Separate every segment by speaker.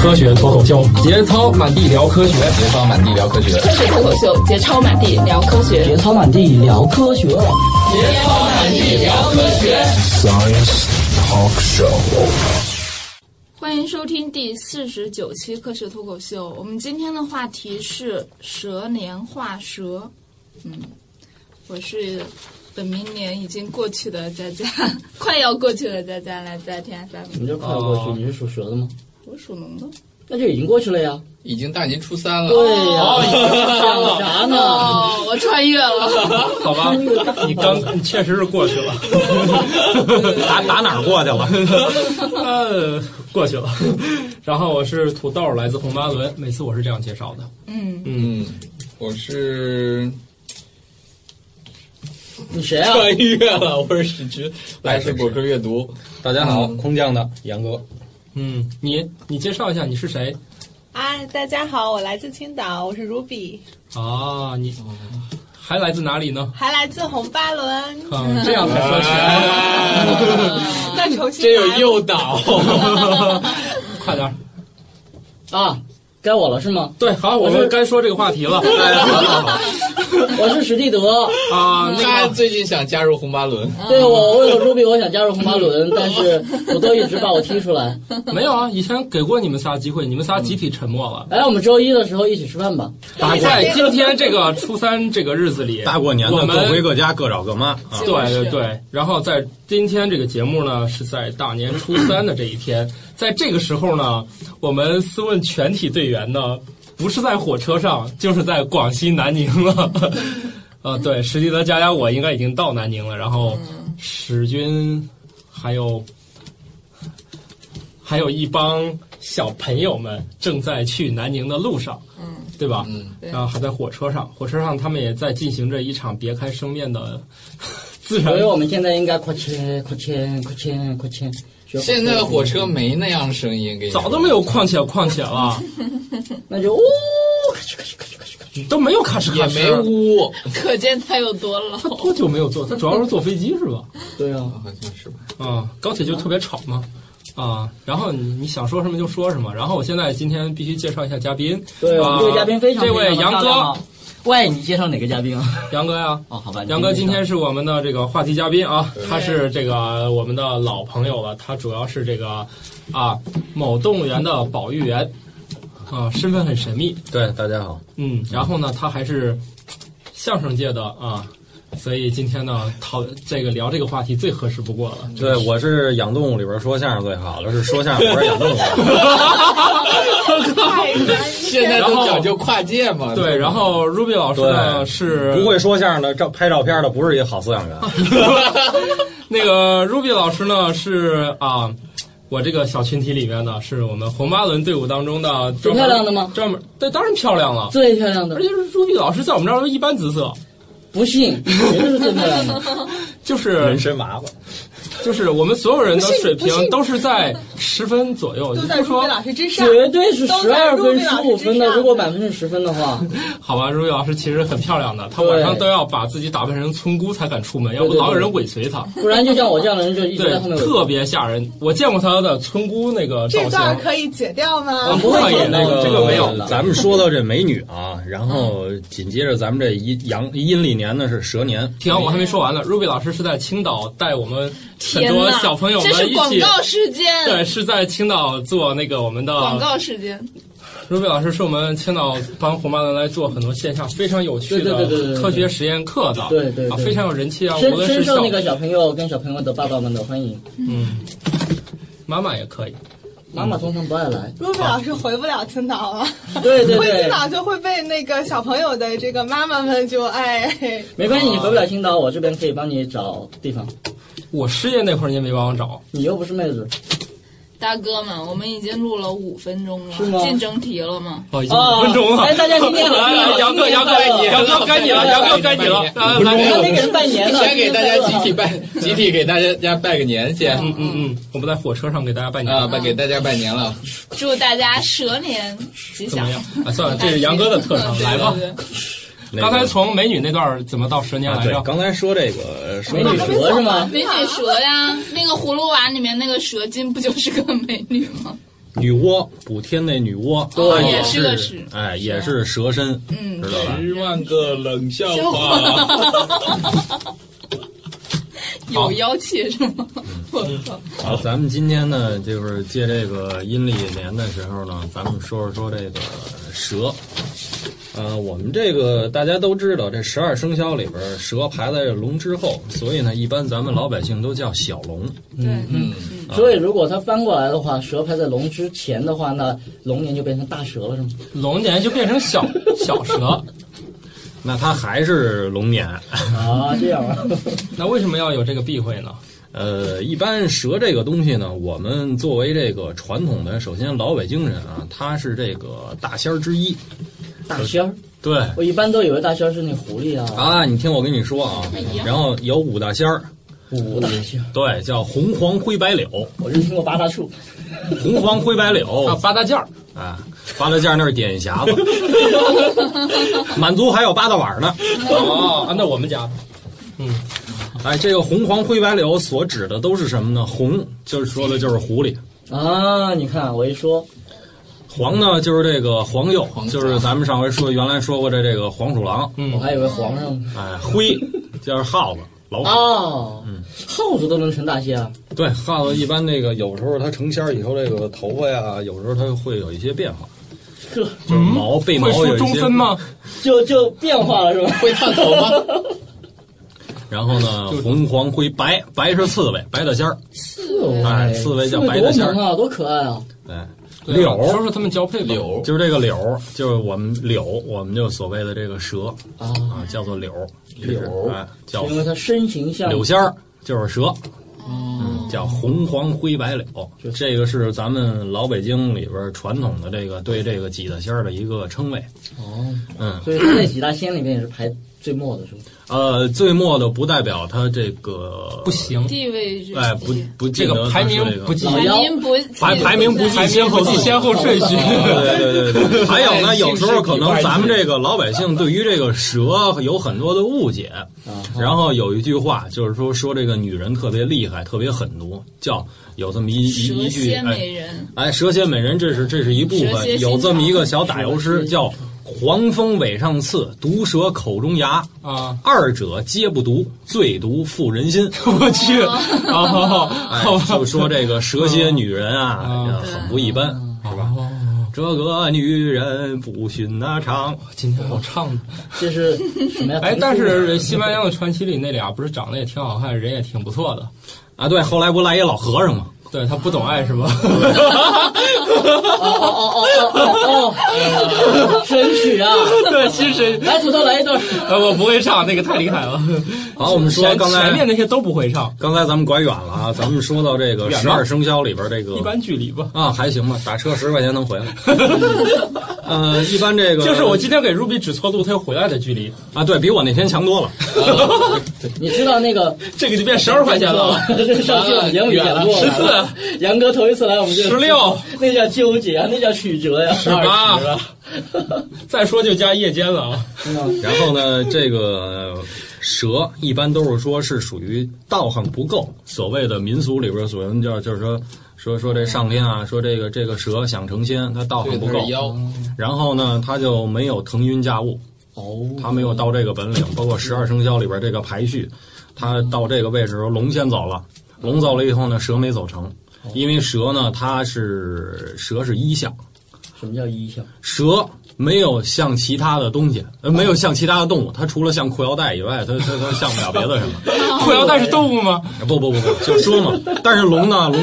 Speaker 1: 科学脱口秀，节操满地聊科学，
Speaker 2: 节操满地聊科学，
Speaker 3: 科学脱口秀，节操满地聊科学，
Speaker 4: 节操满地聊科学，节
Speaker 5: 操满地聊科学。Science Talk Show。
Speaker 6: 欢迎收听第四十九期科学脱口秀。我们今天的话题是蛇年画蛇。嗯，我是本明年已经过去的佳佳， 快要过去的佳佳来在天涯
Speaker 4: 什么叫快要过
Speaker 1: 哦
Speaker 4: 去？你是属蛇的吗？
Speaker 6: 我属龙的。
Speaker 4: 那就已经过去了呀，
Speaker 2: 已经大年初三了。
Speaker 4: 对呀、啊，想、哦、啥呢、
Speaker 2: 哎
Speaker 6: 哦？我穿越了。
Speaker 1: 好吧，你刚你确实是过去了， 打打哪儿过去了？ 呃，过去了。然后我是土豆，来自红巴伦，每次我是这样介绍的。
Speaker 6: 嗯
Speaker 2: 嗯，我是。
Speaker 4: 你谁啊？
Speaker 2: 穿越了，我是史局，来自果壳阅读。
Speaker 7: 大家好，嗯、空降的杨哥。
Speaker 1: 嗯，你你介绍一下你是谁？
Speaker 8: 啊，大家好，我来自青岛，我是 Ruby。
Speaker 1: 啊，你还来自哪里 呢？
Speaker 8: 还来自红巴伦。
Speaker 1: 嗯，这样才说起 来。
Speaker 2: 哎
Speaker 4: 啊
Speaker 8: 再重新。
Speaker 2: 这有诱 导。
Speaker 1: 快点。
Speaker 4: 啊，该我了是吗？
Speaker 1: 对，好，我们该说这个话题了。
Speaker 4: 我是史蒂德
Speaker 1: 啊，
Speaker 2: 他最近想加入红巴伦。
Speaker 4: 对，我为了 Ruby，我想加入红巴伦，但是我都一直把我踢出来。
Speaker 1: 没有啊，以前给过你们仨机会，你们仨集体沉默了。
Speaker 4: 哎，我们周一的时候一起吃饭吧。
Speaker 1: 打在今天这个初三这个日子里，
Speaker 7: 大过年的各回各家，各找各妈。啊、
Speaker 1: 对对对，然后在今天这个节目呢，是在大年初三的这一天，在这个时候呢，我们私问全体队员呢。不是在火车上，就是在广西南宁了。 呃，对，史蒂德、佳佳，我应该已经到南宁了。然后史军，还有还有一帮小朋友们正在去南宁的路上，
Speaker 6: 嗯，
Speaker 1: 对吧？
Speaker 2: 嗯，
Speaker 1: 然后还在火车上，火车上他们也在进行着一场别开生面 的自然。
Speaker 4: 所以我们现在应该快切，快切，快切，快切。
Speaker 2: 现在的火车没那样声音，给
Speaker 1: 早都没有况且况且 了，
Speaker 4: 那就呜，咔哧咔哧咔哧咔哧咔哧，
Speaker 1: 都没有咔哧咔
Speaker 2: 哧，也没呜，
Speaker 6: 可见他有多老。
Speaker 1: 他多久没有坐？他主要是坐飞机是吧？
Speaker 4: 对啊，
Speaker 2: 好像是吧。
Speaker 1: 啊，高铁就特别吵嘛。啊，然后你你想说什么就说什么。然后我现在今天必须介绍一下嘉宾，啊
Speaker 4: 对，我们这位嘉宾非常啊
Speaker 1: 这位杨哥。
Speaker 4: 喂，你介绍哪个嘉宾啊？
Speaker 1: 杨哥呀、啊，
Speaker 4: 哦，好吧，
Speaker 1: 杨哥今天是我们的这个话题嘉宾啊，他是这个我们的老朋友了，他主要是这个啊某动物园的保育员，啊，身份很神秘。
Speaker 7: 对，大家好，
Speaker 1: 嗯，然后呢，他还是相声界的啊，所以今天呢讨这个聊这个话题最合适不过了。
Speaker 7: 对，我是养动物里边说相声最好了，是说相声不是养动物。
Speaker 2: 现在都讲究跨界嘛，
Speaker 1: 对。然后 Ruby 老师呢是
Speaker 7: 不会说相声的，照拍照片的不是一个好饲养员。
Speaker 1: 那个 Ruby 老师呢是啊，我这个小群体里面呢是我们红巴伦队伍当中的
Speaker 4: 最漂亮的吗？
Speaker 1: 专门对，当然漂亮了，
Speaker 4: 最漂亮的。
Speaker 1: 而且 Ruby 老师在我们这儿一般姿色，
Speaker 4: 不信，绝对是最漂亮的。
Speaker 1: 就是
Speaker 7: 人参麻 烦。
Speaker 1: 就是我们所有人的水平都是在十分左右，
Speaker 8: 都在
Speaker 1: 说
Speaker 8: 老师之上，
Speaker 4: 绝对是十二分、十五分的。如果百分之十分的话，
Speaker 1: 好吧，如 u 老师其实很漂亮的，她晚上都要把自己打扮成村姑才敢出门，要不老有人尾随她。
Speaker 4: 不然就像我这样的人就一直在后面
Speaker 1: 对，特别吓人。我见过她的村姑那个造型，这
Speaker 8: 段可以解掉吗？
Speaker 4: 啊不会
Speaker 1: 解
Speaker 4: 那
Speaker 1: 个，这个没有。
Speaker 7: 咱们说到这美女啊，然后紧接着咱们这阴阳阴历年呢是蛇年。
Speaker 1: 停，我还没说完呢。Ruby 老师是在青岛带我们。很多小朋友们一起，
Speaker 6: 这是广告时间。
Speaker 1: 对，啊是在青岛做那个我们的
Speaker 6: 广告时间。
Speaker 1: Ruby 老师是我们青岛帮红巴伦来做很多线下非常有趣的科学实验课的，
Speaker 4: 对对，
Speaker 1: 啊，非常有人气啊。
Speaker 4: 深
Speaker 1: 无论
Speaker 4: 深
Speaker 1: 是
Speaker 4: 受那个小朋友跟小朋友的爸爸们的欢迎。
Speaker 1: 嗯，妈妈也可以，
Speaker 4: 妈妈通常不爱来。
Speaker 8: Ruby 老师回不了青岛啊了，
Speaker 4: 对对对，
Speaker 8: 回青岛就会被那个小朋友的这个妈妈们就哎，
Speaker 4: 没关系，你回不了青岛，我这边可以帮你找地方。
Speaker 1: 我失业那会儿，您没帮我找。
Speaker 4: 你又不是妹子，
Speaker 6: 大哥们，我们已经录了五分钟了，
Speaker 4: 是吗？
Speaker 6: 进正题了吗？
Speaker 1: 哦，已经五分钟了。
Speaker 4: 哎，大家今天
Speaker 1: 来 来，杨哥，杨哥，杨哥该你了，杨哥该你了。啊
Speaker 4: 我还没给人拜年呢，
Speaker 2: 先给大家
Speaker 4: 啊
Speaker 2: 集体拜，集体给大家拜个年先。
Speaker 1: 嗯嗯嗯，我们在火车上给大家拜年
Speaker 2: 啊，拜给大家拜年了，
Speaker 6: 祝大家蛇年吉祥。
Speaker 1: 啊，算了，这是杨哥的特长，来吧。刚才从美女那段怎么到蛇年来着？
Speaker 7: 啊刚才说这个
Speaker 4: 美女蛇
Speaker 6: 嗯
Speaker 4: 是吗？
Speaker 6: 美女蛇呀，那个葫芦娃里面那个蛇精不就是个美女吗？
Speaker 7: 女娲补天那女娲，
Speaker 6: 哦
Speaker 7: 她
Speaker 6: 也是
Speaker 7: 是
Speaker 6: 个蛇
Speaker 7: 哎，也是蛇身，
Speaker 6: 嗯
Speaker 7: 知道吧？
Speaker 2: 十万个冷笑话，
Speaker 6: 有妖气是吗？我靠！
Speaker 7: 好，咱们今天呢，就是借这个阴历年的时候呢，咱们说说说这个蛇。呃，我们这个大家都知道，这十二生肖里边，蛇排在龙之后，所以呢，一般咱们老百姓都叫小龙。
Speaker 6: 对，
Speaker 2: 嗯，
Speaker 4: 所以如果它翻过来的话，蛇排在龙之前的话，那龙年就变成大蛇了，是吗？
Speaker 1: 龙年就变成小小蛇。
Speaker 7: 那它还是龙年。
Speaker 4: 啊，这样啊，
Speaker 1: 那为什么要有这个避讳呢？
Speaker 7: 呃，一般蛇这个东西呢，我们作为这个传统的，首先老北京人啊，它是这个大仙儿之一。
Speaker 4: 大仙儿，
Speaker 7: 对，
Speaker 4: 我一般都以为大仙儿是那狐狸啊，
Speaker 7: 啊，你听我跟你说啊，然后有五大仙儿，
Speaker 4: 五大仙儿，
Speaker 7: 对，叫红黄灰白柳，
Speaker 4: 我就听过八大处，
Speaker 7: 红黄灰白柳
Speaker 1: 啊，八大件儿，
Speaker 7: 啊，八大件儿那是点匣 子，满族还有八大碗呢。
Speaker 1: 哦，啊那我们家
Speaker 7: 哎，这个红黄灰白柳所指的都是什么呢？红就是说的就是狐狸，
Speaker 4: 啊，你看我一说，
Speaker 7: 黄呢就是这个黄鼬，就是咱们上回说原来说过的这个黄鼠狼，
Speaker 1: 嗯
Speaker 4: 我还以为皇上呢
Speaker 7: 哎，灰就是耗子、老
Speaker 1: 啊
Speaker 7: 鼠。
Speaker 4: 哦，耗子都能成大仙啊，
Speaker 7: 对，耗子一般那个有时候它成仙儿以后，这个头发呀，有时候它会有一些变化，
Speaker 4: 这
Speaker 7: 就是毛背毛
Speaker 1: 嗯会
Speaker 7: 有
Speaker 1: 出
Speaker 7: 一
Speaker 1: 中
Speaker 7: 些
Speaker 1: 分吗？
Speaker 4: 就就变化了是吧？
Speaker 2: 会烫头吗？
Speaker 7: 然后呢，红黄灰白，白是刺猬，白大仙儿，哎刺猬叫白
Speaker 4: 多
Speaker 7: 大仙儿
Speaker 4: 萌啊，多可爱啊！
Speaker 7: 哎，
Speaker 1: 对啊
Speaker 7: 柳
Speaker 1: 说
Speaker 7: 儿
Speaker 1: 说他们交配吧。
Speaker 2: 柳
Speaker 7: 就是这个柳儿，就是我们柳，我们就所谓的这个蛇
Speaker 4: 啊，
Speaker 7: 啊，叫做柳儿，
Speaker 2: 柳
Speaker 7: 就是哎，叫
Speaker 4: 因为它身形像
Speaker 7: 柳仙儿，就是蛇。嗯，叫红黄灰白柳，这个是咱们老北京里边儿传统的这个对这个几大仙儿的一个称谓。
Speaker 4: 哦，
Speaker 7: 嗯，
Speaker 4: 所以它在几大仙里面也是排最末的是吧？
Speaker 7: 呃，最末的不代表它这个
Speaker 1: 不，行，
Speaker 6: 地位是
Speaker 7: 哎，不不
Speaker 1: 这
Speaker 7: 见
Speaker 1: 个
Speaker 7: 得
Speaker 1: 排
Speaker 7: 它是
Speaker 1: 名
Speaker 7: 这个，
Speaker 1: 不计，
Speaker 4: 老
Speaker 6: 排
Speaker 4: 妖
Speaker 6: 名不
Speaker 7: 排排名不计
Speaker 1: 排
Speaker 7: 先
Speaker 1: 名
Speaker 7: 后
Speaker 1: 不计
Speaker 7: 次
Speaker 1: 先后顺 序。
Speaker 7: 对对对对，还有呢，
Speaker 2: 哎
Speaker 7: 有时候可
Speaker 2: 姓
Speaker 7: 能
Speaker 2: 氏
Speaker 7: 咱们这个老百姓对于这个蛇有很多的误解，
Speaker 4: 啊，
Speaker 7: 然后有一句话就是说说这个女人特别厉害，特别狠毒，叫有这么一一
Speaker 6: 蛇
Speaker 7: 一句
Speaker 6: 蝎
Speaker 7: 哎
Speaker 6: 美人，
Speaker 7: 哎，蛇蝎美人这是这是一部
Speaker 6: 蛇蝎
Speaker 7: 分，
Speaker 6: 心肠
Speaker 7: 有这么一个小打油诗叫黄蜂尾上刺，毒蛇口中牙，
Speaker 1: 啊！
Speaker 7: 二者皆不毒，最毒妇人心。
Speaker 1: 我去，啊，
Speaker 7: 哎，就说这个蛇蝎女人啊
Speaker 1: 啊，
Speaker 7: 很不一般。
Speaker 1: 好吧，
Speaker 7: 这个女人不寻那常，
Speaker 1: 今天好唱的。
Speaker 4: 这是什么呀？
Speaker 1: 哎，但是西班牙的传奇里那俩不是长得也挺好看，人也挺不错的。
Speaker 7: 啊，对，后来不来一老和尚吗？
Speaker 1: 对他不懂爱 是吧？
Speaker 4: 哦哦哦哦哦哦，神曲啊！
Speaker 1: 对，其实
Speaker 4: 来，土豆来一段。
Speaker 1: 呃我不会唱，那个太厉害了。
Speaker 7: 好，我们说
Speaker 1: 前
Speaker 7: 刚
Speaker 1: 前面
Speaker 7: 才，
Speaker 1: 那些都不会唱，
Speaker 7: 刚才咱们拐远了啊，咱们说到这个
Speaker 1: 远
Speaker 7: 十
Speaker 1: 吗
Speaker 7: 二生肖里边这
Speaker 1: 一
Speaker 7: 个
Speaker 1: 般距离 吧。
Speaker 7: 啊，还行吧，打 车十块钱能回来。呃，一般这个
Speaker 1: 就是我今天给 Ruby 指错路，他又回来的距离，
Speaker 7: 啊，对比我那天强多了。
Speaker 4: 你知道那个
Speaker 1: 这个就变十二块钱了。
Speaker 4: 这上次我们节目里讲过
Speaker 1: 十四、
Speaker 4: 杨哥头一次来我们这
Speaker 1: 十六，
Speaker 4: 那叫纠结啊，那叫曲折呀、啊
Speaker 1: 十八，再说就加夜间了啊。
Speaker 7: 然后呢，这个蛇一般都是说是属于道行不够，所谓的民俗里边所谓叫就是说说说这上天啊，说这个这个蛇想成仙，它道行
Speaker 2: 对，
Speaker 7: 不
Speaker 2: 它
Speaker 7: 够
Speaker 2: 是，妖，
Speaker 7: 然后呢，它就没有腾云驾雾，
Speaker 4: 哦，
Speaker 7: 它没有到这个本领，包括十二生肖里边这个排序，它到这个位置时候，龙先走了，龙走了以后呢，蛇没走成，因为蛇呢，它是蛇是一象，
Speaker 4: 什么叫一象？
Speaker 7: 蛇没有像其他的东西，呃，没有像其他的动物，它除了像裤腰带以外，它它它像不了别的什么。
Speaker 1: 裤腰带是动物吗？
Speaker 7: 啊不不不不，就说嘛。但是龙呢，龙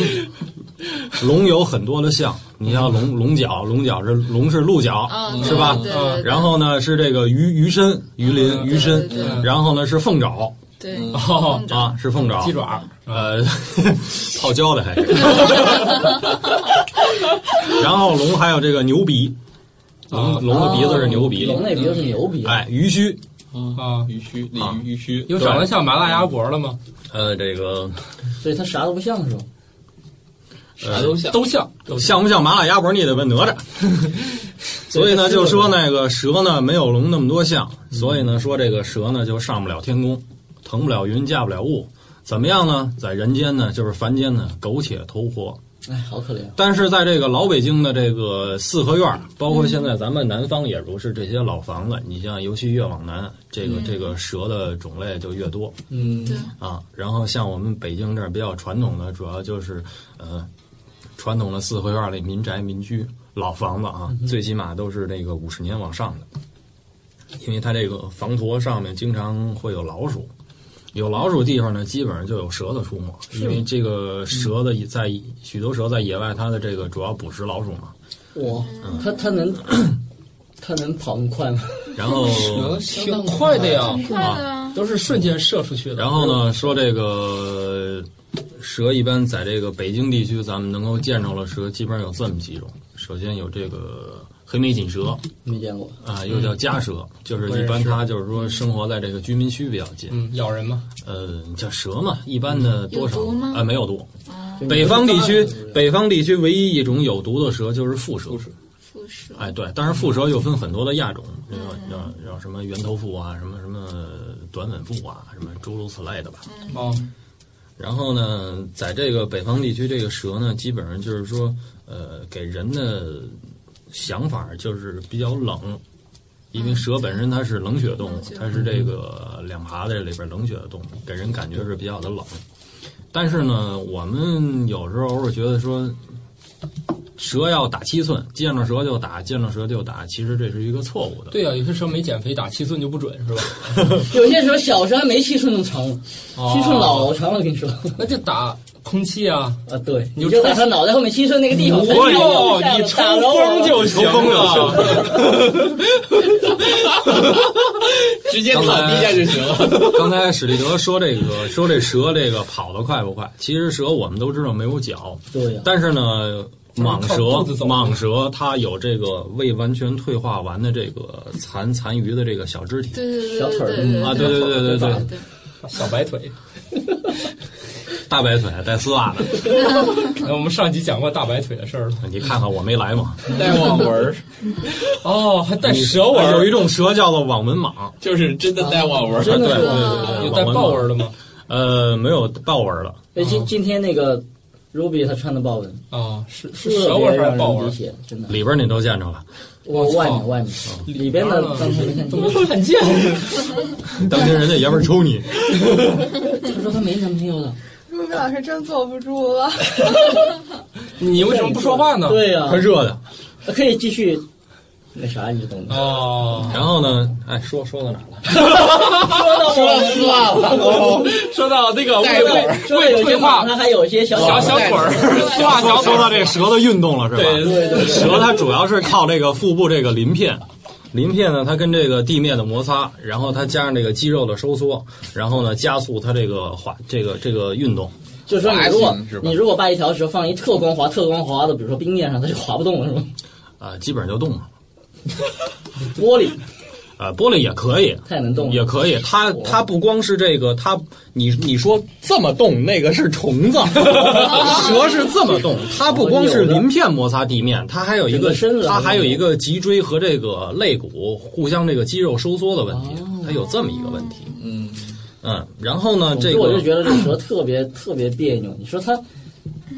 Speaker 7: 龙有很多的像，你像龙龙角，龙角是龙是鹿角，
Speaker 6: 啊，对
Speaker 7: 是吧？
Speaker 6: 对对对啊
Speaker 7: 然后呢是这个鱼鱼身、鱼鳞、鱼身
Speaker 6: 对对，
Speaker 7: 然后呢是凤爪
Speaker 6: 对，
Speaker 1: 哦，
Speaker 7: 啊，是凤爪，
Speaker 1: 鸡爪，
Speaker 7: 呃，泡椒的 还是。然后龙还有这个牛鼻，龙
Speaker 1: 嗯
Speaker 7: 龙的鼻子是牛鼻，
Speaker 4: 哦龙那鼻子是牛鼻，
Speaker 7: 哎，鱼须，
Speaker 2: 嗯
Speaker 1: 啊，
Speaker 2: 鱼须，鲤
Speaker 7: 啊
Speaker 2: 鱼鱼须，
Speaker 1: 有长得像麻辣鸭脖的吗？
Speaker 7: 呃，这个
Speaker 4: 所以它啥都不像是吧？
Speaker 2: 啥都像。
Speaker 1: 都像，都
Speaker 7: 像不像麻辣鸭脖，你得问哪吒。所以呢，就说那个蛇呢没有龙那么多像，所以呢说这个蛇呢就上不了天宫，腾不了云，驾不了雾，怎么样呢？在人间呢，就是凡间呢，苟且偷活，
Speaker 4: 哎，好可怜。
Speaker 7: 但是在这个老北京的这个四合院儿，包括现在咱们南方也如是，这些老房子，你像尤其越往南，这个这个蛇的种类就越多
Speaker 2: 嗯，
Speaker 6: 对，
Speaker 7: 啊。然后像我们北京这儿比较传统的，主要就是呃，传统的四合院儿里民宅民居老房子啊，最起码都是这个五十年往上的，因为它这个房坨上面经常会有老鼠。有老鼠的地方呢，基本上就有蛇的出没，因为这个蛇的在许多蛇在野外，它的这个主要捕食老鼠嘛。
Speaker 4: 哇，他他能他能跑那么快吗？
Speaker 7: 然后，
Speaker 1: 挺快的呀，
Speaker 6: 快的啊，
Speaker 1: 都是瞬间射出去的。
Speaker 7: 然后？呢，说这个蛇一般在这个北京地区，咱们能够见着了蛇，基本上有这么几种。首先有这个黑眉锦蛇
Speaker 4: 没见过。
Speaker 7: 啊，又叫家蛇，就是
Speaker 1: 我也
Speaker 7: 一般
Speaker 1: 是
Speaker 7: 它就是说生活在这个居民区比较近。
Speaker 1: 嗯，咬人吗？
Speaker 7: 呃，叫蛇嘛，一般的多少
Speaker 6: 有毒吗
Speaker 7: 啊没有毒。
Speaker 4: 就
Speaker 7: 北方地区
Speaker 4: 你说，
Speaker 7: 北方地区唯一一种有毒的蛇就是蝮蛇。
Speaker 6: 辐射，
Speaker 7: 哎，对，但是蝮蛇又分很多的亚种，要要要什么圆头蝮啊，什么什么短吻蝮啊，什么诸如此类的吧。
Speaker 1: 哦，
Speaker 7: 然后呢，在这个北方地区，这个蛇呢，基本上就是说，呃，给人的想法就是比较冷，因为蛇本身它是冷血动物，它是这个两爬在里边冷血的动物，给人感觉是比较的冷。但是呢，我们有时候偶尔觉得说，蛇要打七寸，见着蛇就打，见着蛇就打，其实这是一个错误的。
Speaker 1: 对呀、有些时候没减肥，打七寸就不准是吧？
Speaker 4: 有些时候小蛇还没七寸那么长，
Speaker 1: 哦
Speaker 4: 七寸老长了，我跟你说。
Speaker 1: 那就打空气啊！
Speaker 4: 啊，对，
Speaker 1: 你
Speaker 4: 你
Speaker 1: 就
Speaker 4: 就打他脑袋后面七寸那个地方才
Speaker 1: 哎
Speaker 4: 是
Speaker 1: 呦，
Speaker 4: 用下
Speaker 1: 你
Speaker 4: 的
Speaker 1: 抽
Speaker 4: 打着我
Speaker 1: 风
Speaker 4: 了
Speaker 1: 就行了。
Speaker 2: 直接躺地下就行了。
Speaker 7: 刚才史蒂德说这个说这蛇这个跑得快不快？其实蛇我们都知道没有脚，
Speaker 4: 对呀、
Speaker 7: 但是呢，蟒蛇
Speaker 1: 靠肚子走
Speaker 7: 蟒蛇它有这个未完全退化完的这个残残余的这个小肢体
Speaker 6: 对对对
Speaker 4: 小
Speaker 6: 对
Speaker 4: 腿儿
Speaker 6: 对
Speaker 7: 啊，对对对对对，
Speaker 6: 对，
Speaker 1: 小白腿，
Speaker 7: 大白腿带丝袜的，
Speaker 1: 哎我们上集讲过大白腿的事儿了。
Speaker 7: 你看看我没来嘛？哎
Speaker 2: 带网纹儿，
Speaker 1: 哦，还 带蛇纹
Speaker 7: 有
Speaker 1: 儿
Speaker 7: 一，种蛇叫做网纹蟒，啊
Speaker 2: 就是真的带网纹儿。
Speaker 4: 真的
Speaker 7: 对
Speaker 4: 是
Speaker 7: 对
Speaker 4: 吧。
Speaker 7: 对对，
Speaker 1: 啊有带
Speaker 7: 网
Speaker 1: 豹纹儿
Speaker 7: 蟒
Speaker 1: 的吗？
Speaker 7: 呃，没有豹纹的，
Speaker 4: 哎，今
Speaker 1: 嗯
Speaker 4: 今天那个 Ruby 他穿的豹纹，
Speaker 1: 啊，是是蛇
Speaker 4: 特
Speaker 1: 纹儿
Speaker 4: 别
Speaker 1: 还
Speaker 4: 让
Speaker 1: 是豹纹
Speaker 4: 人
Speaker 1: 儿
Speaker 4: 鼻？血，真的。
Speaker 7: 里边你都见着了。
Speaker 4: 我
Speaker 1: 操
Speaker 4: 外面外面里边的刚才没看
Speaker 1: 怎
Speaker 4: 见，
Speaker 1: 么没看 见？
Speaker 7: 当天人家爷们儿 抽你，
Speaker 4: 他说他没男朋友了。
Speaker 8: 陆老师真坐不住了，
Speaker 1: 你为什么不说话呢？
Speaker 4: 对呀、
Speaker 7: 他热的。
Speaker 4: 可以继续那啥，你就懂的。
Speaker 1: 哦，
Speaker 7: 然后呢，哎，说说到哪儿了？
Speaker 1: 啊
Speaker 4: 说到丝袜
Speaker 1: 哦
Speaker 4: 了，
Speaker 1: 说到那个
Speaker 2: 带
Speaker 1: 胃
Speaker 2: 腿儿
Speaker 1: 胃胃
Speaker 4: 有些
Speaker 1: 退化，
Speaker 4: 它还有一些小
Speaker 1: 小小
Speaker 4: 小
Speaker 1: 腿儿，丝袜小腿
Speaker 7: 说到
Speaker 1: 儿，
Speaker 7: 这个蛇的运动了是吧？
Speaker 1: 对，
Speaker 7: 蛇它主要是靠这个腹部这个鳞片，鳞片呢，它跟这个地面的摩擦，然后它加上这个肌肉的收缩，然后呢加速它这个滑这个这个运动。
Speaker 4: 就是说你如
Speaker 2: 滑
Speaker 4: 果
Speaker 2: 行是吧
Speaker 4: 你如果把一条蛇放一特光滑、特光滑的，比如说冰面上，它就滑不动了，是吧？
Speaker 7: 啊，基本上就动了。
Speaker 4: 玻璃
Speaker 7: 啊，玻璃也可以，
Speaker 4: 太能动
Speaker 7: 也
Speaker 4: 了，
Speaker 7: 可以。它它不光是这个，它你你说这么动，那个是虫子， 蛇是这么动。它不光是鳞片摩擦地面，它还有一
Speaker 4: 整
Speaker 7: 个
Speaker 4: 个身子
Speaker 7: 它还有
Speaker 4: 还有
Speaker 7: 一个脊椎和这个肋骨互相这个肌肉收缩的问题，它有这么一个问题。
Speaker 2: 嗯，
Speaker 7: 嗯，然后呢，
Speaker 4: 所
Speaker 7: 这
Speaker 4: 以
Speaker 7: 个
Speaker 4: 我就觉得这蛇特别特别别扭。你说它，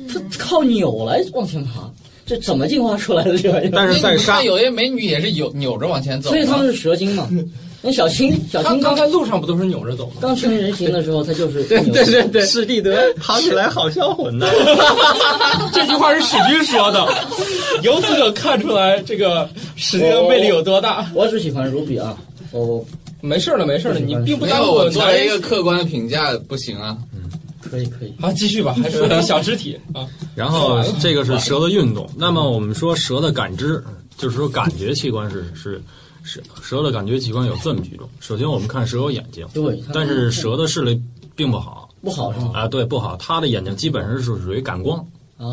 Speaker 4: 它靠扭来往前爬，这怎么进化出来的这玩意儿？
Speaker 7: 但是在沙
Speaker 2: 那你看有些美女也是扭扭着往前走，
Speaker 4: 所以他们是蛇精 嘛。那小青，小
Speaker 1: 他
Speaker 4: 青
Speaker 1: 刚
Speaker 4: 刚
Speaker 1: 才路上不都是扭着走吗？
Speaker 4: 刚成为人形的时候，它就是扭
Speaker 7: 对，史蒂 德爬起来好销魂呐。
Speaker 1: 这句话是史军说 的，由此可看出来这个史军的魅力有多大。
Speaker 4: 我只喜欢 Ruby 啊，我我
Speaker 1: 没事儿了，没事儿了，你并不
Speaker 2: 没
Speaker 1: 耽
Speaker 2: 有
Speaker 1: 误
Speaker 2: 我
Speaker 1: 作
Speaker 2: 作
Speaker 1: 为
Speaker 2: 为一个客观的评价不行啊。
Speaker 4: 可以可以。
Speaker 1: 啊，继续吧，还说那个小肢 体啊，
Speaker 7: 然后这个是蛇的运动。那么我们说蛇的感知，就是说感觉器官是是是蛇的感觉器官有这么几种。首先我们看蛇有眼睛，
Speaker 4: 对，它
Speaker 7: 但是蛇的视力并不好
Speaker 4: 不好是吗？
Speaker 7: 啊，对，不好。它的眼睛基本上是属于感光，
Speaker 4: 啊，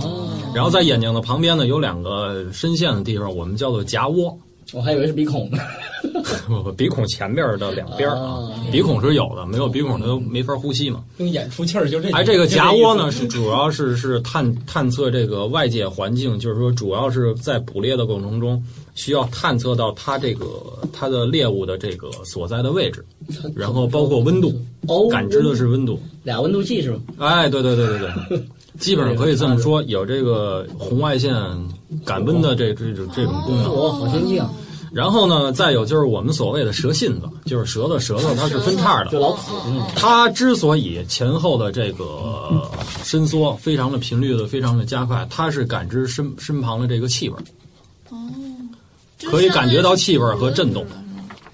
Speaker 7: 然后在眼睛的旁边呢有两个深陷的地方，我们叫做颊窝，
Speaker 4: 我还以为是鼻孔呢。
Speaker 7: 鼻孔前面的两边儿啊
Speaker 4: 啊，
Speaker 7: 鼻孔是有的，没有鼻孔它都没法呼吸嘛。
Speaker 1: 用眼出气儿就这。
Speaker 7: 哎，这个
Speaker 1: 就
Speaker 7: 夹
Speaker 1: 意思
Speaker 7: 窝呢，是主要是是探探测这个外界环境，就是说主要是在捕猎的过程中，需要探测到它这个它的猎物的这个所在的位置，然后包括温度，
Speaker 4: 哦，
Speaker 7: 感知的是温度。
Speaker 4: 俩温度计是吧？
Speaker 7: 哎，对对对对对。基本上可以这么说，有这个红外线感温的这这种这种功能。
Speaker 4: 哇，好先进啊！
Speaker 7: 然后呢，再有就是我们所谓的蛇信子，就是舌头舌头它是分叉
Speaker 4: 就
Speaker 7: 的，
Speaker 4: 老土，嗯，
Speaker 7: 它之所以前后的这个呃伸缩非常的频率的非常的加快，它是感知身身旁的这个气味儿，可以感觉到气味儿和震动。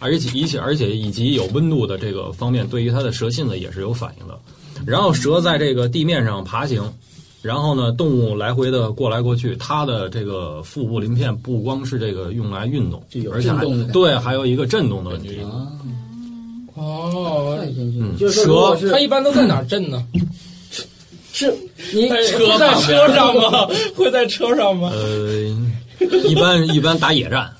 Speaker 7: 而且以及而且以及有温度的这个方面，对于它的舌信子也是有反应的。然后蛇在这个地面上爬行，然后呢，动物来回的过来过去，它的这个腹部鳞片不光是这个用来运动
Speaker 4: 就有，
Speaker 7: 而且还
Speaker 4: 震动的感觉啊
Speaker 7: 对还有一个震动的问题。
Speaker 1: 哦
Speaker 4: 太，先进了。
Speaker 7: 嗯
Speaker 4: 就是说，如果是
Speaker 1: 它一般都在哪儿震呢？
Speaker 4: 是你
Speaker 1: 哎车在车 上吗？会在车上 吗？
Speaker 7: 呃，一般一般打野战。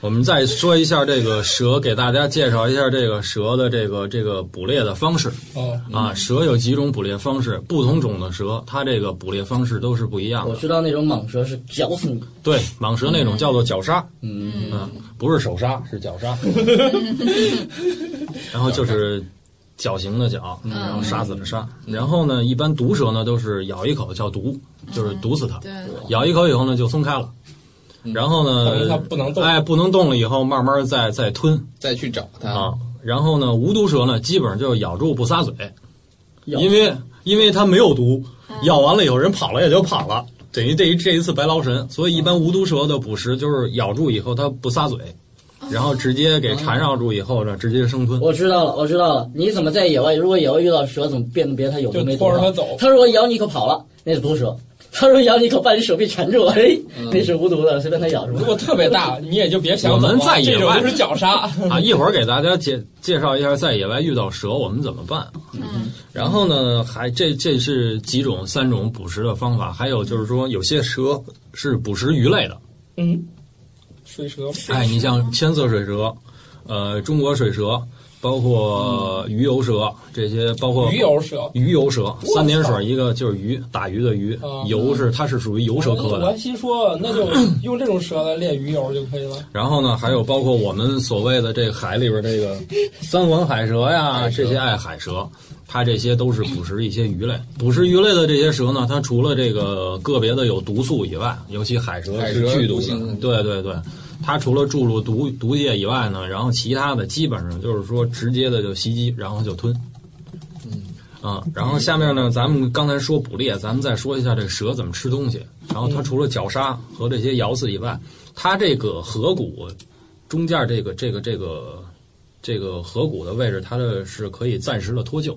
Speaker 7: 我们再说一下这个蛇，给大家介绍一下这个蛇的这个这个捕猎的方式
Speaker 1: 哦，
Speaker 7: 啊。蛇有几种捕猎方式，不同种的蛇，它这个捕猎方式都是不一样
Speaker 4: 我
Speaker 7: 的。
Speaker 4: 知道那种蟒蛇是绞死你，
Speaker 7: 对，蟒蛇那种叫做绞杀，
Speaker 4: 嗯，
Speaker 7: 嗯，不是手杀，是绞杀。然后就是绞刑的绞，然后杀死的杀。然后呢，一般毒蛇呢都是咬一口叫毒，就是毒死它。
Speaker 6: 嗯对，
Speaker 7: 咬一口以后呢就松开了，然后
Speaker 1: 等于嗯
Speaker 7: 呢
Speaker 1: 它不能动
Speaker 7: 哎，不能动了以后慢慢再再吞
Speaker 2: 再去找它，
Speaker 7: 啊。然后呢，无毒蛇呢基本上就咬住不撒嘴，
Speaker 4: 咬
Speaker 7: 因为因为它没有毒，咬完了以后人跑了也就跑了，等于这一这一次白劳神。所以一般无毒蛇的捕食就是咬住以后它不撒嘴，然后直接给缠绕住以后呢直接生吞。
Speaker 4: 我知道了，我知道了。你怎么在野外？如果野外遇到蛇，怎么辨别它有
Speaker 1: 就
Speaker 4: 毒没毒
Speaker 1: 拖着
Speaker 4: 啊？
Speaker 1: 它走
Speaker 4: 它如果咬你一口跑了，那是毒蛇；它如果咬你一口，把你手臂缠住，哎，
Speaker 7: 嗯
Speaker 4: 那是无毒的，随便它咬是吧
Speaker 1: 如？果特别大，你也就别想走了
Speaker 7: 我们在野
Speaker 1: 这
Speaker 7: 外
Speaker 1: 种就是绞杀。
Speaker 7: 啊，一会儿给大家介介绍一下在野外遇到蛇我们怎么办。
Speaker 1: 嗯
Speaker 7: 然后呢，还这这是几种三种捕食的方法，还有就是说有些蛇是捕食鱼类的，
Speaker 1: 嗯，水蛇吗
Speaker 7: 哎，你像千色水蛇，呃，中国水蛇，包括鱼游蛇这些，包括
Speaker 1: 鱼油蛇，
Speaker 7: 鱼游蛇，三点水一个就是鱼，打鱼的鱼
Speaker 1: 啊，
Speaker 7: 游是它是属于游蛇科
Speaker 1: 我
Speaker 7: 的。
Speaker 1: 还心说，那 就用这种蛇来练鱼油就可以了。
Speaker 7: 然后呢，还有包括我们所谓的这个海里边这个三环海蛇呀，这些爱海蛇，它这些都是捕食一些鱼类。捕食鱼类的这些蛇呢，它除了这个个别的有毒素以外，尤其海蛇
Speaker 2: 海
Speaker 7: 是
Speaker 2: 蛇
Speaker 7: 剧毒
Speaker 2: 毒性
Speaker 7: 的，对对对。它除了注入毒毒液以外呢，然后其他的基本上就是说直接的就袭击，然后就吞。嗯，然后下面呢，咱们刚才说捕猎，咱们再说一下这个蛇怎么吃东西。然后它
Speaker 2: 嗯
Speaker 7: 除了绞杀和这些咬死以外，它这个颌骨中间这个这个这个这个颌骨的位置，它的是可以暂时的脱臼，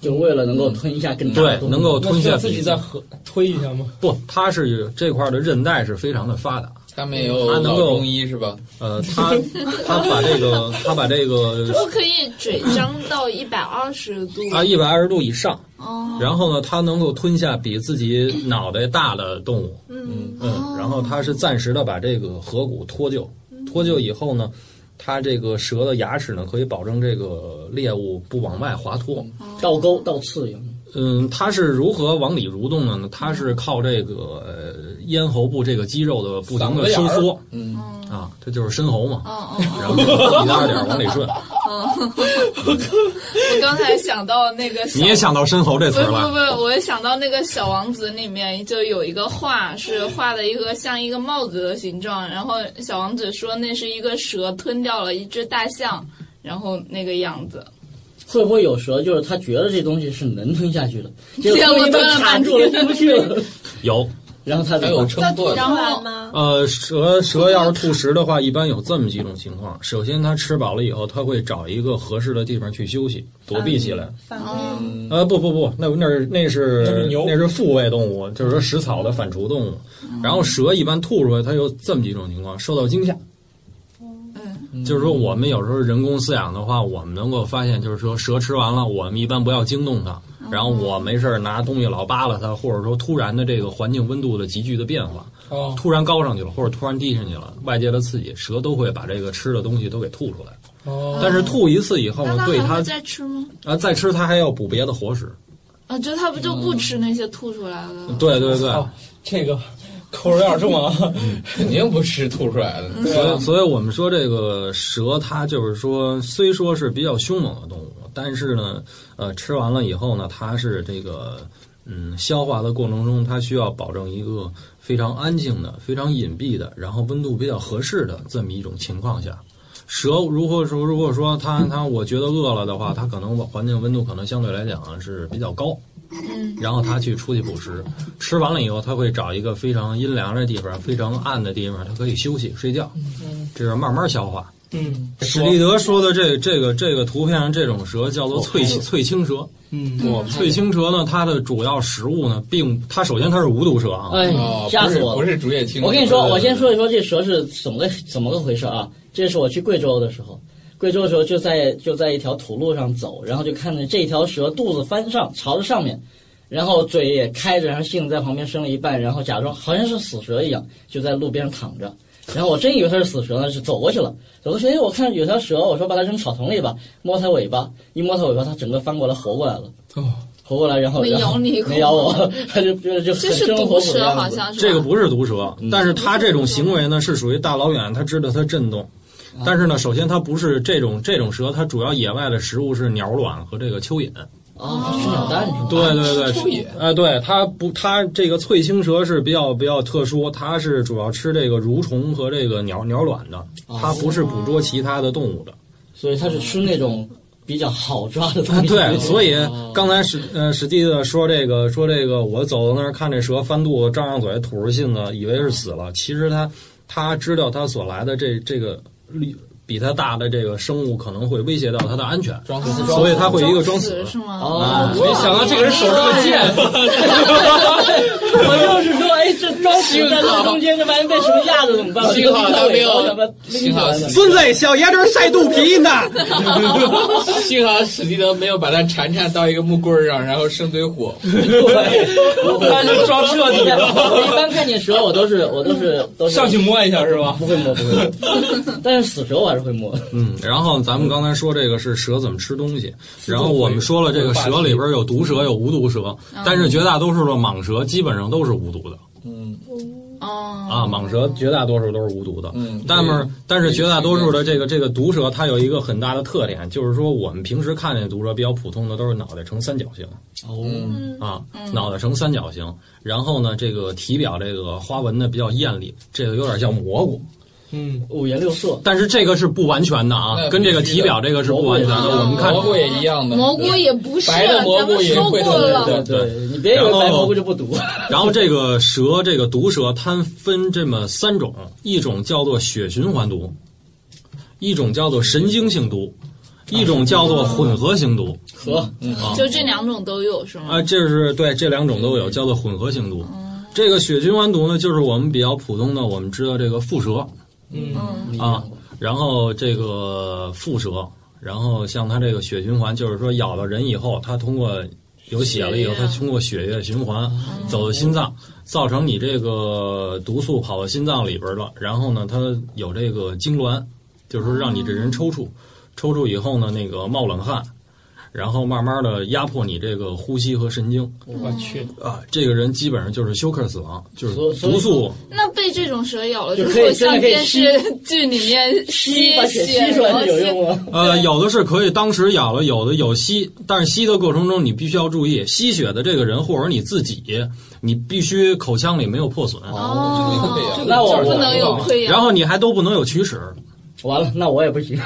Speaker 4: 就为了能够吞一下更大的
Speaker 7: 对，
Speaker 4: 东西
Speaker 7: 能够吞
Speaker 1: 那
Speaker 7: 下
Speaker 1: 蛇自己
Speaker 7: 比
Speaker 1: 再合推一下吗？
Speaker 7: 不，它是这块的韧带是非常的发达。
Speaker 2: 它没有
Speaker 7: 它能
Speaker 2: 老
Speaker 7: 够
Speaker 2: 中医是吧？
Speaker 7: 呃，它它把这个它把这个
Speaker 6: 我可以嘴张到一百二十度。
Speaker 7: 啊一百二十度以上，
Speaker 6: 哦，
Speaker 7: 然后呢，它能够吞下比自己脑袋大的动物，
Speaker 8: 嗯，
Speaker 7: 嗯，然后它是暂时的把这个颌骨脱臼，脱臼以后呢，它这个蛇的牙齿呢可以保证这个猎物不往外滑脱。
Speaker 4: 倒钩倒刺一样。
Speaker 7: 嗯，它是如何往里蠕动的呢？它是靠这个呃咽喉部这个肌肉的不停的收缩，
Speaker 2: 嗯
Speaker 7: 啊，这就是深喉嘛，
Speaker 6: 哦哦，
Speaker 7: 然后就一点点往里顺。
Speaker 6: 我刚才想到那个小
Speaker 7: 你也想到深喉这词
Speaker 6: 不是
Speaker 7: 儿
Speaker 6: 不是不
Speaker 7: 了？
Speaker 6: 是，我想到那个《小王子》里面就有一个画，是画了一个像一个帽子的形状，然后小王子说那是一个蛇吞掉了一只大象，然后那个样子。
Speaker 4: 会不会有蛇？就是它觉得这东西是能吞下去的，结
Speaker 6: 结
Speaker 4: 果
Speaker 6: 果
Speaker 4: 吞
Speaker 6: 吞
Speaker 4: 一半
Speaker 6: 了
Speaker 4: 卡住了，
Speaker 6: 半
Speaker 4: 吞不去 了，
Speaker 7: 有，
Speaker 4: 然后它
Speaker 2: 还
Speaker 4: 怎么
Speaker 2: 有
Speaker 4: 办？
Speaker 2: 撑
Speaker 8: 叫
Speaker 2: 破
Speaker 8: 吐
Speaker 2: 的，
Speaker 8: 出来吗？
Speaker 7: 呃，蛇蛇要是吐食的话，一般有这么几种情况：首先，它吃饱了以后，它会找一个合适的地方去休息，躲避起来。
Speaker 8: 反
Speaker 4: 嗯
Speaker 7: 呃，不不不，那那是那是
Speaker 1: 那是牛
Speaker 7: 那是腹胃动物，就是说食草的反刍动物。
Speaker 6: 嗯
Speaker 7: 然后蛇一般吐出来，它有这么几种情况：受到惊吓，嗯，就是说我们有时候人工饲养的话，我们能够发现，就是说蛇吃完了，我们一般不要惊动
Speaker 6: 哦
Speaker 7: 它。然后我没事儿拿东西老扒拉它，或者说突然的这个环境温度的急剧的变化，
Speaker 1: 哦，
Speaker 7: 突然高上去了，或者突然低上去了，外界的刺激，蛇都会把这个吃的东西都给吐出来。
Speaker 1: 哦，
Speaker 7: 但是吐一次以后
Speaker 6: 那
Speaker 7: 呢，
Speaker 6: 它
Speaker 7: 对
Speaker 6: 还
Speaker 7: 它
Speaker 6: 会再吃吗？
Speaker 7: 啊再吃它还要补别的活食。
Speaker 6: 啊，就它不就不吃那些吐出来的？
Speaker 7: 对对对，
Speaker 1: 哦这个口味有点重啊。
Speaker 2: 肯定不是吐出来的。
Speaker 1: 对
Speaker 7: 嗯所以
Speaker 1: 啊，
Speaker 7: 所以我们说这个蛇，它就是说虽说是比较凶猛的动物，但是呢，呃，吃完了以后呢，它是这个嗯消化的过程中，它需要保证一个非常安静的、非常隐蔽的，然后温度比较合适的这么一种情况下。蛇如果说如果说它
Speaker 1: 嗯
Speaker 7: 它我觉得饿了的话，它可能环境温度可能相对来讲是比较高，然后它去出去捕食，吃完了以后，它会找一个非常阴凉的地方、非常暗的地方，它可以休息睡觉，这是慢慢消化。
Speaker 1: 嗯，
Speaker 7: 史蒂德说的这这个这个图片上这种蛇叫做翠翠青蛇，
Speaker 1: 嗯，
Speaker 7: 翠青蛇呢，它的主要食物呢，并它首先它是无毒蛇啊，
Speaker 4: 哎
Speaker 2: 哦，，
Speaker 4: 吓
Speaker 2: 不
Speaker 4: 死
Speaker 2: 是
Speaker 4: 我了
Speaker 2: 不！是竹叶青，
Speaker 4: 我跟你说，
Speaker 2: 对
Speaker 4: 我先说一说这蛇是怎么个怎么个回事啊？这是我去贵州的时候，贵州的时候就在就在一条土路上走，然后就看见这条蛇肚子翻上，朝着上面，然后嘴也开着，然后性子在旁边伸了一半，然后假装好像是死蛇一样，就在路边上躺着。然后我真以为它是死蛇呢，就走过去了。走过去，哎，我看有条蛇，我说把它扔草丛里吧，摸它尾巴，一摸它尾巴，它整个翻过来活过来了，
Speaker 1: 哦，
Speaker 4: 活过来，然后
Speaker 6: 没
Speaker 4: 然后
Speaker 6: 咬你一口
Speaker 4: 没咬我，它就就就
Speaker 6: 这
Speaker 4: 很
Speaker 6: 是
Speaker 4: 生龙活
Speaker 6: 毒
Speaker 4: 虎
Speaker 6: 蛇，
Speaker 4: 的样
Speaker 6: 好
Speaker 4: 子。
Speaker 6: 像是吧
Speaker 7: 这个不是毒蛇，但是它这种行为呢，是属于大老远它知道它震动，但是呢，首先它不是这种这种蛇，它主要野外的食物是鸟卵和这个蚯蚓。
Speaker 4: 啊，它吃鸟蛋是吧？
Speaker 7: 对对对，
Speaker 2: 蚯蚓
Speaker 7: 哎，对它不，它这个翠青蛇是比较比较特殊，它是主要吃这个蠕虫和这个鸟鸟卵的，它不是捕捉其他的动物的。
Speaker 4: 所以它是吃那种比较好抓的东，
Speaker 7: 啊
Speaker 4: 西。
Speaker 7: 对，所以刚才史呃史蒂的说这个说这个，我走到那儿看这蛇翻肚子，张张嘴吐着信子，以为是死了，其实它它知道它所来的这这个力比它大的这个生物可能会威胁到它的安全，
Speaker 2: 装死，
Speaker 7: 所以它会一个装
Speaker 6: 装
Speaker 7: 死。
Speaker 6: 是吗？
Speaker 4: 哦，
Speaker 1: 没想到这个人手这么贱，
Speaker 4: 我就是说，哎，这装死在路中间，这万一被什么压着怎么办？我
Speaker 2: 幸好
Speaker 4: 就
Speaker 2: 他没有
Speaker 4: 我就把它拎
Speaker 2: 幸
Speaker 4: 出
Speaker 2: 好
Speaker 4: 来了。
Speaker 7: 孙子，小爷这晒肚皮呢。
Speaker 2: 幸好史蒂德没有把它缠缠到一个木棍儿上，然后生堆火。
Speaker 1: 那就装彻底 了，
Speaker 4: 我一般看见蛇，我都是我都是都是
Speaker 1: 上去摸一下是吧？
Speaker 4: 不会摸不会摸，但是死蛇我还是会摸。哦
Speaker 7: 嗯，然后咱们刚才说这个是蛇怎么吃东西，
Speaker 2: 嗯
Speaker 7: 然后我们说了这个蛇里边有毒蛇有无毒蛇，
Speaker 2: 嗯
Speaker 7: 但是绝大多数的蟒蛇基本上都是无毒的。
Speaker 6: 哦，
Speaker 7: 啊，蟒蛇绝大多数都是无毒的，
Speaker 2: 嗯
Speaker 7: 但
Speaker 2: 对
Speaker 7: 是但是绝大多数的这个这个毒蛇，它有一个很大的特点，就是说我们平时看见的毒蛇比较普通的都是脑袋呈三角形
Speaker 2: 嗯
Speaker 4: 哦，
Speaker 7: 啊，脑袋呈三角形，然后呢，这个体表这个花纹呢比较艳丽，这个有点像蘑菇，
Speaker 1: 嗯，
Speaker 4: 五颜六色，
Speaker 7: 但是这个是不完全的
Speaker 2: 那
Speaker 7: 啊
Speaker 2: 必须，的
Speaker 7: 跟这个体表这个是不完全
Speaker 6: 蘑菇
Speaker 7: 的。
Speaker 6: 也
Speaker 7: 我们看
Speaker 2: 蘑菇也一样的，
Speaker 6: 蘑菇也不是，
Speaker 2: 白的蘑菇也
Speaker 6: 咱们
Speaker 2: 会
Speaker 6: 说过
Speaker 2: 的
Speaker 6: 了，
Speaker 2: 对
Speaker 4: 对你别以为白蘑菇就不毒。
Speaker 7: 然后这个蛇，这个毒蛇，它分这么三种，一种叫做血循环毒，一种叫做神经性毒，一种叫做哦混合型毒。
Speaker 4: 和
Speaker 7: 啊
Speaker 6: 就这两种都有是吗？
Speaker 7: 啊，这是对这两种都有，叫做混合型毒。这个血循环毒呢，就是我们比较普通的，我们知道这个蝮蛇啊，然后这个蝮蛇，然后像它这个血循环，就是说咬到人以后，它通过有血了以
Speaker 6: 血
Speaker 7: 后，
Speaker 6: 液
Speaker 7: 它
Speaker 6: 啊
Speaker 7: 通过血液循环走到心脏，造成你这个毒素跑到心脏里边了，然后呢，它有这个痉挛，就是说让你这人抽搐，抽搐以后呢，那个冒冷汗。然后慢慢的压迫你这个呼吸和神经
Speaker 1: 我去，
Speaker 7: 啊，这个人基本上就是休克死亡，就是
Speaker 4: 所所以
Speaker 7: 毒素
Speaker 6: 那被这种蛇咬了之
Speaker 4: 就可以
Speaker 6: 后，
Speaker 4: 真的
Speaker 6: 像
Speaker 4: 可以
Speaker 6: 电视剧里面吸
Speaker 4: 把血吸出来是有用吗？
Speaker 7: 呃，有的是可以当时咬了，有的有吸，但是吸的过程中你必须要注意，吸血的这个人或者你自己，你必须口腔里没有破损，
Speaker 6: 哦，
Speaker 4: 那我
Speaker 6: 不能有溃疡，
Speaker 7: 然后你还都不能有龋齿。
Speaker 4: 完了，那我也不行。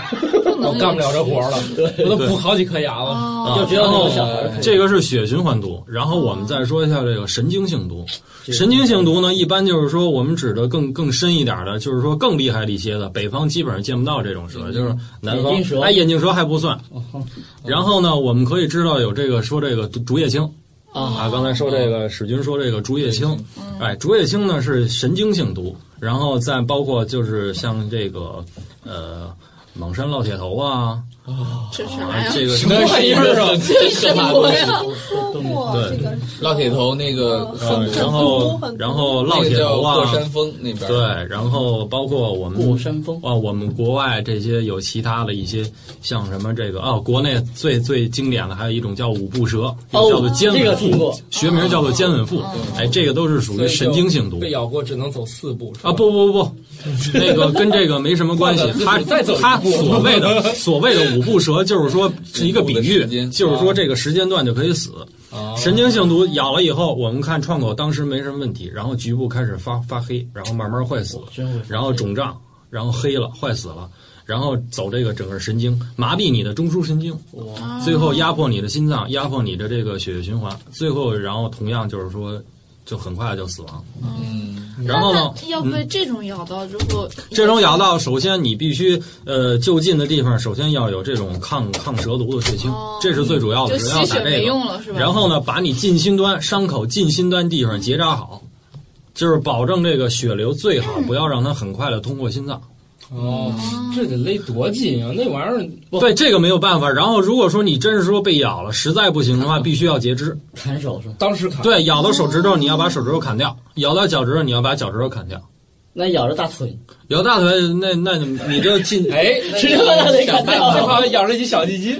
Speaker 6: 不能
Speaker 1: 我
Speaker 6: 有
Speaker 1: 干不了这活了，我都补好几颗牙了。
Speaker 6: 哦，
Speaker 7: 啊
Speaker 4: 就只有
Speaker 7: 然后
Speaker 4: 那个小孩儿可以
Speaker 7: 这个是血循环毒，然后我们再说一下这个神经性毒。
Speaker 4: 嗯
Speaker 7: 神经性毒呢，一般就是说我们指的更更深一点的，就是说更厉害的一些的，北方基本上见不到这种蛇，就是南方
Speaker 4: 嗯眼镜蛇哦
Speaker 7: 哎眼镜蛇还不算。然后呢，我们可以知道有这个说这个竹竹叶青啊，刚才说这
Speaker 4: 哦
Speaker 7: 个史军说这个竹叶青，
Speaker 4: 嗯
Speaker 7: 哎，竹叶青呢是神经性毒，然后再包括就是像这个呃猛山烙铁头啊，
Speaker 6: 这啥
Speaker 7: 啊
Speaker 6: 呀？
Speaker 7: 这个
Speaker 2: 那是一个真可怕的东
Speaker 6: 啊
Speaker 2: 西。
Speaker 8: 说过
Speaker 7: 对
Speaker 8: 这个是
Speaker 2: 老铁头那个
Speaker 7: 呃，然后然后
Speaker 2: 那
Speaker 7: 烙
Speaker 2: 个
Speaker 7: 铁
Speaker 2: 叫
Speaker 7: 头
Speaker 2: 过
Speaker 7: 啊，
Speaker 2: 山峰那边，
Speaker 7: 对，，然后包括我
Speaker 4: 过
Speaker 7: 们
Speaker 4: 山峰，
Speaker 7: 啊，我们国外这些有其他的一些，像什么这个啊，国内最最经典的还有一种叫五步蛇，
Speaker 4: 哦
Speaker 7: 叫做尖
Speaker 4: 这个
Speaker 7: 吻
Speaker 4: 听过
Speaker 7: 腹，学名叫做尖吻腹，哎，这个都是属于神经性毒
Speaker 1: 被咬过只能走四步是吧
Speaker 7: 啊，不不不不，那个跟这个没什么关系
Speaker 1: 换个，姿势
Speaker 7: 它
Speaker 1: 再走一
Speaker 7: 它
Speaker 1: 步
Speaker 7: 所谓的所谓的五步蛇就是说是一个比
Speaker 2: 五步的时
Speaker 7: 喻，
Speaker 2: 间
Speaker 7: 就是说这个时间段就可以死。
Speaker 2: 啊
Speaker 7: 神经性毒咬了以后，我们看创口当时没什么问题，然后局部开始发发黑，然后慢慢坏死，
Speaker 4: 真会发
Speaker 7: 然后肿胀，然后黑了，坏死了，然后走这个整个神经，麻痹你的中枢神经，最后压迫你的心脏，压迫你的这个血液循环，最后然后同样就是说，就很快就死亡。
Speaker 2: 嗯，
Speaker 7: 然后呢
Speaker 6: 那，它要被这种咬到之后，
Speaker 7: 这种咬到，首先你必须呃就近的地方，首先要有这种抗抗蛇毒的血清，
Speaker 6: 哦
Speaker 7: 这是最主要的，
Speaker 6: 就
Speaker 7: 只要
Speaker 6: 吸
Speaker 7: 打
Speaker 6: 血
Speaker 7: 这
Speaker 6: 没
Speaker 7: 个。
Speaker 6: 用了是吧？
Speaker 7: 然后呢，把你近心端伤口近心端地方结扎好，就是保证这个血流最好，不要让它很快的通过心脏。
Speaker 1: 哦，这得勒多紧啊！那玩意儿
Speaker 7: 对，这个没有办法。然后如果说你真是说被咬了，实在不行的话，必须要截肢。
Speaker 4: 砍手是吗？
Speaker 1: 当时砍，。
Speaker 7: 对，咬到手指头，你要把手指头砍掉；咬到脚趾头，你要把脚趾头砍掉。
Speaker 4: 那咬着大腿，
Speaker 7: 咬大腿，那那你就进
Speaker 1: 哎，
Speaker 4: 直接把它给砍掉
Speaker 1: 这好像养了一只小鸡鸡，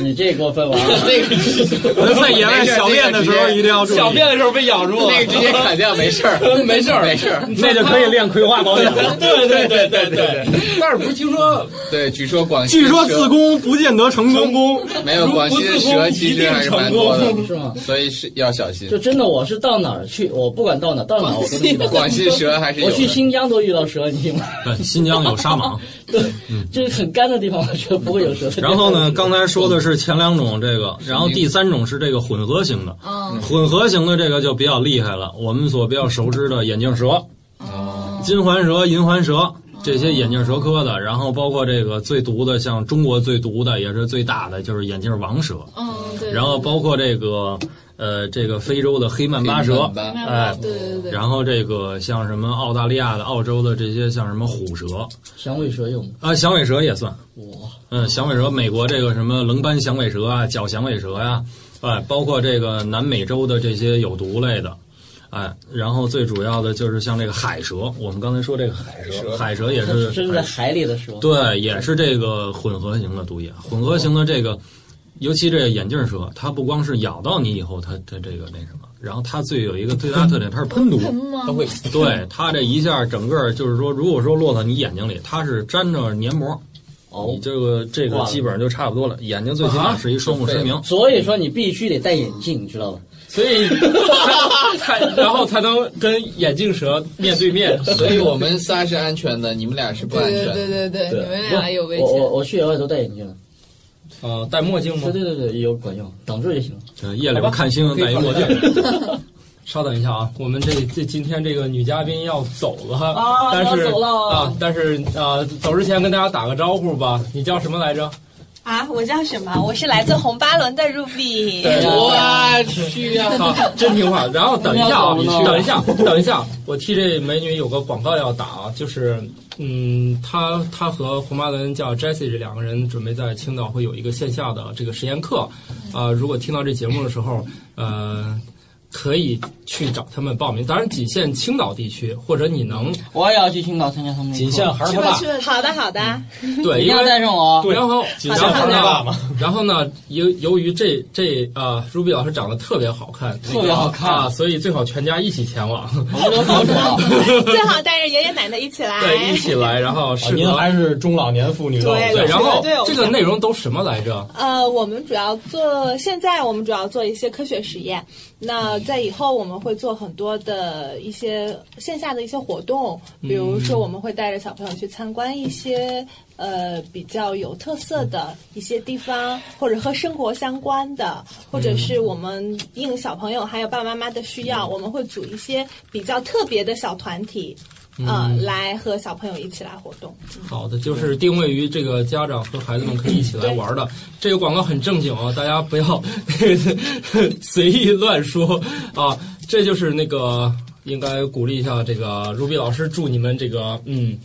Speaker 4: 你这过分玩 了。
Speaker 2: 那个直接
Speaker 7: 在野外小便的时候一定要注意，
Speaker 1: 小便的时候被咬住了，
Speaker 2: 那个直接砍掉，没事儿，
Speaker 1: 没事儿
Speaker 2: 没事儿。
Speaker 7: 那就可以练葵花宝典了。
Speaker 1: 对对对对对，但是不是听说
Speaker 2: 对，据说广西
Speaker 7: 据说
Speaker 2: 蛇
Speaker 7: 自宫不见得成功，
Speaker 2: 没有广西的蛇其实还是蛮多
Speaker 1: 如不
Speaker 2: 的，
Speaker 4: 是吗？
Speaker 2: 所以是要小心
Speaker 4: 就。真的，我是到哪儿去，我不管到哪儿，到哪儿我都能遇到。
Speaker 2: 广西蛇 还是有
Speaker 4: 我
Speaker 2: 的
Speaker 4: 去新疆都遇到蛇，你信吗？
Speaker 7: 对，新疆有沙蟒。
Speaker 4: 对，就是很干的地方，我觉得不会有蛇。
Speaker 7: 然后呢，刚才说的是前两种这个，然后第三种是这个混合型的。
Speaker 6: 嗯，
Speaker 7: 混合型的这个就比较厉害了，我们所比较熟知的眼镜蛇、
Speaker 6: 哦
Speaker 7: 金环蛇、银环蛇这些眼镜蛇科的，然后包括这个最毒的，像中国最毒的也是最大的，就是眼镜王蛇，
Speaker 6: 嗯，对。
Speaker 7: 然后包括这个呃这个非洲的黑曼巴蛇，
Speaker 2: 黑曼
Speaker 6: 巴
Speaker 7: 哎，
Speaker 6: 对对对
Speaker 7: 然后这个像什么澳大利亚的、澳洲的这些像什么虎蛇
Speaker 4: 响尾蛇有吗？
Speaker 7: 啊、响尾蛇也算，
Speaker 4: 哇，
Speaker 7: 嗯，响尾蛇，美国这个什么棱斑响尾蛇啊、角响尾蛇呀、哎，包括这个南美洲的这些有毒类的，哎，然后最主要的就是像这个海蛇，我们刚才说这个海蛇，海蛇也 是
Speaker 4: 真的在海里的蛇。
Speaker 7: 呃对，也是这个混合型的毒液，混合型的这个，尤其这个眼镜蛇，它不光是咬到你以后，它它这个那什么，然后它最有一个最大特点，它是喷毒，
Speaker 6: 嗯吗？
Speaker 2: 会
Speaker 7: 对它这一下整个就是说，如果说落到你眼睛里，它是粘着黏膜，
Speaker 4: 哦
Speaker 7: 你，这个这个
Speaker 4: 挂了
Speaker 7: 基本上就差不多了，眼睛最起码是一双目失
Speaker 1: 啊
Speaker 7: 明。
Speaker 4: 所以说你必须得戴眼镜，你知道吧？
Speaker 1: 所以才然后才能跟眼镜蛇面对面。
Speaker 2: 所以我们仨是安全的，你们俩是不安
Speaker 6: 对
Speaker 2: 全
Speaker 6: 对
Speaker 2: 的。
Speaker 6: 对对对，你们俩有危
Speaker 4: 我我
Speaker 6: 险。
Speaker 4: 我去野外都戴眼镜了。
Speaker 1: 啊，戴墨镜吗
Speaker 4: 对？对对对，有管用，挡住就行了。
Speaker 7: 呃夜里边看星星戴一墨镜，
Speaker 1: 稍等一下啊，我们这这今天这个女嘉宾要走了哈，
Speaker 4: 啊
Speaker 1: 但是
Speaker 4: 要走了
Speaker 1: 啊，但是啊，走之前跟大家打个招呼吧。你叫什么来着？
Speaker 9: 啊，我叫什么？我是来自红巴伦的 Ruby。
Speaker 2: 我 去呀！
Speaker 1: 啊，真听话。然后等一下啊，
Speaker 4: 你去
Speaker 1: 等一下，等一下，我替这美女有个广告要打啊，就是嗯，她她和红巴伦叫 Jessie 这两个人准备在青岛会有一个线下的这个实验课，啊、如果听到这节目的时候，呃。可以去找他们报名，当然仅限青岛地区，或者你能
Speaker 4: 我也要去青岛参加他们那个。
Speaker 7: 仅限孩儿他爸，
Speaker 9: 好的，好的。
Speaker 1: 对，
Speaker 4: 一
Speaker 1: 因
Speaker 4: 定要
Speaker 1: 为
Speaker 4: 带上我哦。
Speaker 1: 对，然后
Speaker 7: 仅限孩儿他爸嘛。
Speaker 1: 然后呢，由由于这这啊、r u b y 老师长得特别好看，特
Speaker 4: 别好看
Speaker 1: 啊，所以最好全家一起前往。
Speaker 4: 我都逃出来了。
Speaker 9: 最好带着爷爷奶奶一起来。
Speaker 1: 对，一起来，然后适
Speaker 7: 啊您
Speaker 1: 合、
Speaker 7: 还是中老年妇女的偶像
Speaker 9: 哎对
Speaker 1: 对，然后
Speaker 8: 对我
Speaker 1: 这个内容都什么来着？
Speaker 9: 呃，我们主要做，现在我们主要做一些科学实验。那在以后我们会做很多的一些线下的一些活动，比如说我们会带着小朋友去参观一些呃比较有特色的一些地方，或者和生活相关的，或者是我们应小朋友还有爸爸妈妈的需
Speaker 1: 嗯
Speaker 9: 要，我们会组一些比较特别的小团体，
Speaker 1: 嗯
Speaker 9: 呃，来和小朋友一起来活动。
Speaker 1: 好的，就是定位于这个家长和孩子们可以一起来玩的。这个广告很正经啊，大家不要随意乱说啊。这就是那个应该鼓励一下这个 Ruby 老师，祝你们这个嗯，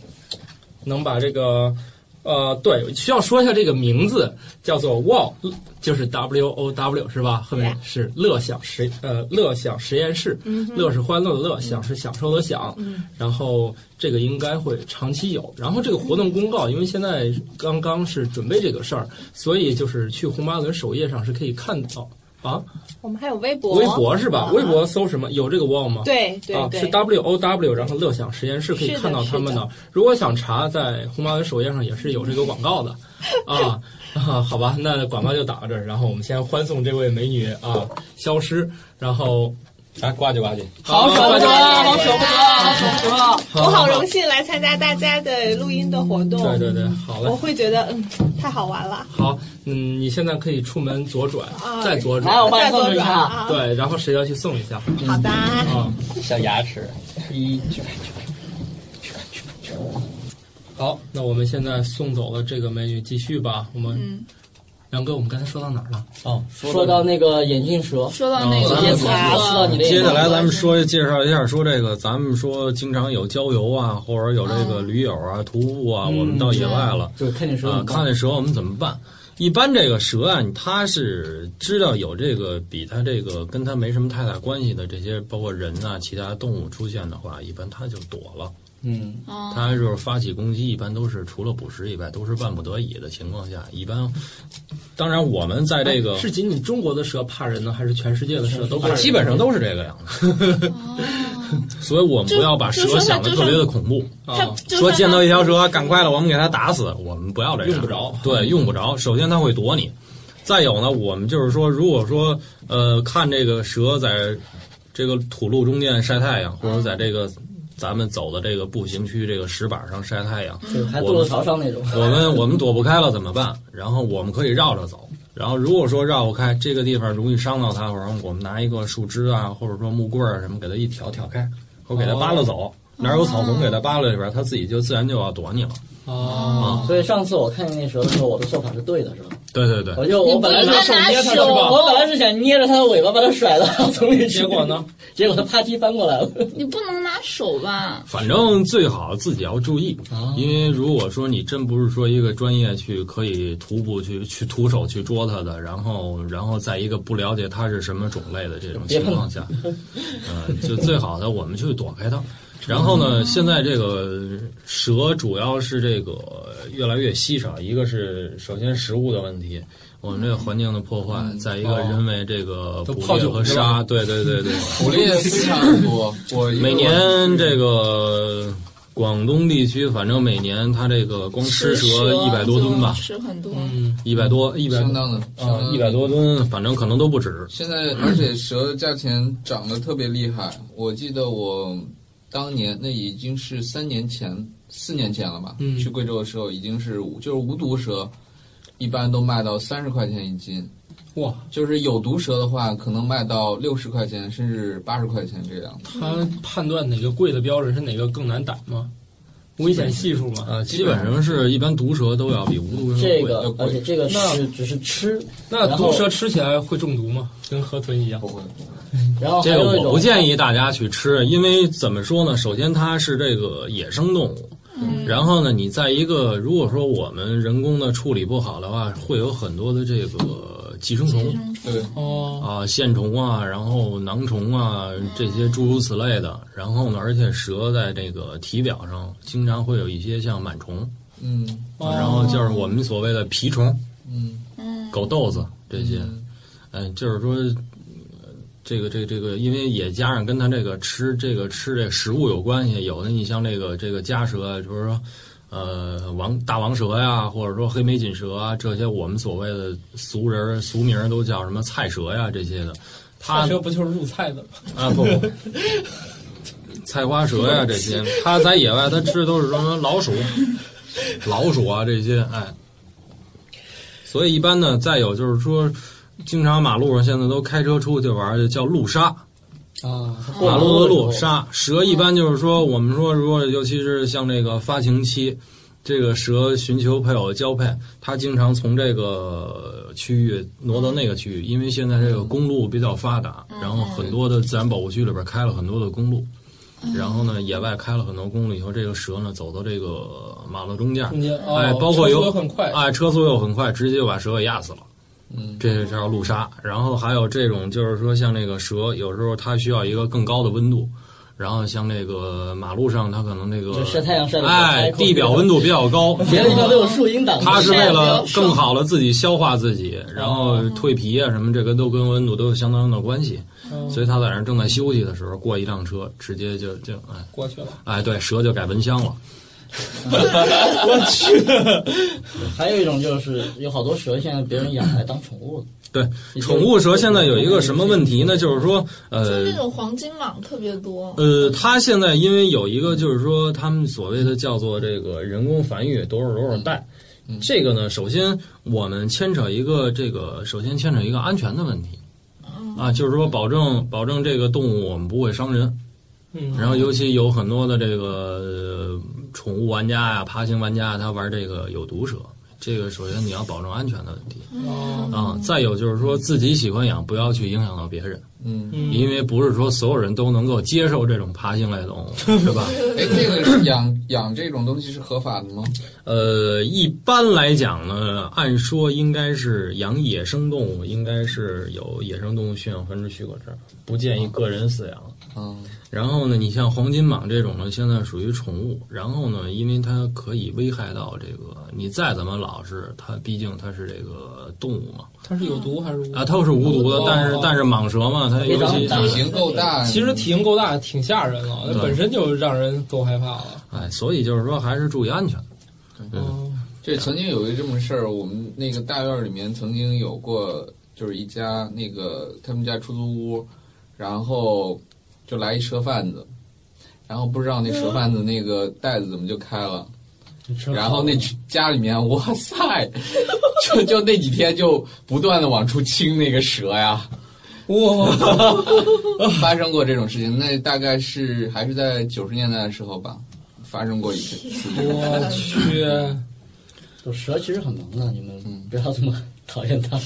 Speaker 1: 能把这个。呃，对，需要说一下这个名字叫做 WOW，就是 W O W 是吧？后面是乐享实呃乐享实验室，乐是欢乐的乐，享是享受的享。然后这个应该会长期有。然后这个活动公告，因为现在刚刚是准备这个事儿，所以就是去红巴伦首页上是可以看到啊，
Speaker 9: 我们还有微博，
Speaker 1: 微博是吧？
Speaker 9: 啊
Speaker 1: 微博搜什么？有这个 wall 吗？
Speaker 9: 对对
Speaker 1: 啊，
Speaker 9: 对，
Speaker 1: 是 W O W，然后乐享实验室可以
Speaker 9: 是的
Speaker 1: 看到他们
Speaker 9: 是
Speaker 1: 的。如果想查，在红毛的首页上也是有这个广告的啊啊，好吧，那广告就打到这儿，然后我们先欢送这位美女啊消失，然后
Speaker 7: 来呱
Speaker 1: 哎
Speaker 7: 唧呱唧。
Speaker 1: 好手
Speaker 9: 好不
Speaker 1: 不
Speaker 9: 得，好
Speaker 1: 多，
Speaker 9: 舍不得，好舍不得！
Speaker 1: 好
Speaker 9: 我好荣幸来参加大家的录音的活动，
Speaker 1: 对对对，好嘞
Speaker 9: 我，会觉得嗯，太好玩了。
Speaker 1: 好，嗯，你现在可以出门左转，
Speaker 9: 啊
Speaker 1: 再左
Speaker 4: 来，我
Speaker 1: 转，
Speaker 4: 帮你
Speaker 9: 再
Speaker 4: 送
Speaker 9: 多
Speaker 4: 一
Speaker 9: 转
Speaker 4: 下。
Speaker 9: 啊！
Speaker 1: 对，然后谁要去送一下
Speaker 9: 好的，
Speaker 1: 啊？
Speaker 7: 小牙齿，一去吧去吧去吧去吧去吧。
Speaker 1: 好，那我们现在送走了这个美女，继续吧，我们。
Speaker 4: 嗯
Speaker 1: 梁哥，我们刚才说到哪儿了？
Speaker 7: 哦，
Speaker 4: 说到那个眼镜蛇，
Speaker 6: 说到那个
Speaker 4: 直接擦刺到你的
Speaker 7: 接
Speaker 4: 眼
Speaker 7: 下来
Speaker 4: 睛。
Speaker 7: 咱们说介绍一下，说这个咱们说经常有郊游啊，或者有这个驴友啊、徒步啊，我们到野外了
Speaker 4: 就是看见蛇
Speaker 7: 啊
Speaker 4: 很，高
Speaker 7: 看见蛇我们怎么办？一般这个蛇啊，它是知道有这个比它这个跟它没什么太大关系的这些，包括人啊、其他动物出现的话，一般它就躲了。
Speaker 1: 嗯，
Speaker 6: 啊，
Speaker 7: 它就是发起攻击，一般都是除了捕食以外，都是万不得已的情况下。一般，当然我们在这个
Speaker 1: 哎是仅仅中国的蛇怕人呢，还是全世界的蛇都怕
Speaker 7: 啊
Speaker 1: 人？
Speaker 7: 基本上都是这个样子，
Speaker 6: 哦
Speaker 7: 所以我们不要把蛇想的特别的恐怖。
Speaker 6: 他
Speaker 1: 啊，
Speaker 6: 就
Speaker 7: 说
Speaker 6: 算
Speaker 7: 见
Speaker 6: 他
Speaker 7: 到一条蛇，赶快了，我们给它打死。我们不要这样，
Speaker 1: 用不着
Speaker 7: 对，用不着。首先它会躲你，再有呢，我们就是说，如果说呃看这个蛇在这个土路中间晒太阳，或者在这个咱们走的这个步行区这个石板上晒太阳，
Speaker 4: 对，还堕落朝上那种。
Speaker 7: 我们我们躲不开了怎么办？然后我们可以绕着走。然后如果说绕不开，这个地方容易伤到它，然后我们拿一个树枝啊，或者说木棍儿啊什么，给它一挑挑开，或者给它扒
Speaker 1: 哦
Speaker 7: 拉走。哪儿有草丛给它扒拉里边，它自己就自然就要躲你了。啊
Speaker 1: 哦，
Speaker 4: 所以上次我看见那蛇的时候，我的做法是对的，是吧？
Speaker 7: 对对对，
Speaker 4: 我就
Speaker 6: 你
Speaker 4: 我
Speaker 6: 不
Speaker 4: 本来
Speaker 6: 应
Speaker 4: 是
Speaker 6: 该
Speaker 4: 手
Speaker 6: 拿
Speaker 4: 捏它的，
Speaker 6: 手
Speaker 4: 是吧我本来是想捏着它的尾巴把它甩到桶里去，
Speaker 1: 结果呢？
Speaker 4: 结果它啪叽翻过来了。
Speaker 6: 你不能拿手吧？
Speaker 7: 反正最好自己要注意，
Speaker 1: 啊
Speaker 7: 因为如果说你真不是说一个专业去可以徒步去去徒手去捉它的，然后然后在一个不了解它是什么种类的这种情况下，嗯，就最好的我们去躲 开它。然后呢，现在这个蛇主要是这个越来越稀少，一个是首先食物的问题，我们这个环境的破坏，再一个
Speaker 2: 哦
Speaker 7: 人为这个
Speaker 1: 都
Speaker 7: 捕
Speaker 1: 泡
Speaker 7: 猎
Speaker 1: 酒
Speaker 7: 和
Speaker 1: 去了
Speaker 7: 杀，对对对对。
Speaker 2: 捕猎非常多，我
Speaker 7: 每年这个广东地区，反正每年它这个光吃蛇
Speaker 6: 啊
Speaker 7: 一百多吨吧，
Speaker 6: 吃很多。
Speaker 1: 嗯，
Speaker 7: 一百多一百
Speaker 2: 相当的
Speaker 7: 啊一百。
Speaker 2: 相当的
Speaker 7: 多吨，反正可能都不止。
Speaker 2: 现在而且蛇价钱涨得特别厉害，我记得我当年那已经是三年前、四年前了吧？
Speaker 1: 嗯
Speaker 2: 去贵州的时候已经是无就是无毒蛇，一般都卖到三十块钱一斤。
Speaker 1: 哇，
Speaker 2: 就是有毒蛇的话，可能卖到六十块钱甚至八十块钱这样。
Speaker 1: 他判断哪个贵的标准是哪个更难逮吗？危险系数吗？
Speaker 7: 呃，基本上是一般毒蛇都要比无毒蛇
Speaker 4: 这
Speaker 7: 贵。
Speaker 4: 个，而且这个是只是吃，
Speaker 1: 那
Speaker 4: 然后
Speaker 1: 毒蛇吃起来会中毒吗？跟河豚一样
Speaker 2: 不？会，
Speaker 4: 然后还
Speaker 7: 这
Speaker 4: 有
Speaker 7: 个
Speaker 4: 一
Speaker 7: 我
Speaker 4: 种
Speaker 7: 不建议大家去吃，因为怎么说呢？首先它是这个野生动物，然后呢，你在一个如果说我们人工的处理不好的话，会有很多的这个寄生虫。
Speaker 2: 对，
Speaker 1: 哦，
Speaker 7: 啊，线虫啊，然后囊虫啊，这些诸如此类的。然后呢，而且蛇在这个体表上经常会有一些像螨虫，
Speaker 2: 嗯
Speaker 1: 哦
Speaker 7: 啊然后就是我们所谓的蜱虫、
Speaker 2: 嗯，
Speaker 7: 狗豆子这些。嗯、就是说，呃这个这个这个，因为也加上跟它这个吃这个吃这个食物有关系。有的你像这个这个家蛇，就是说。呃，王大王蛇呀，或者说黑眉锦蛇啊，这些我们所谓的俗人儿俗名儿都叫什么菜蛇呀，这些的，它
Speaker 1: 大蛇不就是入菜的吗？
Speaker 7: 啊不， 菜花蛇呀、这些，它在野外它吃的都是什么老鼠、老鼠啊这些，哎，所以一般呢，再有就是说，经常马路上现在都开车出去玩儿，就叫路杀，
Speaker 1: 啊，
Speaker 7: 马路的路杀蛇，一般就是说我们说，如果尤其是像这个发情期。这个蛇寻求配偶交配，它经常从这个区域挪到那个区域，因为现在这个公路比较发达，然后很多的自然保护区里边开了很多的公路，然后呢，野外开了很多公路以后，这个蛇呢走到这个马路中间，
Speaker 1: 中间哦
Speaker 7: 哎，包括
Speaker 1: 车
Speaker 7: 有
Speaker 1: 速很快
Speaker 7: 哎，车速又很快，直接就把蛇给压死了。
Speaker 2: 嗯，
Speaker 7: 这是叫路杀。然后还有这种，就是说像那个蛇，有时候它需要一个更高的温度，然后像这个马路上，它可能这个
Speaker 4: 就晒太阳晒得比较
Speaker 7: 哎
Speaker 4: 开阔
Speaker 7: 地表温度比较高，
Speaker 4: 别的地方都有树荫挡着。
Speaker 7: 它是为了更好的自己消化自己，
Speaker 4: 哦
Speaker 7: 然后蜕皮啊什么，这个都跟温度都有相当的关系。
Speaker 4: 哦
Speaker 7: 所以它在那儿正在休息的时候，过一辆车，直接就就哎
Speaker 1: 过去了。
Speaker 7: 哎，对，蛇就改蚊香了。
Speaker 4: 还有一种就是有好多蛇，现在别人养来当宠物的。
Speaker 7: 对，宠物蛇现在有一个什么问题呢？就是说，
Speaker 6: 就是
Speaker 7: 呃
Speaker 6: 那，种黄金蟒特别多，
Speaker 7: 呃，它现在因为有一个就是说，他们所谓的叫做这个人工繁育多少多少代，这个呢，首先我们牵扯一个这个，首先牵扯一个安全的问题，啊，就是说保证保证这个动物我们不会伤人，
Speaker 1: 嗯
Speaker 7: 然后尤其有很多的这个呃宠物玩家呀、爬行玩家，他玩这个有毒蛇，这个首先你要保证安全的问题啊，再有就是说自己喜欢养，不要去影响到别人。
Speaker 2: 嗯，
Speaker 1: 嗯
Speaker 7: 因为不是说所有人都能够接受这种爬行类动物，是吧？
Speaker 2: 哎，这个养养这种东西是合法的吗？
Speaker 7: 呃，一般来讲呢，按说应该是养野生动物，应该是有野生动物驯养繁殖许可证，不建议个人饲养。
Speaker 2: 嗯，
Speaker 7: 然后呢，你像黄金蟒这种呢，现在属于宠物。然后呢，因为它可以危害到这个，你再怎么老实，它毕竟它是这个动物嘛，
Speaker 1: 它是有毒还是无？
Speaker 7: 啊，它是无毒的
Speaker 1: 哦，
Speaker 7: 但是但是蟒蛇嘛，它尤其
Speaker 4: 非常
Speaker 2: 体
Speaker 4: 大
Speaker 7: 是
Speaker 2: 型够大，
Speaker 1: 其实体型够大，挺吓人了，那
Speaker 7: 对
Speaker 1: 本身就让人够害怕了。
Speaker 7: 哎，所以就是说还是注意安全。嗯
Speaker 1: 哦，
Speaker 2: 这曾经有一这么事儿，我们那个大院儿里面曾经有过，就是一家那个他们家出租屋，然后就来一蛇贩子，然后不知道那蛇贩子那个袋子怎么就开了，
Speaker 1: 你吃了
Speaker 2: 然后那家里面哇塞，就就那几天就不断的往出清那个蛇呀，
Speaker 1: 哇，
Speaker 2: 发生过这种事情，那大概是还是在九十年代的时候吧，发生过一次这种。
Speaker 1: 我去，
Speaker 4: 就蛇其实很萌的，你们
Speaker 7: 嗯
Speaker 4: 不要这么 讨厌它。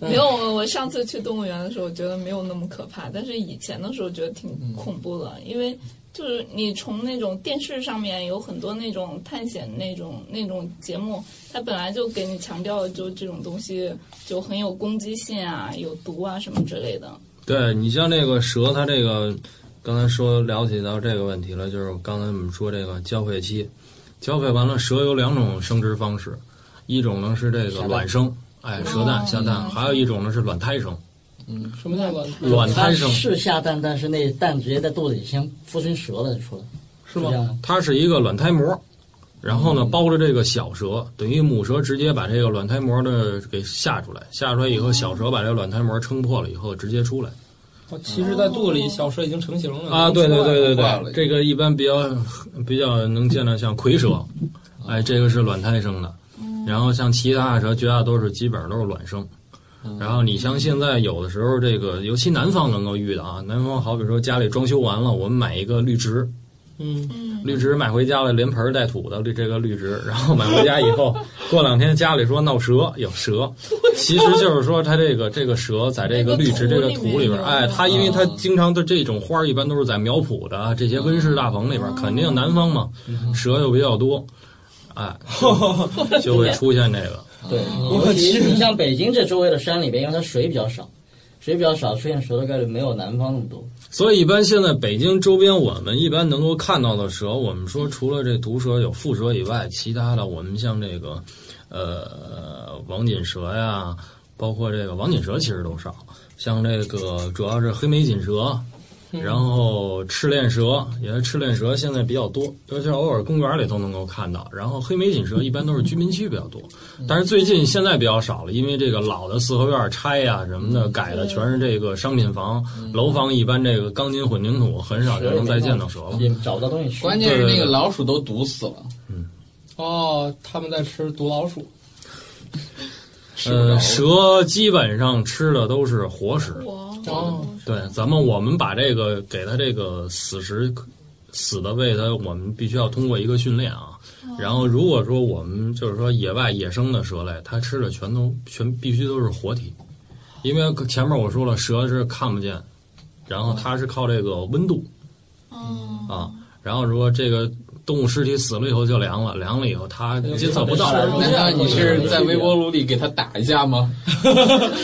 Speaker 6: 没有我我上次去动物园的时候，我觉得没有那么可怕，但是以前的时候觉得挺
Speaker 7: 嗯
Speaker 6: 恐怖的，因为就是你从那种电视上面有很多那种探险那种那种节目，它本来就给你强调就这种东西就很有攻击性啊，有毒啊什么之类的。
Speaker 7: 对你像这个蛇，它这个刚才说了解到这个问题了，就是刚才我们说这个交配期，交配完了，蛇有两种生殖方式，一种呢是这个卵生，哎，蛇蛋、下蛋，还有一种呢是卵胎生，
Speaker 1: 什么叫卵？
Speaker 7: 卵
Speaker 4: 它
Speaker 7: 胎生
Speaker 4: 是下蛋，但是那蛋直接在肚子里先孵成蛇了就出来，
Speaker 1: 是
Speaker 4: 这样
Speaker 1: 吗？
Speaker 4: 的。
Speaker 7: 它是一个卵胎膜。然后呢，包着这个小蛇，等于母蛇直接把这个卵胎膜的给下出来，下出来以后，小蛇把这个卵胎膜撑破了以后，直接出来。
Speaker 1: 哦其实，在肚子里小蛇已经成型了
Speaker 7: 啊，对对对对
Speaker 2: 坏了
Speaker 7: 对，这个一般比较比较能见到像蝰
Speaker 2: 啊
Speaker 7: 蛇，哎，这个是卵胎生的，然后像其他的蛇，绝大多数基本上都是卵生。
Speaker 2: 嗯
Speaker 7: 然后你像现在有的时候，这个尤其南方能够遇到啊，南方好比说家里装修完了，我们买一个绿植，
Speaker 1: 嗯，
Speaker 7: 绿植买回家了，连盆儿带土的绿这个绿植，然后买回家以 后，过两天家里说闹蛇，有 蛇，其实就是说它这个这个蛇在这个绿植这个土里边，哎，它因为它经常的这种花儿一般都是在苗圃的啊这些温室大棚里边，肯定南方嘛，蛇又比较多，哎，就就会出现这 个。
Speaker 4: 对，
Speaker 6: 啊
Speaker 4: 尤其你像北京这周围的山里边，因为它水比较少，水比较少，出现蛇的概率没有南方那么多。
Speaker 7: 所以一般现在北京周边，我们一般能够看到的蛇，我们说除了这毒蛇有蝮蛇以外，其他的我们像这个，呃，网锦蛇呀，包括这个网锦蛇其实都少，像这个主要是黑眉锦蛇，然后赤链蛇，也是赤链蛇现在比较多，尤其是偶尔公园里都能够看到。然后黑眉锦蛇一般都是居民区比较多，但是最近现在比较少了，因为这个老的四合院拆呀、什么的，改的全是这个商品房、楼房，一般这个钢筋混凝土很啊少就能再见到蛇了。
Speaker 4: 也找不到东西吃。
Speaker 2: 关键是那个老鼠都毒死了，
Speaker 1: 哦，他们在吃毒老鼠，
Speaker 2: 吃不着
Speaker 7: 呃，
Speaker 2: 了。
Speaker 7: 蛇基本上吃的都是活食，
Speaker 6: 我
Speaker 1: 哦，
Speaker 7: 对，咱们我们把这个给它这个死食死的喂它，我们必须要通过一个训练啊。然后如果说我们就是说野外野生的蛇类，它吃的全都全必须都是活体，因为前面我说了，蛇是看不见，然后它是靠这个温度
Speaker 6: 哦，
Speaker 7: 啊。然后如果这个动物尸体死了以后就凉了，凉了以后它监测不到。
Speaker 2: 难道你是在微波炉里给它打一下吗？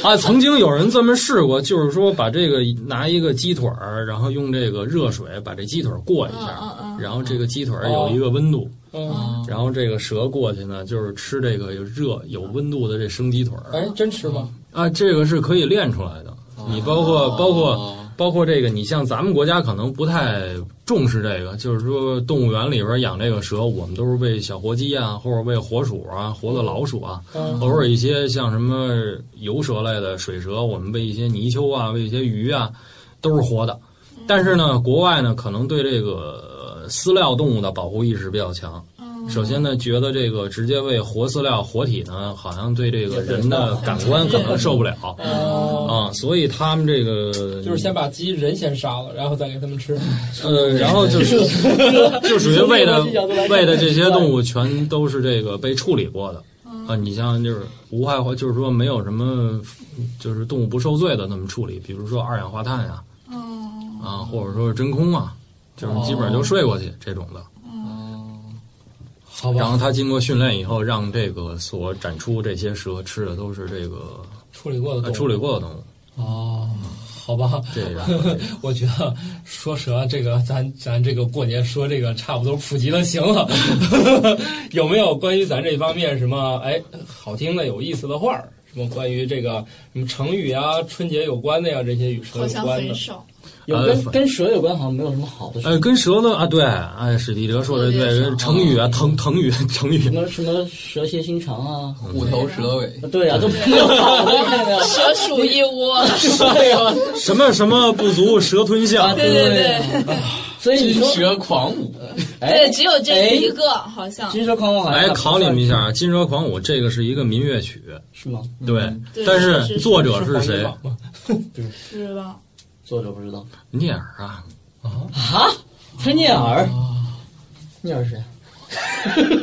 Speaker 7: 啊，曾经有人这么试过，就是说把这个拿一个鸡腿儿，然后用这个热水把这鸡腿儿过一下，
Speaker 6: 嗯嗯嗯
Speaker 7: 然后这个鸡腿儿有一个温度，
Speaker 1: 嗯，
Speaker 7: 然后这个蛇过去呢，就是吃这个有热有温度的这生鸡腿儿
Speaker 1: 哎，真吃吗？
Speaker 7: 啊，这个是可以练出来的。你包括包
Speaker 2: 哦
Speaker 7: 括包括这个，你像咱们国家可能不太重视这个，就是说动物园里边养这个蛇，我们都是喂小活鸡啊，或者喂活鼠啊、活的老鼠啊，
Speaker 1: 嗯
Speaker 7: 偶尔一些像什么游蛇类的水蛇，我们喂一些泥鳅啊，喂一些鱼啊，都是活的。但是呢，国外呢可能对这个呃饲料动物的保护意识比较强。
Speaker 1: 嗯
Speaker 7: 首先呢，觉得这个直接喂活饲料、活体呢，好像对这个人的感官可能受不了
Speaker 1: 哦，
Speaker 7: 啊，所以他们这个
Speaker 1: 就是先把鸡人先杀了，然后再给它们吃。
Speaker 7: 呃，然后就是就属于喂 的喂的这些动物全都是这个被处理过的啊。你像就是无害化，就是说没有什么就是动物不受罪的那么处理，比如说二氧化碳呀、啊，或者说是真空啊，就是基本上就睡过去这种的。
Speaker 1: 好
Speaker 7: 然
Speaker 1: 吧，
Speaker 7: 后它经过训练以后，让这个所展出这些蛇吃的都是这个
Speaker 1: 处理过的
Speaker 7: 呃
Speaker 1: 动物
Speaker 7: 处理过的动物。
Speaker 1: 哦，好吧，
Speaker 7: 这个
Speaker 1: 我觉得说蛇这个，咱咱这个过年说这个差不多普及了，行 了。有没有关于咱这方面什么哎好听的、有意思的话儿？什么关于这个什么成语啊、春节有关的呀、这些与蛇
Speaker 6: 好
Speaker 1: 有
Speaker 6: 像
Speaker 1: 关的
Speaker 6: 很？少。
Speaker 4: 有跟跟蛇有关，好像没有什么好的
Speaker 7: 啊呃，跟蛇的啊，对，哎，史蒂哲说的对，成语啊，成成语， 成语
Speaker 4: 什，么什么蛇蝎心肠啊，
Speaker 7: 嗯
Speaker 2: 虎头蛇尾，
Speaker 4: 对啊呀、都没有好的，看到
Speaker 6: 蛇鼠一 窝，
Speaker 4: 对呀、
Speaker 7: 什么什么不足蛇吞象，
Speaker 4: 对
Speaker 6: 啊对对
Speaker 4: 所以你说，
Speaker 2: 蛇狂舞，
Speaker 4: 哎
Speaker 6: 对，，只有
Speaker 7: 哎
Speaker 6: 这一个，好像
Speaker 4: 金蛇狂妄好像
Speaker 7: 来
Speaker 4: 还不
Speaker 7: 考你
Speaker 4: 算
Speaker 7: 们一下，啊，《金蛇狂舞》这个是一个民乐曲，
Speaker 4: 是吗？
Speaker 7: 对，
Speaker 6: 嗯对
Speaker 7: 但
Speaker 6: 是是
Speaker 7: 是
Speaker 6: 是
Speaker 7: 作者是
Speaker 1: 是
Speaker 7: 谁
Speaker 1: 黄？帝
Speaker 6: 不知道。
Speaker 4: 作者不知道
Speaker 7: 聂耳啊，
Speaker 4: 啊？才聂耳，啊聂耳是谁？啊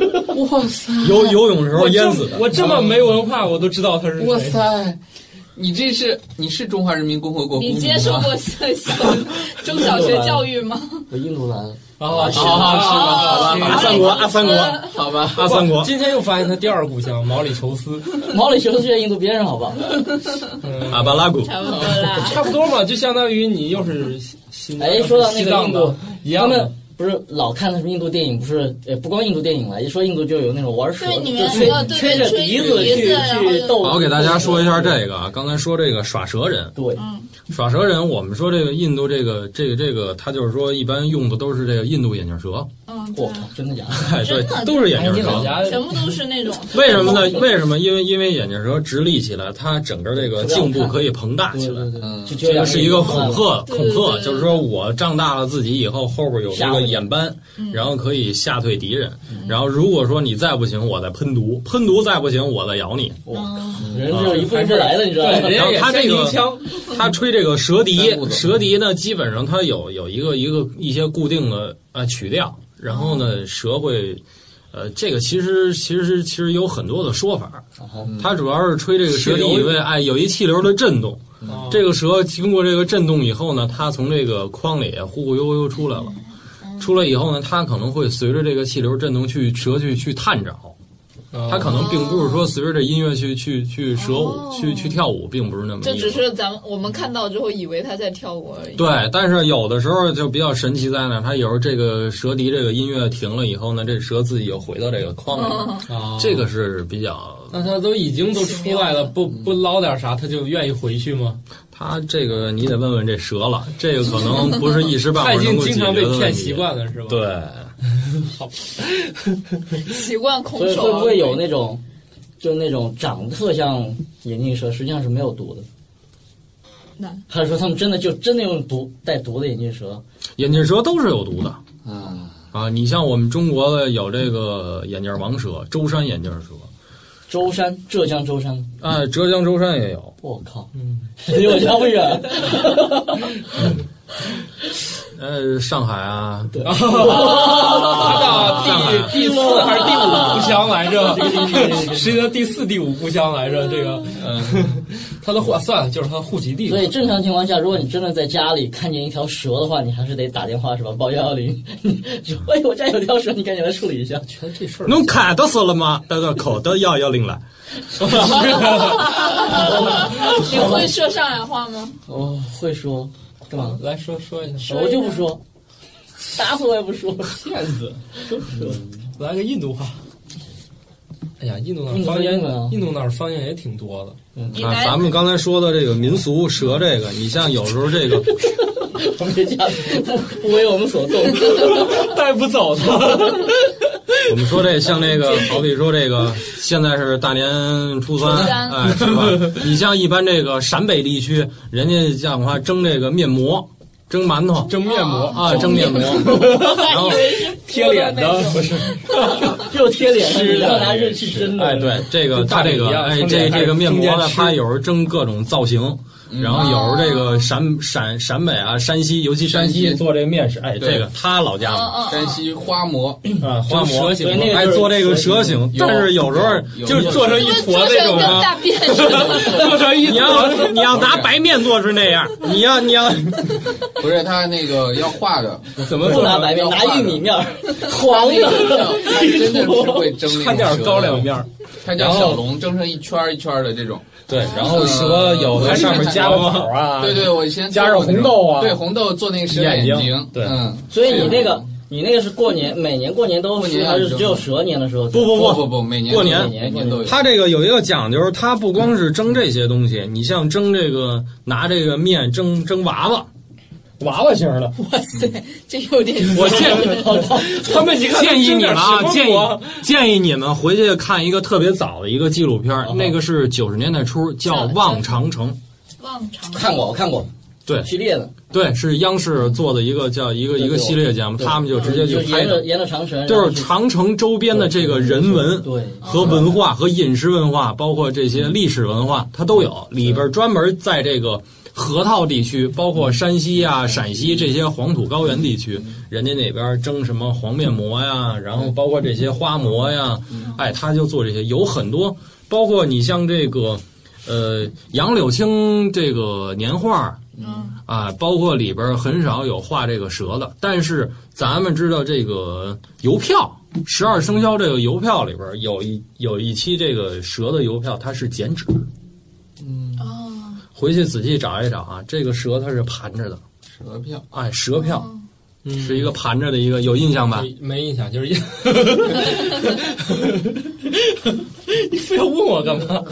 Speaker 7: 游游泳时候
Speaker 1: 我这
Speaker 7: 淹死的。
Speaker 1: 我这么没文化，我都知道他是
Speaker 2: 哇
Speaker 1: 谁。
Speaker 2: 塞！你这是你是中华人民共和国公民
Speaker 6: 你
Speaker 2: 吗？
Speaker 6: 接受过小小 中小学教育吗？
Speaker 4: 我印度来的，
Speaker 1: 啊，是
Speaker 2: 啊是
Speaker 1: 啊
Speaker 2: 啊
Speaker 7: 三国啊，三国啊，
Speaker 2: 好吧？
Speaker 7: 三国，
Speaker 1: 今天又发现他第二故乡毛里求斯，
Speaker 4: 毛里求斯就在印度边上，好 不好？
Speaker 1: 嗯
Speaker 7: 阿巴拉古。
Speaker 6: 差不多啦。
Speaker 1: 差不多嘛，就相当于你又是西西
Speaker 4: 哎，说到那
Speaker 1: 西
Speaker 4: 个
Speaker 1: 藏
Speaker 4: 印
Speaker 1: 的
Speaker 4: 度，
Speaker 1: 一样
Speaker 4: 他
Speaker 1: 的
Speaker 4: 们。不是老看的什么印度电影，不是，呃，不光印度电影了，一说印度就有那种玩蛇，
Speaker 6: 对
Speaker 4: 就
Speaker 6: 你们
Speaker 4: 吹
Speaker 6: 哦对
Speaker 4: 吹着
Speaker 6: 吹笛
Speaker 4: 笛子
Speaker 6: 子
Speaker 4: 去
Speaker 6: 然后
Speaker 4: 去
Speaker 6: 就
Speaker 4: 逗。
Speaker 7: 好，我给大家说一下这个啊，刚才说这个耍蛇人，
Speaker 4: 对，
Speaker 6: 嗯
Speaker 7: 耍蛇人，我们说这个印度这个这个这个，他就是说一般用的都是这个印度眼镜蛇，
Speaker 6: 嗯，对
Speaker 4: 我，靠，真的假的？
Speaker 7: 哎，对
Speaker 6: 真的，
Speaker 7: 都是眼
Speaker 1: 哎，你
Speaker 7: 镜
Speaker 1: 老
Speaker 7: 蛇。
Speaker 1: 家
Speaker 6: 全部都是那种
Speaker 7: 为什么呢？为什么？因为因为眼镜蛇直立起来，它整个这个颈部可以膨大
Speaker 4: 对
Speaker 7: 起来
Speaker 4: 对。对，
Speaker 2: 嗯
Speaker 4: 就就
Speaker 7: 这个
Speaker 4: 两
Speaker 7: 是一个
Speaker 4: 人
Speaker 7: 恐吓，
Speaker 6: 对
Speaker 7: 恐
Speaker 6: 对
Speaker 7: 吓
Speaker 6: 对
Speaker 7: 就是说我长大了自己以后后边有这个眼斑，然后可以吓退敌人。然后如果说你再不行，我再喷毒，喷毒再不行，我再咬你。嗯
Speaker 4: 人就一步一步来的，你知道吗
Speaker 1: 对，？人家也
Speaker 7: 然后他这个
Speaker 1: 鸣枪，
Speaker 7: 他吹这个蛇笛
Speaker 2: 三步，走
Speaker 7: 蛇笛呢，基本上它有有一个一个一些固定的啊曲调，然后呢，蛇会，呃，这个其实其实其实有很多的说法，
Speaker 4: 啊
Speaker 7: 它主要是吹这个蛇笛
Speaker 1: 气
Speaker 7: 以
Speaker 1: 流
Speaker 7: 外，哎，有一气流的震动，嗯这
Speaker 1: 个
Speaker 7: 个蛇经过这个震动以后呢，它从这个框里忽忽悠悠出来了。
Speaker 6: 嗯
Speaker 7: 出来以后呢，它可能会随着这个气流震动去蛇去去探
Speaker 1: 哦
Speaker 7: 找，它可能并不是说随着这音乐去去去蛇舞、去去跳舞，并不是那么一回
Speaker 6: 这
Speaker 4: 嗯
Speaker 7: 事。
Speaker 6: 哦只是咱们我们看到之后以为他在跳舞而已。
Speaker 7: 对，但是有的时候就比较神奇在哪，它有时候这个蛇笛这个音乐停了以后呢，这蛇自己又回到这个框里面，
Speaker 6: 哦
Speaker 7: 这个是比较，
Speaker 1: 哦那他都已经都出来了，不不捞点啥，他就愿意回去吗？
Speaker 7: 它这个你得问问这蛇了，这个可能不是一时半会
Speaker 1: 他
Speaker 7: 儿
Speaker 1: 已经
Speaker 7: 能够解
Speaker 1: 经
Speaker 7: 决的
Speaker 1: 常被
Speaker 7: 问题。
Speaker 1: 骗习惯了，是吧？，
Speaker 7: 对，
Speaker 6: 习惯空
Speaker 4: 所以
Speaker 6: 手啊而
Speaker 4: 会不
Speaker 6: 归
Speaker 4: 会有那种，就那种长得特像眼镜蛇，实际上是没有毒的？
Speaker 6: 那
Speaker 4: 还是说他们真的就真的用毒带毒的眼镜蛇？
Speaker 7: 眼镜蛇都是有毒的
Speaker 2: 啊，
Speaker 7: 啊！你像我们中国的有这个眼镜王蛇、舟山眼镜蛇，
Speaker 4: 舟山，浙江舟山，
Speaker 7: 啊，浙江舟山也有。
Speaker 4: 我靠，
Speaker 1: 嗯，
Speaker 4: 离我家不 远。
Speaker 7: 呃，上海啊，
Speaker 1: 他到第第四还是第五故乡来着？实际上第四、第五故乡来着，这个
Speaker 2: 嗯，
Speaker 1: 它的户算就是它的户籍地嘛
Speaker 4: 所。以正常情况下，如果你真的在家里看见一条蛇的话，你还是得打电话是吧？报幺幺零，说哎，我家有条蛇，你赶紧来处理一下。
Speaker 1: 觉得这事儿
Speaker 10: 侬看到说了吗？那个口都幺幺零了，
Speaker 6: 你会说上海话吗？
Speaker 4: 哦，会说，干嘛？
Speaker 1: 来说说一下
Speaker 4: 我就不说，打死我也不说。
Speaker 1: 骗子，来个印度话。哎呀，印度那儿
Speaker 4: 印度说
Speaker 1: 方言
Speaker 4: 英文啊，
Speaker 1: 印度那儿方言也挺多的。
Speaker 6: 你
Speaker 7: 啊，
Speaker 6: 来
Speaker 7: 咱们刚才说的这个民俗蛇这个，你像有时候 这个，
Speaker 4: 我 们这家不不为我们所动。
Speaker 1: 带不走的。
Speaker 7: 我们说这像这 个，好比说这个，现在是大年初
Speaker 6: 初
Speaker 7: 三，
Speaker 6: 三
Speaker 7: 哎，是吧？ 你像一般这个陕北地区，人家讲话蒸这个面膜，蒸馒头，
Speaker 1: 蒸面膜，
Speaker 7: 啊，蒸面
Speaker 6: 哎
Speaker 7: 膜，然后
Speaker 1: 贴脸的不是
Speaker 4: 又贴脸了，你要拿热气蒸的。
Speaker 7: 哎，对，这个
Speaker 1: 跟嗯大
Speaker 7: 它这
Speaker 1: 饼一
Speaker 7: 个
Speaker 1: 样
Speaker 7: 哎，
Speaker 1: 从
Speaker 7: 这
Speaker 1: 脸开
Speaker 7: 这
Speaker 1: 始
Speaker 7: 个面
Speaker 1: 中间
Speaker 7: 膜呢，
Speaker 1: 吃嗯
Speaker 7: 它有时候蒸各种造型，然后有时候这个陕陕陕北啊、山西，尤其山西
Speaker 2: 山西
Speaker 7: 做这个面食，哎，
Speaker 2: 对
Speaker 7: 这个他老家嘛，
Speaker 2: 山西花馍，
Speaker 7: 啊，花馍
Speaker 1: 蛇形
Speaker 4: 对那个
Speaker 7: 哎
Speaker 4: 就是
Speaker 7: 做这个蛇形，
Speaker 2: 有
Speaker 7: 但是有时候
Speaker 2: 有
Speaker 7: 就是
Speaker 2: 有
Speaker 7: 做成
Speaker 6: 因
Speaker 7: 一
Speaker 6: 为
Speaker 7: 坨
Speaker 6: 做
Speaker 7: 那
Speaker 6: 成
Speaker 7: 种
Speaker 6: 跟
Speaker 7: 啊。
Speaker 6: 大便似的，
Speaker 1: 做成一
Speaker 10: 你要 你要拿白面做是那样，你要你要
Speaker 2: 不是他那个要化的，
Speaker 1: 怎么
Speaker 4: 不
Speaker 1: 做
Speaker 4: 拿
Speaker 1: 成
Speaker 4: 白面，拿玉米面儿，黄的。
Speaker 2: 他真的是会蒸那
Speaker 1: 差
Speaker 2: 个
Speaker 1: 点
Speaker 2: 蛇
Speaker 1: 高粱，面儿，
Speaker 2: 他叫小龙，蒸成一圈儿一圈儿的这种。
Speaker 7: 对，然后蛇
Speaker 1: 嗯
Speaker 7: 有的上面加个草啊，
Speaker 2: 对对，我以前
Speaker 7: 加上
Speaker 2: 做过那种
Speaker 7: 红豆啊
Speaker 2: 对红豆做那个蛇
Speaker 7: 眼睛
Speaker 2: 睛，
Speaker 7: 对
Speaker 2: 嗯，
Speaker 4: 所以你那个，你那个是过年，每年过年都
Speaker 2: 过
Speaker 4: 是
Speaker 2: 年
Speaker 4: 还是
Speaker 2: 就
Speaker 4: 只有蛇年的时候？
Speaker 7: 不不
Speaker 2: 不
Speaker 7: 不，
Speaker 2: 不不，每年
Speaker 7: 过
Speaker 2: 都
Speaker 7: 年
Speaker 2: 有每年都有。
Speaker 7: 它这个有一个讲究，它不光是蒸这些东西，你像蒸这个拿这个面蒸蒸娃娃，娃娃型的，
Speaker 3: 哇塞，这有点
Speaker 7: 我建
Speaker 1: 他们一看
Speaker 7: 建议你们啊，
Speaker 1: 蒸点什
Speaker 7: 建
Speaker 1: 么
Speaker 7: 议
Speaker 1: 馍
Speaker 7: 建议你们回去看一个特别早的一个纪录片儿，
Speaker 1: 哦
Speaker 7: 那个是九十年代初，叫《望长城》。
Speaker 6: 望长
Speaker 4: 看过，我看过。
Speaker 7: 对
Speaker 4: 系列的，
Speaker 7: 对，是央视做的一个叫一个
Speaker 4: 对
Speaker 7: 一个
Speaker 4: 对
Speaker 7: 系列节目，
Speaker 4: 对
Speaker 7: 他们就直接去
Speaker 4: 就
Speaker 7: 拍
Speaker 4: 沿着
Speaker 7: 的，
Speaker 4: 沿着长城，
Speaker 7: 就是
Speaker 4: 长
Speaker 7: 长城周边的这个人文
Speaker 4: 对
Speaker 7: 和文化和饮食文化，包括这些历史文化，它都有。里边专门在这个河套地区，包括山西啊、陕西这些黄土高原地区，人家那边蒸什么黄面馍呀，然后包括这些花馍呀，哎，他就做这些，有很多，包括你像这个。呃，杨柳青这个年画儿，
Speaker 6: 嗯
Speaker 7: 啊，包括里边儿很少有画这个蛇的，但是咱们知道这个邮票，十二生肖这个邮票里边儿有一有一期这个蛇的邮票，它是剪纸，
Speaker 6: 哦，
Speaker 7: 回去仔细找一找啊，这个蛇它是盘着的，
Speaker 2: 蛇票，
Speaker 7: 哎，蛇票
Speaker 6: 哦
Speaker 7: 是一
Speaker 1: 个
Speaker 7: 个盘着的一个，有印象吧？
Speaker 1: 嗯没印象，就是印。 你非要问我干嘛？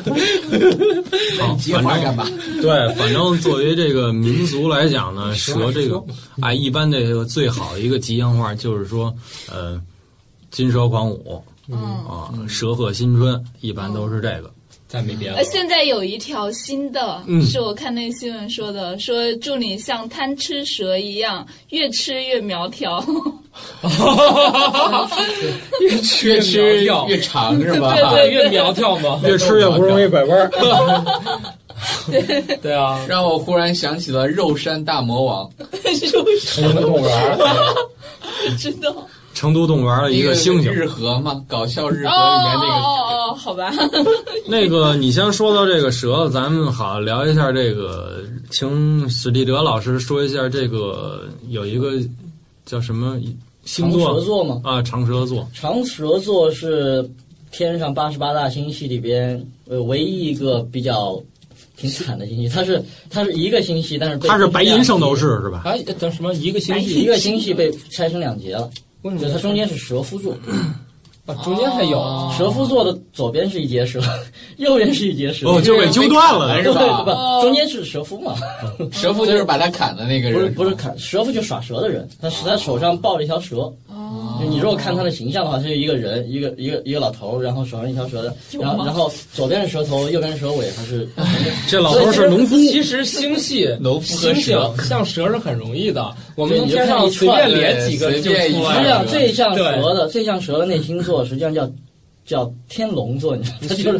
Speaker 7: 好，
Speaker 2: 结
Speaker 7: 反
Speaker 2: 块
Speaker 7: 正
Speaker 2: 干嘛？
Speaker 7: 对，反正作为这个民族来讲呢，蛇这个
Speaker 1: 蛇
Speaker 7: 哎，一般这个最好的一个吉祥话就是说，呃，金蛇狂舞
Speaker 6: 嗯，
Speaker 7: 啊，蛇贺新春，一般都是这个。
Speaker 1: 再没别的
Speaker 6: 呃，。现在有一条新的，是我看那个新闻说的，说祝你像贪吃蛇一样，越吃越苗条。
Speaker 1: 越吃
Speaker 2: 越吃
Speaker 1: 苗条
Speaker 2: 越长是吧？
Speaker 6: 对对
Speaker 1: 越苗条吗？
Speaker 7: 越吃越不容易拐弯儿。
Speaker 1: 对啊，
Speaker 2: 让我忽然想起了肉山大魔王，
Speaker 7: 成都动物园，
Speaker 6: 知道？
Speaker 7: 成都动物园的一个星星。
Speaker 2: 日和嘛，搞笑日
Speaker 6: 哦
Speaker 2: 和里
Speaker 6: 哦
Speaker 2: 面那个
Speaker 6: 哦哦，好吧。
Speaker 7: 那个，你先说到这个蛇，咱们好聊一下这个，请史蒂德老师说一下这个有一个叫什么星
Speaker 4: 蛇
Speaker 7: 座
Speaker 4: 座嘛，
Speaker 7: 啊，长蛇座。
Speaker 4: 长蛇座是天上八十八大星系里边呃唯一一个比较挺惨的星系，它是它是一个星系，但是被
Speaker 7: 它是
Speaker 4: 分成
Speaker 7: 白
Speaker 4: 两
Speaker 7: 银圣斗
Speaker 4: 节
Speaker 7: 士是吧？
Speaker 1: 哎，叫什么？一个星期
Speaker 4: 哎一个星系被拆成两截了，
Speaker 1: 为什
Speaker 4: 就
Speaker 1: 么
Speaker 4: 它中间是蛇夫座，
Speaker 7: 哦
Speaker 1: 啊，中间还有啊
Speaker 4: 蛇夫座的左边是一截蛇，右边是一截蛇，
Speaker 7: 哦，就被揪断了
Speaker 2: 对
Speaker 4: 对
Speaker 2: 是
Speaker 4: 对
Speaker 2: 吧
Speaker 4: 吧？中间是蛇夫嘛，
Speaker 2: 蛇夫，就是把他砍的那个
Speaker 4: 不是
Speaker 2: 人，
Speaker 4: 不是砍蛇夫就耍蛇的人，他是他手上抱着一条
Speaker 7: 哦
Speaker 4: 蛇，
Speaker 6: 哦
Speaker 4: 就你如果看他的形象的话，他就一个人，一个一个一个老头，然后手上一条蛇的，然后然后左边是蛇头，右边是蛇尾，还 是
Speaker 7: 这老头是农夫，
Speaker 1: 其实星系、
Speaker 2: 农夫和
Speaker 1: 星星
Speaker 2: 蛇
Speaker 1: 像蛇是很容易的，我们
Speaker 4: 对
Speaker 1: 从
Speaker 4: 你就
Speaker 1: 天
Speaker 4: 看
Speaker 1: 上
Speaker 4: 一
Speaker 1: 随
Speaker 4: 串
Speaker 1: 便连几个
Speaker 2: 对
Speaker 1: 就
Speaker 2: 随便一
Speaker 1: 出
Speaker 4: 实
Speaker 1: 来
Speaker 4: 际
Speaker 1: 了
Speaker 4: 上。最像
Speaker 1: 对
Speaker 4: 蛇的最像蛇的那星座，实际上叫叫天龙座，你知道吗？它就是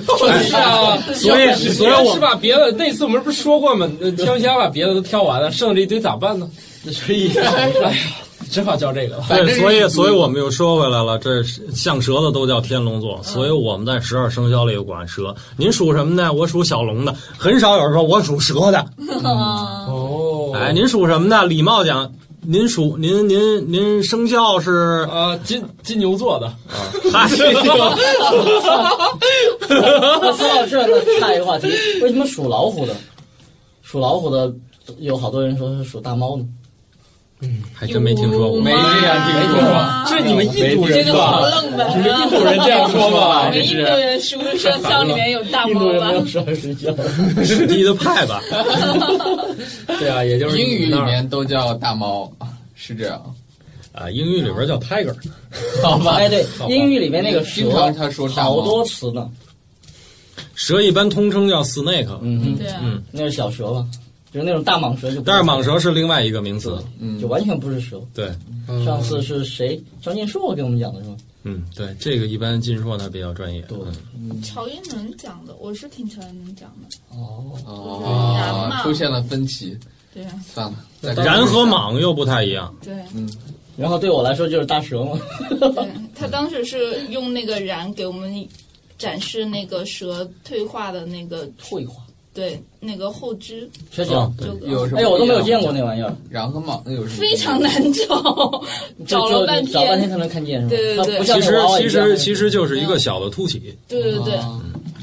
Speaker 1: 是
Speaker 4: 哎
Speaker 1: 啊，
Speaker 7: 所以所以我
Speaker 1: 是把别的那次我们不是说过吗？呃挑虾把别的都挑完了，剩这一堆咋办呢？
Speaker 4: 所以
Speaker 1: 哎呀，只好叫这个了。
Speaker 7: 对，所以所以我们又说回来了，这是像蛇的都叫天龙座，所以我们在十二生肖里管蛇。您属什么的？我属小龙的，很少有人说我属蛇的。
Speaker 1: 哦，
Speaker 7: 哎，您属什么的？礼貌讲，您属您您您生肖 是
Speaker 1: 啊金金牛座的
Speaker 7: 啊，
Speaker 1: 嗨
Speaker 4: 我说到这儿呢，岔一个话题，为什么属老虎的，属老虎的有好多人说是属大猫呢？
Speaker 7: 还真没听说过，
Speaker 2: 没这样听说
Speaker 6: 啊
Speaker 2: 过，
Speaker 1: 啊这是你们印度人
Speaker 3: 这个好
Speaker 1: 吧？
Speaker 3: 愣吧？
Speaker 1: 你们印度人这样说 吧？这
Speaker 3: 印度
Speaker 1: 是
Speaker 3: 人是不是生肖里面有大
Speaker 4: 印
Speaker 3: 猫
Speaker 4: 度人
Speaker 3: 吧
Speaker 4: 没？有十二生肖，
Speaker 7: 史蒂的派吧？
Speaker 1: 对啊，也就是
Speaker 2: 英语里
Speaker 1: 那儿
Speaker 2: 面都叫大猫，是这样，
Speaker 7: 啊，英语里边叫 tiger，
Speaker 2: 好吧？
Speaker 4: 哎，对，英语里面那个蛇
Speaker 2: 经常他说大猫
Speaker 4: 好多词呢，
Speaker 7: 蛇一般通称叫 snake，
Speaker 4: 嗯，
Speaker 3: 对啊，
Speaker 7: 嗯
Speaker 4: 那是小蛇吧，就是那种大蟒蛇就不，
Speaker 7: 但是蟒蛇是另外一个名词。
Speaker 2: 嗯
Speaker 4: 就，完全不是蛇。
Speaker 7: 对，
Speaker 4: 上次是谁？张建硕给我们讲的是吗？
Speaker 7: 嗯，对，这个一般金硕他比较专业。
Speaker 4: 对
Speaker 7: 嗯
Speaker 6: 乔伊能讲的，我是挺乔伊能讲的，
Speaker 4: 哦，
Speaker 6: 然
Speaker 2: 哦
Speaker 6: 嘛，
Speaker 2: 出现了分歧，
Speaker 6: 对啊，
Speaker 2: 算了，再
Speaker 7: 然和蟒又不太一样，
Speaker 6: 对。啊
Speaker 4: 然后对我来说就是大蛇嘛。
Speaker 6: 对嗯他当时是用那个燃给我们展示那个蛇退化的那个
Speaker 4: 退化，
Speaker 6: 对那个后肢，
Speaker 4: 蛇颈。
Speaker 7: 对
Speaker 6: 就
Speaker 2: 有什么？
Speaker 4: 哎呦，我都没有见过。那玩意儿，
Speaker 2: 然和蟒有什么？
Speaker 6: 非常。难找，
Speaker 4: 就
Speaker 6: 找了半
Speaker 4: 就找半天
Speaker 6: 天，
Speaker 4: 才能看见是吗？
Speaker 6: 对对对
Speaker 4: 它不像
Speaker 7: 其
Speaker 4: 那
Speaker 7: 实
Speaker 4: 娃娃一
Speaker 7: 其
Speaker 4: 样
Speaker 7: 实其实就是一个小的凸起，
Speaker 6: 对对对，
Speaker 2: 啊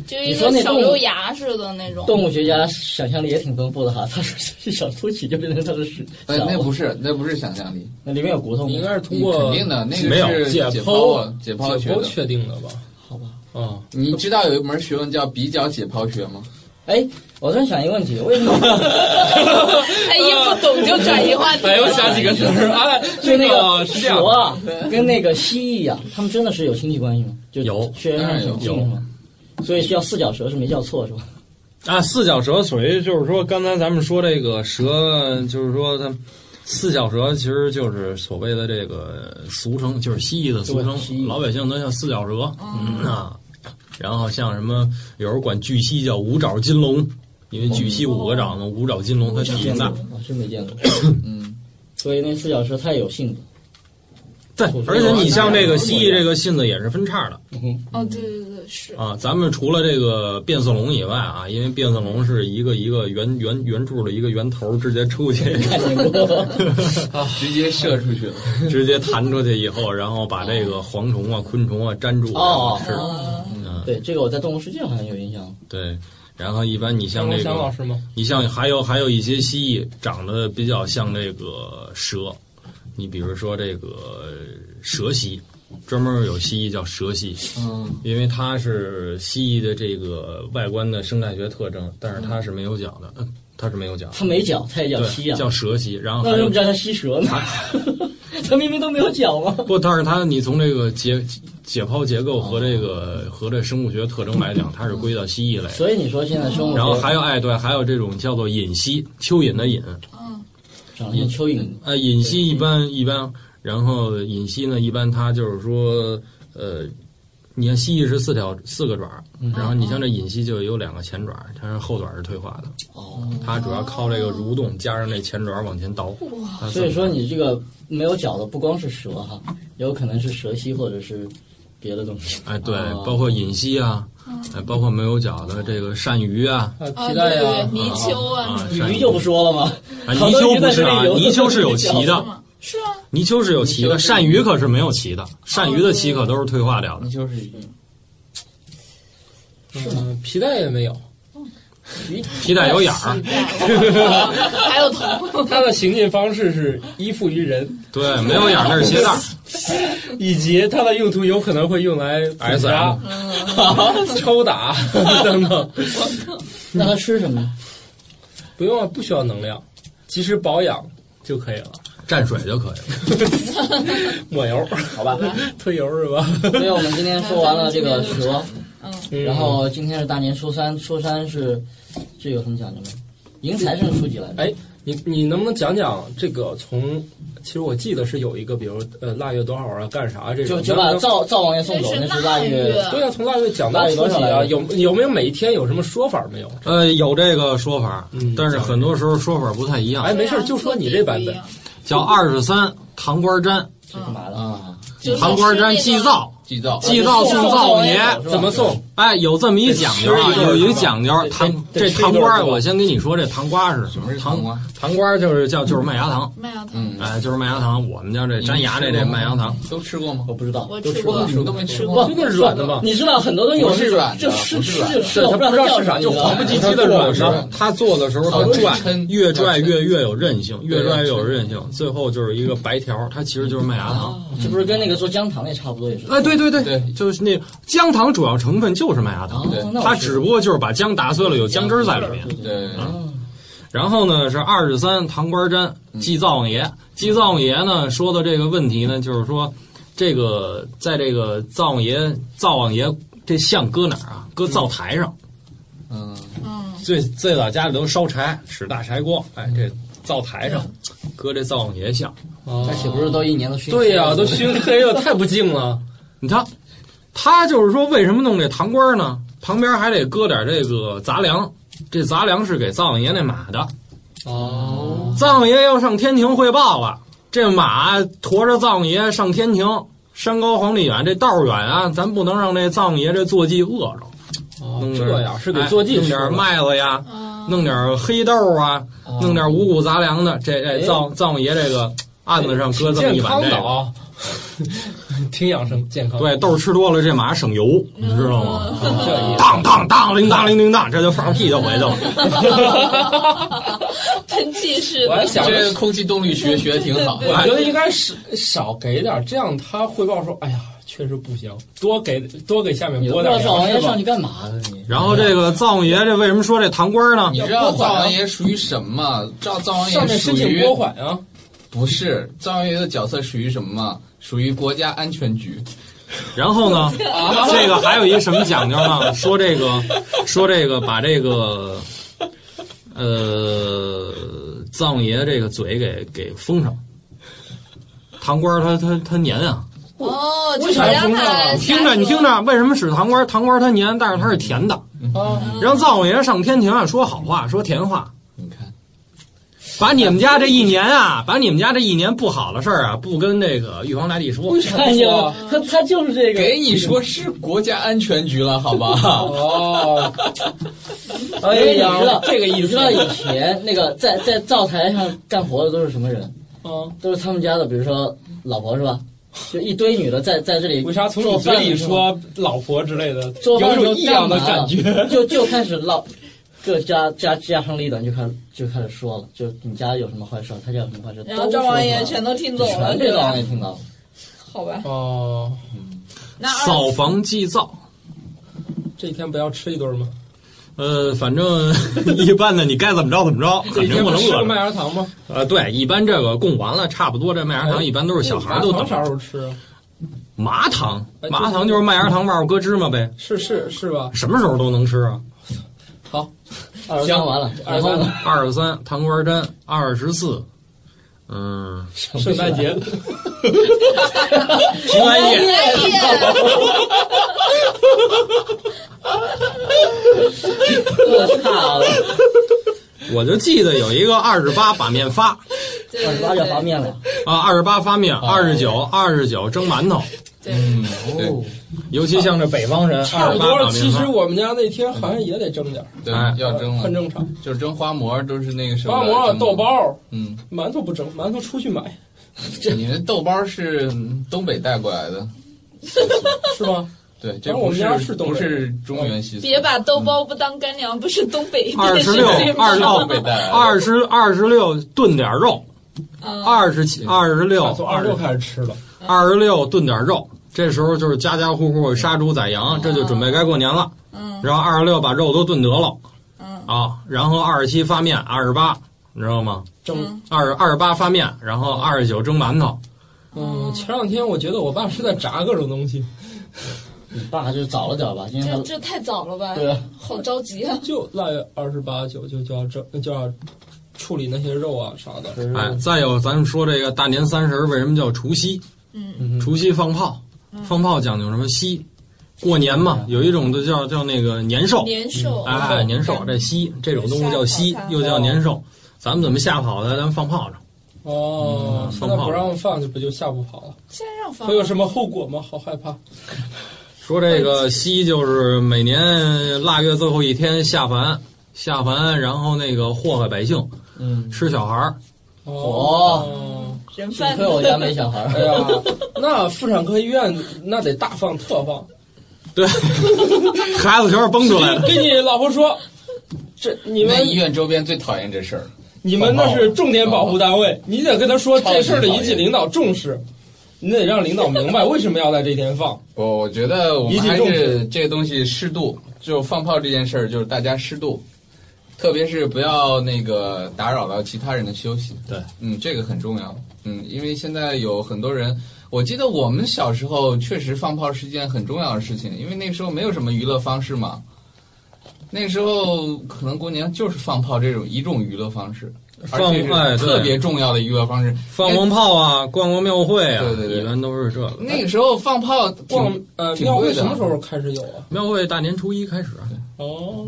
Speaker 6: 就一
Speaker 4: 你说
Speaker 6: 个
Speaker 4: 那
Speaker 6: 小
Speaker 4: 动物
Speaker 6: 瘤牙似的那种。
Speaker 4: 动物学家想象力也挺丰富的哈，他说这小凸起就变成他的是
Speaker 2: 哎，
Speaker 4: 脚，
Speaker 2: 那不是，那不是想象力，
Speaker 4: 那里面有骨头
Speaker 1: 你应
Speaker 4: 吗？
Speaker 1: 该是通
Speaker 2: 你
Speaker 1: 过
Speaker 2: 肯定的，那
Speaker 7: 没有
Speaker 2: 个是
Speaker 1: 解
Speaker 2: 解
Speaker 1: 剖
Speaker 2: 啊解剖学
Speaker 1: 解剖
Speaker 2: 的。
Speaker 1: 确定的吧？
Speaker 4: 好吧。
Speaker 1: 啊，
Speaker 2: 你知道有一门学问叫比较解剖学吗？
Speaker 4: 哎，我突然想一个问题，为什 么
Speaker 6: 哎，一不懂就转移话题
Speaker 1: 哎，又想起个词儿，哎，
Speaker 4: 就那
Speaker 1: 个
Speaker 4: 个
Speaker 1: 是这样
Speaker 4: 蛇，啊，跟那个蜥蜴啊，它们真的是有亲戚关系吗？就
Speaker 7: 有
Speaker 4: 血缘上挺近是吗？所以叫四脚蛇是没叫错是吧？
Speaker 7: 啊，四脚蛇属于就是说，刚才咱们说这个蛇，就是说它四脚蛇其实就是所谓的这个俗称，就是蜥蜴的俗
Speaker 4: 对蜥
Speaker 7: 称，
Speaker 4: 蜴
Speaker 7: 老百姓都叫四脚蛇、嗯、啊。然后像什么，有人管巨蜥叫五爪金龙，因为巨蜥五个爪嘛，五爪金龙它体
Speaker 4: 见
Speaker 7: 型
Speaker 4: 过
Speaker 7: 大
Speaker 4: 吗，我真哦没见过。
Speaker 2: 嗯，
Speaker 4: 所以那四脚蛇太有性子，
Speaker 7: 对，而且你像这个蜥蜴
Speaker 4: 嗯
Speaker 7: 这个性子也是分叉的
Speaker 6: 哦，对对对，是
Speaker 7: 啊。咱们除了这个变色龙以外啊，因为变色龙是一个一个圆圆圆柱的一个圆头直接出去，
Speaker 4: 看见过。
Speaker 2: 直接射出去了。
Speaker 7: 直接弹出去以后，然后把这个蝗虫啊、昆虫啊粘住，然后
Speaker 4: 哦
Speaker 7: 吃。嗯，
Speaker 4: 对，这个我在动物世界好像有印象。
Speaker 7: 对。然后一般你像这
Speaker 1: 祥老
Speaker 7: 个，
Speaker 1: 师吗？
Speaker 7: 你像还有还有一些蜥蜴长得比较像这个蛇，你比如说这个蛇蜥，专门有蜥蜴叫蛇蜥，
Speaker 2: 嗯，
Speaker 7: 因为它是蜥蜴的这个外观的生态学特征，但是它是没有脚的，嗯它是没有脚的，
Speaker 4: 它没脚，它也叫蜥
Speaker 7: 对，
Speaker 4: 啊。
Speaker 7: 叫蛇蜥。然后
Speaker 4: 那
Speaker 7: 还
Speaker 4: 为什
Speaker 7: 有
Speaker 4: 么叫它蜥蛇呢？ 它明明都没有脚吗？
Speaker 7: 不，但是它你从这个解解剖结构和这个和这生物学特征来讲，它是归到蜥蜴类。
Speaker 4: 所以你说现在生物学
Speaker 7: 然后还有哎对，还有这种叫做隐蜥，蚯蚓的蚓，
Speaker 6: 啊
Speaker 4: 长得像蚯蚓，
Speaker 7: 呃，隐蜥一般一般，然后隐蜥呢一般它就是说呃。你看蜥蜴是四条四个爪儿，然后你像这隐蜥就有两个前爪儿，它是后爪儿是退化的，
Speaker 4: 哦，
Speaker 7: 它主要靠这个蠕动加上这前爪儿往前倒。它
Speaker 4: 所以说
Speaker 7: 这么
Speaker 4: 你这个没有脚的不光是蛇哈，有可能是蛇蜥或者是别的东西。
Speaker 7: 哎对
Speaker 4: 哦，
Speaker 7: 包括隐蜥啊，哎包括没有脚的这个鳝鱼啊，
Speaker 1: 啊，
Speaker 6: 啊，
Speaker 1: 皮
Speaker 6: 对
Speaker 1: 带
Speaker 6: 对对
Speaker 1: 呀，，
Speaker 6: 泥鳅
Speaker 7: 啊
Speaker 6: 啊，，
Speaker 7: 鳝
Speaker 4: 鱼就不说了吗？
Speaker 7: 啊，泥鳅不是啊，泥鳅是有鳍
Speaker 6: 是
Speaker 7: 的，
Speaker 6: 吗？是啊，
Speaker 7: 泥鳅是有哦鳍的，鳝鱼可是没有鳍的，鳝鱼的鳍可都是退化掉的
Speaker 2: 你。 就是
Speaker 1: 嗯，皮带也没有。
Speaker 7: 皮带有眼儿，
Speaker 6: 还有头，
Speaker 1: 它的行进方式是依附于人，
Speaker 7: 对，没有眼儿那是鞋 带儿。
Speaker 1: 以及它的用途有可能会用来
Speaker 7: SM
Speaker 1: 杀、
Speaker 4: 啊
Speaker 1: 抽打等等。
Speaker 4: 那它吃什么呢？
Speaker 1: 不用啊，不需要能量，及时保养就可以了。
Speaker 7: 蘸水就可以了。
Speaker 1: 抹油、
Speaker 4: 好 吧，
Speaker 1: 推油是吧？
Speaker 4: 所以我们今天说完了这个蛇，
Speaker 1: 嗯
Speaker 4: 然后今天是大年初三，初三是这个很讲究吗？迎财神初几来着？
Speaker 1: 哎你你能不能讲讲这个从？其实我记得是有一个，比如呃腊月多少啊，干啥这种的。
Speaker 4: 就就把灶灶王爷送走，那
Speaker 6: 这
Speaker 4: 是
Speaker 6: 是
Speaker 4: 腊
Speaker 6: 腊
Speaker 4: 月
Speaker 6: 月。
Speaker 1: 对啊，从腊月讲到
Speaker 4: 腊月
Speaker 1: 初
Speaker 4: 多
Speaker 1: 几
Speaker 4: 少
Speaker 1: 啊？
Speaker 4: 来着
Speaker 1: 有有没有每一天有什么说法没有？
Speaker 7: 呃，有这个说法
Speaker 1: 嗯，哎
Speaker 7: 但是很多时候说法不太一样
Speaker 6: 啊
Speaker 1: 哎，。没事，就说你这版本。
Speaker 7: 叫二十三糖瓜粘。
Speaker 4: 这干嘛的
Speaker 2: 啊？
Speaker 6: 嗯
Speaker 7: 糖瓜粘祭灶，
Speaker 2: 祭灶
Speaker 7: 祭灶啊送灶爷
Speaker 1: 怎么送？
Speaker 7: 哎，有这么一讲究
Speaker 1: 得
Speaker 7: 啊，
Speaker 1: 吃一顿
Speaker 7: 有一个讲究，
Speaker 1: 得
Speaker 7: 糖
Speaker 1: 得
Speaker 7: 这
Speaker 1: 吃一
Speaker 7: 糖
Speaker 1: 顿
Speaker 7: 瓜，
Speaker 1: 是吧
Speaker 7: 我先跟你说，这糖瓜是什么？糖瓜，糖瓜就是叫就是麦芽糖，
Speaker 6: 麦芽糖，
Speaker 2: 啊嗯，
Speaker 7: 哎，就是麦芽糖，我们叫这粘
Speaker 1: 嗯
Speaker 7: 牙这这麦芽糖，
Speaker 2: 都吃过吗？
Speaker 4: 我不知道，
Speaker 6: 我
Speaker 4: 都
Speaker 6: 吃
Speaker 4: 过
Speaker 6: 过
Speaker 2: 你。们都没吃过啊
Speaker 4: 不，
Speaker 2: 吗？
Speaker 1: 那是软的吧
Speaker 4: 你知道很多东西我
Speaker 2: 不是软的
Speaker 4: 就吃
Speaker 2: 不是
Speaker 4: 吃
Speaker 2: 软的
Speaker 4: 就吃了，我
Speaker 7: 它
Speaker 4: 不知
Speaker 7: 不知
Speaker 4: 道它叫
Speaker 7: 道是
Speaker 4: 啥，
Speaker 7: 啥，就黄不
Speaker 4: 唧
Speaker 7: 唧
Speaker 4: 唧
Speaker 7: 唧的软
Speaker 2: 它做的时候。
Speaker 7: 的它做的时候，
Speaker 2: 好
Speaker 7: 它
Speaker 2: 多
Speaker 7: 拽
Speaker 2: 抻，
Speaker 7: 越拽
Speaker 2: 抻
Speaker 7: 越越有韧性，越
Speaker 2: 对
Speaker 7: 拽越有
Speaker 2: 抻
Speaker 7: 韧性，最后就是一个白条儿，它其实就是麦芽糖。
Speaker 4: 啊这不是跟那个做姜糖那差不多也是？啊
Speaker 7: 哎，对对对，啊
Speaker 2: 对
Speaker 7: 就是那姜糖主要成分就是麦芽糖，
Speaker 4: 哦那我
Speaker 7: 它
Speaker 4: 知
Speaker 7: 只不过就是把姜打碎了，有姜汁儿在里面。
Speaker 2: 对，
Speaker 7: 然后呢是二十三糖瓜粘祭灶王爷，祭灶王爷呢说的这个问题呢，就是说这个在这个灶王爷灶王爷这像搁哪儿啊？搁灶台上。
Speaker 2: 嗯，
Speaker 6: 嗯，
Speaker 7: 最最早家里都烧柴，使大柴锅，哎，
Speaker 1: 嗯
Speaker 7: 这灶台上搁这灶王爷像。
Speaker 4: 它岂不是都一年都熏？
Speaker 1: 对呀、都熏黑了，太不敬了。
Speaker 7: 你看，他就是说为什么弄这糖瓜儿呢？旁边还得搁点这个杂粮，这杂粮是给灶王爷那马的。
Speaker 1: 哦，
Speaker 7: 灶王爷要上天庭汇报了，这马驮着灶王爷上天庭，山高皇帝远，这道儿远啊，咱不能让这灶王爷这坐骑饿着。弄点
Speaker 1: 哦这样是给坐骑
Speaker 7: 哎弄
Speaker 1: 吃
Speaker 7: 点
Speaker 1: 的。
Speaker 7: 麦子呀，
Speaker 6: 啊
Speaker 7: 弄点黑豆啊，弄点五谷杂粮的。这这灶灶王爷这个案子上搁这么
Speaker 1: 健
Speaker 7: 一碗
Speaker 1: 康
Speaker 7: 这
Speaker 1: 的
Speaker 7: 个，
Speaker 1: 啊，挺养生健康。
Speaker 7: 对，豆吃多了这马省油，你知道吗？
Speaker 1: 这也
Speaker 7: 当当当，铃当铃铃当，这就放屁就回去了。
Speaker 6: 喷气式
Speaker 1: 我还
Speaker 6: 的，
Speaker 1: 想着
Speaker 2: 这个空气动力学学的挺好。
Speaker 1: 我觉得应该是少给点儿，这样他汇报说：“哎呀，确实不行，多给多给下面
Speaker 4: 你都
Speaker 1: 拨
Speaker 4: 不知
Speaker 1: 点
Speaker 4: 道
Speaker 1: 儿
Speaker 4: 灶王
Speaker 1: 粮
Speaker 4: 爷
Speaker 1: 食
Speaker 4: 上
Speaker 1: 吧
Speaker 4: 去。干嘛的你？
Speaker 7: 然后这个灶王爷这为什么说这糖官呢
Speaker 2: 你？知道灶王爷属于什么吗？知道灶”王
Speaker 1: 上
Speaker 2: 爷
Speaker 1: 面
Speaker 2: 属
Speaker 1: 申请
Speaker 2: 于
Speaker 1: 拨款啊，
Speaker 2: 不是灶王爷的角色属于什么吗？属于国家安全局。
Speaker 7: 然后呢，这个还有一个什么讲究呢？说这个，说这个，把这个，呃，灶王爷这个嘴给给封上。糖官他他他粘啊，
Speaker 6: 哦，就是
Speaker 1: 啥
Speaker 6: 让
Speaker 1: 不知道啊
Speaker 6: 它
Speaker 7: 听着，你听着，为什么使糖官？糖官它粘，但是它是甜的。
Speaker 4: 嗯
Speaker 7: 让灶王爷上天庭啊，说好话，说甜话。
Speaker 2: 你看，
Speaker 7: 把你们家这一年啊，把你们家这一年不好的事儿啊，不跟这个玉皇大帝说。
Speaker 4: 看见了，他他就是这个。
Speaker 2: 给 你说是国家安全局了，好吧？
Speaker 1: 哦，
Speaker 4: 哎
Speaker 1: 哎
Speaker 4: 呀，你知
Speaker 1: 呀
Speaker 4: 道，
Speaker 1: 这个意
Speaker 4: 你知
Speaker 1: 思。
Speaker 4: 道以前那个在在灶台上干活的都是什么人？
Speaker 1: 嗯，
Speaker 4: 都是他们家的，比如说老婆是吧？就一堆女的在在这里
Speaker 1: 为啥从
Speaker 4: 做
Speaker 1: 你
Speaker 4: 饭
Speaker 1: 嘴
Speaker 4: 的时候
Speaker 1: 里说老婆之类的，
Speaker 4: 做
Speaker 1: 有
Speaker 4: 饭的时候
Speaker 1: 种异样的感觉？
Speaker 4: 干嘛了 就就开始唠，各家家家长里短就开始就开始说了，就你家有什么坏事儿，他家有什么坏事儿，
Speaker 6: 然后灶王爷全
Speaker 4: 都
Speaker 6: 都听
Speaker 4: 说
Speaker 6: 懂
Speaker 4: 出来
Speaker 6: 了，
Speaker 4: 全被
Speaker 6: 是
Speaker 4: 灶王
Speaker 6: 吧
Speaker 4: 爷？听到了。
Speaker 6: 好吧，
Speaker 1: 哦，
Speaker 6: 那
Speaker 7: 扫
Speaker 6: 二
Speaker 7: 房祭灶，
Speaker 1: 这一天不要吃一顿吗？
Speaker 7: 呃，反正 一般的你该怎么着怎么着，
Speaker 1: 这
Speaker 7: 肯
Speaker 1: 一
Speaker 7: 定
Speaker 1: 天
Speaker 7: 不
Speaker 1: 不
Speaker 7: 能
Speaker 1: 吃
Speaker 7: 饿
Speaker 1: 个麦
Speaker 7: 着。
Speaker 1: 芽糖吗？
Speaker 7: 呃，对，一般这个供完了，差不多这麦芽糖一般都是小孩儿都
Speaker 1: 麻
Speaker 7: 等
Speaker 1: 糖啥时候吃啊？
Speaker 7: 麻糖，
Speaker 1: 哎
Speaker 7: 麻糖就是麦芽糖外边搁芝麻呗，
Speaker 1: 是是是吧？
Speaker 7: 什么时候都能吃啊。
Speaker 4: 二十三完了，然
Speaker 1: 嗯
Speaker 4: 后呢？
Speaker 7: 二十三糖瓜粘，二十四，嗯，
Speaker 1: 圣诞节
Speaker 7: 平安夜。
Speaker 4: 我操！
Speaker 7: 我就记得有一个二十八把面发
Speaker 4: 二十八要发面了，
Speaker 7: 啊，二十八发面，二十九二十九蒸馒头，
Speaker 6: 对，
Speaker 2: 嗯
Speaker 4: 哦
Speaker 2: 对
Speaker 7: 尤其像这北方人，
Speaker 1: 差不
Speaker 7: 二十
Speaker 1: 多
Speaker 7: 八
Speaker 1: 了。
Speaker 7: 把
Speaker 1: 其
Speaker 7: 面
Speaker 1: 实
Speaker 7: 发。
Speaker 1: 我们家那天好像也得蒸点儿，
Speaker 2: 对
Speaker 7: 哎，
Speaker 2: 要蒸
Speaker 1: 很
Speaker 2: 了，
Speaker 1: 正常。
Speaker 2: 就是蒸花馍，都是那个什么
Speaker 1: 花馍、
Speaker 2: 蒸的
Speaker 1: 豆，包、
Speaker 2: 嗯，
Speaker 1: 馒头不蒸，馒头出去买
Speaker 2: 你那豆包是东北带过来的，
Speaker 1: 是 吗？
Speaker 2: 对，这
Speaker 1: 反正我
Speaker 2: 不
Speaker 1: 们家
Speaker 2: 是
Speaker 1: 是东
Speaker 2: 不
Speaker 1: 北
Speaker 2: 是中原习俗，
Speaker 6: 别把豆包不当干粮，不是东北
Speaker 7: 二十六二十
Speaker 2: 东
Speaker 7: 六
Speaker 2: 北带来的
Speaker 7: 二十二十六炖点肉，
Speaker 6: 啊，
Speaker 7: 二十七二十六
Speaker 1: 哦从二十六开始吃了。
Speaker 7: 二十六炖点肉，这时候就是家家户户杀猪宰羊，这就准备该过年了。
Speaker 6: 嗯
Speaker 7: 然后二十六把肉都炖得了
Speaker 6: 嗯
Speaker 7: 啊，然后二十七发面，二十八你知道吗？
Speaker 6: 嗯
Speaker 1: 蒸，
Speaker 7: 二二十八发面，然后二十九蒸馒头。
Speaker 1: 嗯，前两天我觉得我爸是在炸各种东西，
Speaker 4: 你爸就早了点吧，因为
Speaker 6: 这
Speaker 4: 他
Speaker 6: 这太早了吧？
Speaker 4: 对啊，
Speaker 6: 好着急啊！
Speaker 1: 就腊月二十八九就就要蒸，就要处理那些肉啊啥的。
Speaker 2: 嗯
Speaker 4: 就是
Speaker 7: 哎，再有咱们说这个大年三十为什么叫除夕？
Speaker 6: 嗯，
Speaker 7: 除夕放炮，放炮讲究什么夕？过年嘛，
Speaker 2: 嗯
Speaker 7: 有一种就叫叫那个年兽，
Speaker 6: 年兽，
Speaker 2: 啊
Speaker 6: 嗯
Speaker 7: 哎，
Speaker 2: 哦
Speaker 7: 年兽这夕这种动物叫夕，又叫年兽。咱们怎么吓跑它？咱们放炮仗。
Speaker 1: 哦，现在
Speaker 7: 放炮
Speaker 1: 不让放，就不就吓不跑了？
Speaker 6: 现在让放
Speaker 1: 会有什么后果吗？好害怕。
Speaker 7: 说这个西就是每年腊月最后一天下凡，下凡然后那个祸害百姓，
Speaker 1: 嗯，
Speaker 7: 吃小孩儿。
Speaker 1: 哦，
Speaker 6: 人
Speaker 4: 幸亏我 家没小孩儿
Speaker 1: 哎呀，那妇产科医院那得大放特放，
Speaker 7: 对，孩子全是崩出 来的。
Speaker 1: 给你老婆说，这你们
Speaker 2: 那医院周边最讨厌这事儿，
Speaker 1: 你们那是重点保护单位，你得跟他说
Speaker 2: 超级
Speaker 1: 这事儿得
Speaker 2: 讨厌
Speaker 1: 引起领导重视，你得让领导明白为什么要在这一天放。
Speaker 2: 我我觉得我
Speaker 1: 引
Speaker 2: 们
Speaker 1: 起
Speaker 2: 还
Speaker 1: 重
Speaker 2: 是
Speaker 1: 视
Speaker 2: 这个东西适度，就放炮这件事儿，就是大家适度，特别是不要那个打扰到其他人的休息。
Speaker 7: 对，
Speaker 2: 嗯，这个很重要。嗯，因为现在有很多人，我记得我们小时候确实放炮是一件很重要的事情，因为那时候没有什么娱乐方式嘛。那时候可能过年就是放炮这种一种娱乐方式，而
Speaker 7: 放
Speaker 2: 且是
Speaker 7: 哎对
Speaker 2: 特别重要的娱乐方式。
Speaker 7: 放放炮啊，逛逛庙会啊，
Speaker 2: 对对对
Speaker 7: 一般都是这个。
Speaker 2: 那个时候放炮
Speaker 1: 逛
Speaker 2: 挺
Speaker 1: 呃
Speaker 2: 挺
Speaker 1: 庙
Speaker 2: 贵
Speaker 1: 会
Speaker 2: 的
Speaker 1: 什么时候开始有啊？
Speaker 7: 庙会大年初一开始，啊
Speaker 1: 哦，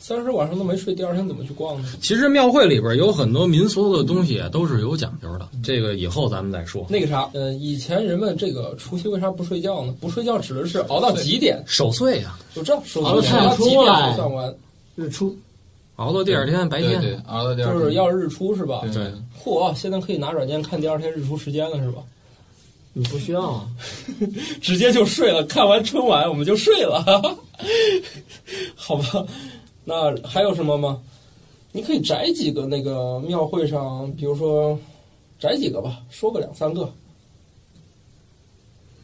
Speaker 1: 三十晚上都没睡，第二天怎么去逛呢？
Speaker 7: 其实庙会里边有很多民俗的东西啊都是有讲究的，这个以后咱们再说。
Speaker 1: 那个啥，呃，以前人们这个除夕为啥不睡觉呢？不睡觉指的是熬到几点？
Speaker 7: 守岁呀、
Speaker 1: 就这样，守
Speaker 4: 熬
Speaker 1: 到
Speaker 4: 到太阳
Speaker 1: 几
Speaker 4: 出
Speaker 1: 点
Speaker 4: 来
Speaker 1: 才算完？日出
Speaker 7: 熬到第二天白
Speaker 2: 对
Speaker 7: 天。
Speaker 2: 对，熬到第二
Speaker 1: 就是
Speaker 2: 天
Speaker 1: 要日出是吧？
Speaker 2: 对
Speaker 7: 对
Speaker 1: 嚯，现在可以拿软件看第二天日出时间了是吧？
Speaker 10: 你不需要啊。
Speaker 1: 直接就睡了，看完春晚我们就睡了， 好吧？那还有什么吗？你可以摘几个那个庙会上，比如说摘几个吧，说个两三个，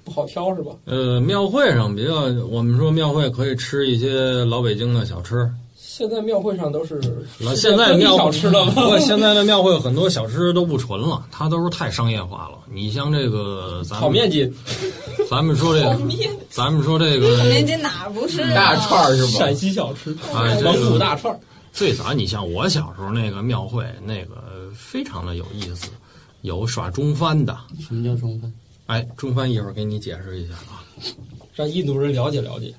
Speaker 1: 不好挑是吧？
Speaker 7: 呃，庙会上比较，我们说庙会可以吃一些老北京的小吃。
Speaker 1: 现在庙会上都是
Speaker 7: 老现在庙
Speaker 1: 小吃了吗？
Speaker 7: 不过现在的庙会很多小吃都不纯了，它都是太商业化了。你像这个咱
Speaker 1: 炒
Speaker 7: 们
Speaker 1: 面筋，
Speaker 7: 咱们说这个，咱们说这个，
Speaker 3: 人家哪不是
Speaker 2: 大
Speaker 3: 啊？
Speaker 2: 串儿是吧？
Speaker 1: 陕西小吃，
Speaker 7: 哎这个
Speaker 1: 蒙古大串儿，
Speaker 7: 最早你像我小时候那个庙会，那个非常的有意思，有耍中翻的。
Speaker 4: 什么叫中分？
Speaker 7: 哎，中翻一会儿给你解释一下啊。
Speaker 1: 让印度人了解了解。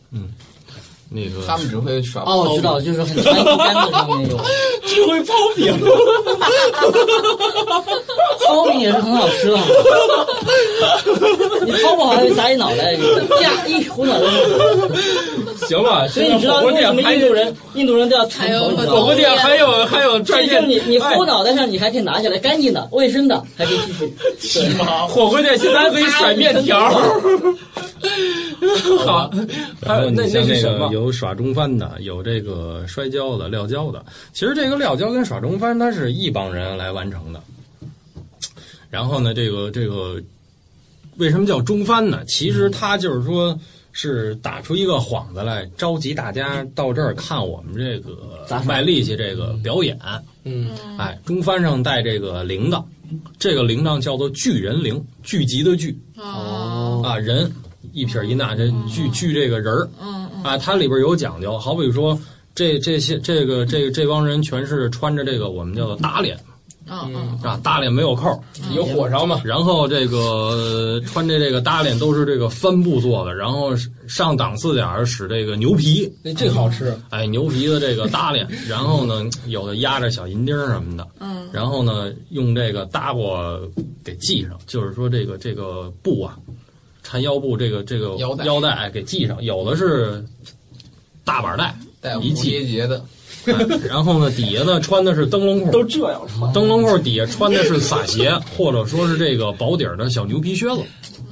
Speaker 7: 那个
Speaker 2: 他们只会耍
Speaker 4: 哦，我知道，就是很长一杆子上面有，
Speaker 1: 只会泡饼，
Speaker 4: 糙米也是很好吃的。你掏不好还得砸一脑袋，你啪一胡脑袋。
Speaker 1: 行吧？
Speaker 4: 所以你知
Speaker 1: 现在
Speaker 4: 道
Speaker 1: 火锅
Speaker 4: 为什
Speaker 1: 店
Speaker 4: 么
Speaker 1: 还
Speaker 4: 印度人印度人都要缠头，你知
Speaker 1: 火
Speaker 4: 道
Speaker 1: 锅
Speaker 4: 吗？
Speaker 1: 店还有还有
Speaker 4: 这
Speaker 1: 专
Speaker 4: 就是
Speaker 1: 业，
Speaker 4: 你你
Speaker 1: 哎
Speaker 4: 糊脑袋上，你还可以拿下来，干净的、卫生的，还可以继续。对，
Speaker 1: 火锅店现在还可以甩面条 儿。好，还
Speaker 7: 然后
Speaker 1: 有那
Speaker 7: 你像
Speaker 1: 是
Speaker 7: 那
Speaker 1: 什
Speaker 7: 个
Speaker 1: 么？
Speaker 7: 有耍中翻的，有这个摔跤的、撂跤的。其实这个撂跤跟耍中翻，它是一帮人来完成的。然后呢，这个这个为什么叫中翻呢？其
Speaker 1: 嗯
Speaker 7: 实它就是说是打出一个幌子来，召集大家到这儿看我们这
Speaker 4: 杂耍
Speaker 7: 个卖力气这个表演。
Speaker 1: 嗯，
Speaker 7: 哎，中翻上带这个铃铛，这个铃铛叫做聚人铃，聚集的聚
Speaker 6: 哦，
Speaker 7: 啊，人一撇一捺，这聚聚这个人儿。
Speaker 6: 嗯嗯
Speaker 7: 啊，它里边有讲究，好比说这这些这个这这帮人全是穿着这个我们叫做打脸
Speaker 6: 嗯嗯，
Speaker 7: 啊，打脸没有扣，
Speaker 1: 有火烧吗？
Speaker 7: 然后这个呃穿着这个打脸都是这个帆布做的，然后上档次点儿使这个牛皮，
Speaker 1: 那这个好吃。
Speaker 7: 哎，牛皮的这个打脸，然后呢有的压着小银钉儿什么的，
Speaker 6: 嗯，
Speaker 7: 然后呢用这个搭过给系上，就是说这个这个布啊，缠腰布这个这个
Speaker 2: 腰带
Speaker 7: 腰带哎给系上，有的是大板带。
Speaker 2: 带蝴
Speaker 7: 一季
Speaker 2: 蝶结的，
Speaker 7: 然后呢，底下呢穿的是灯笼裤，
Speaker 1: 都这样穿，
Speaker 7: 灯笼裤底下穿的是洒鞋，或者说是这个薄底儿的小牛皮靴子。哦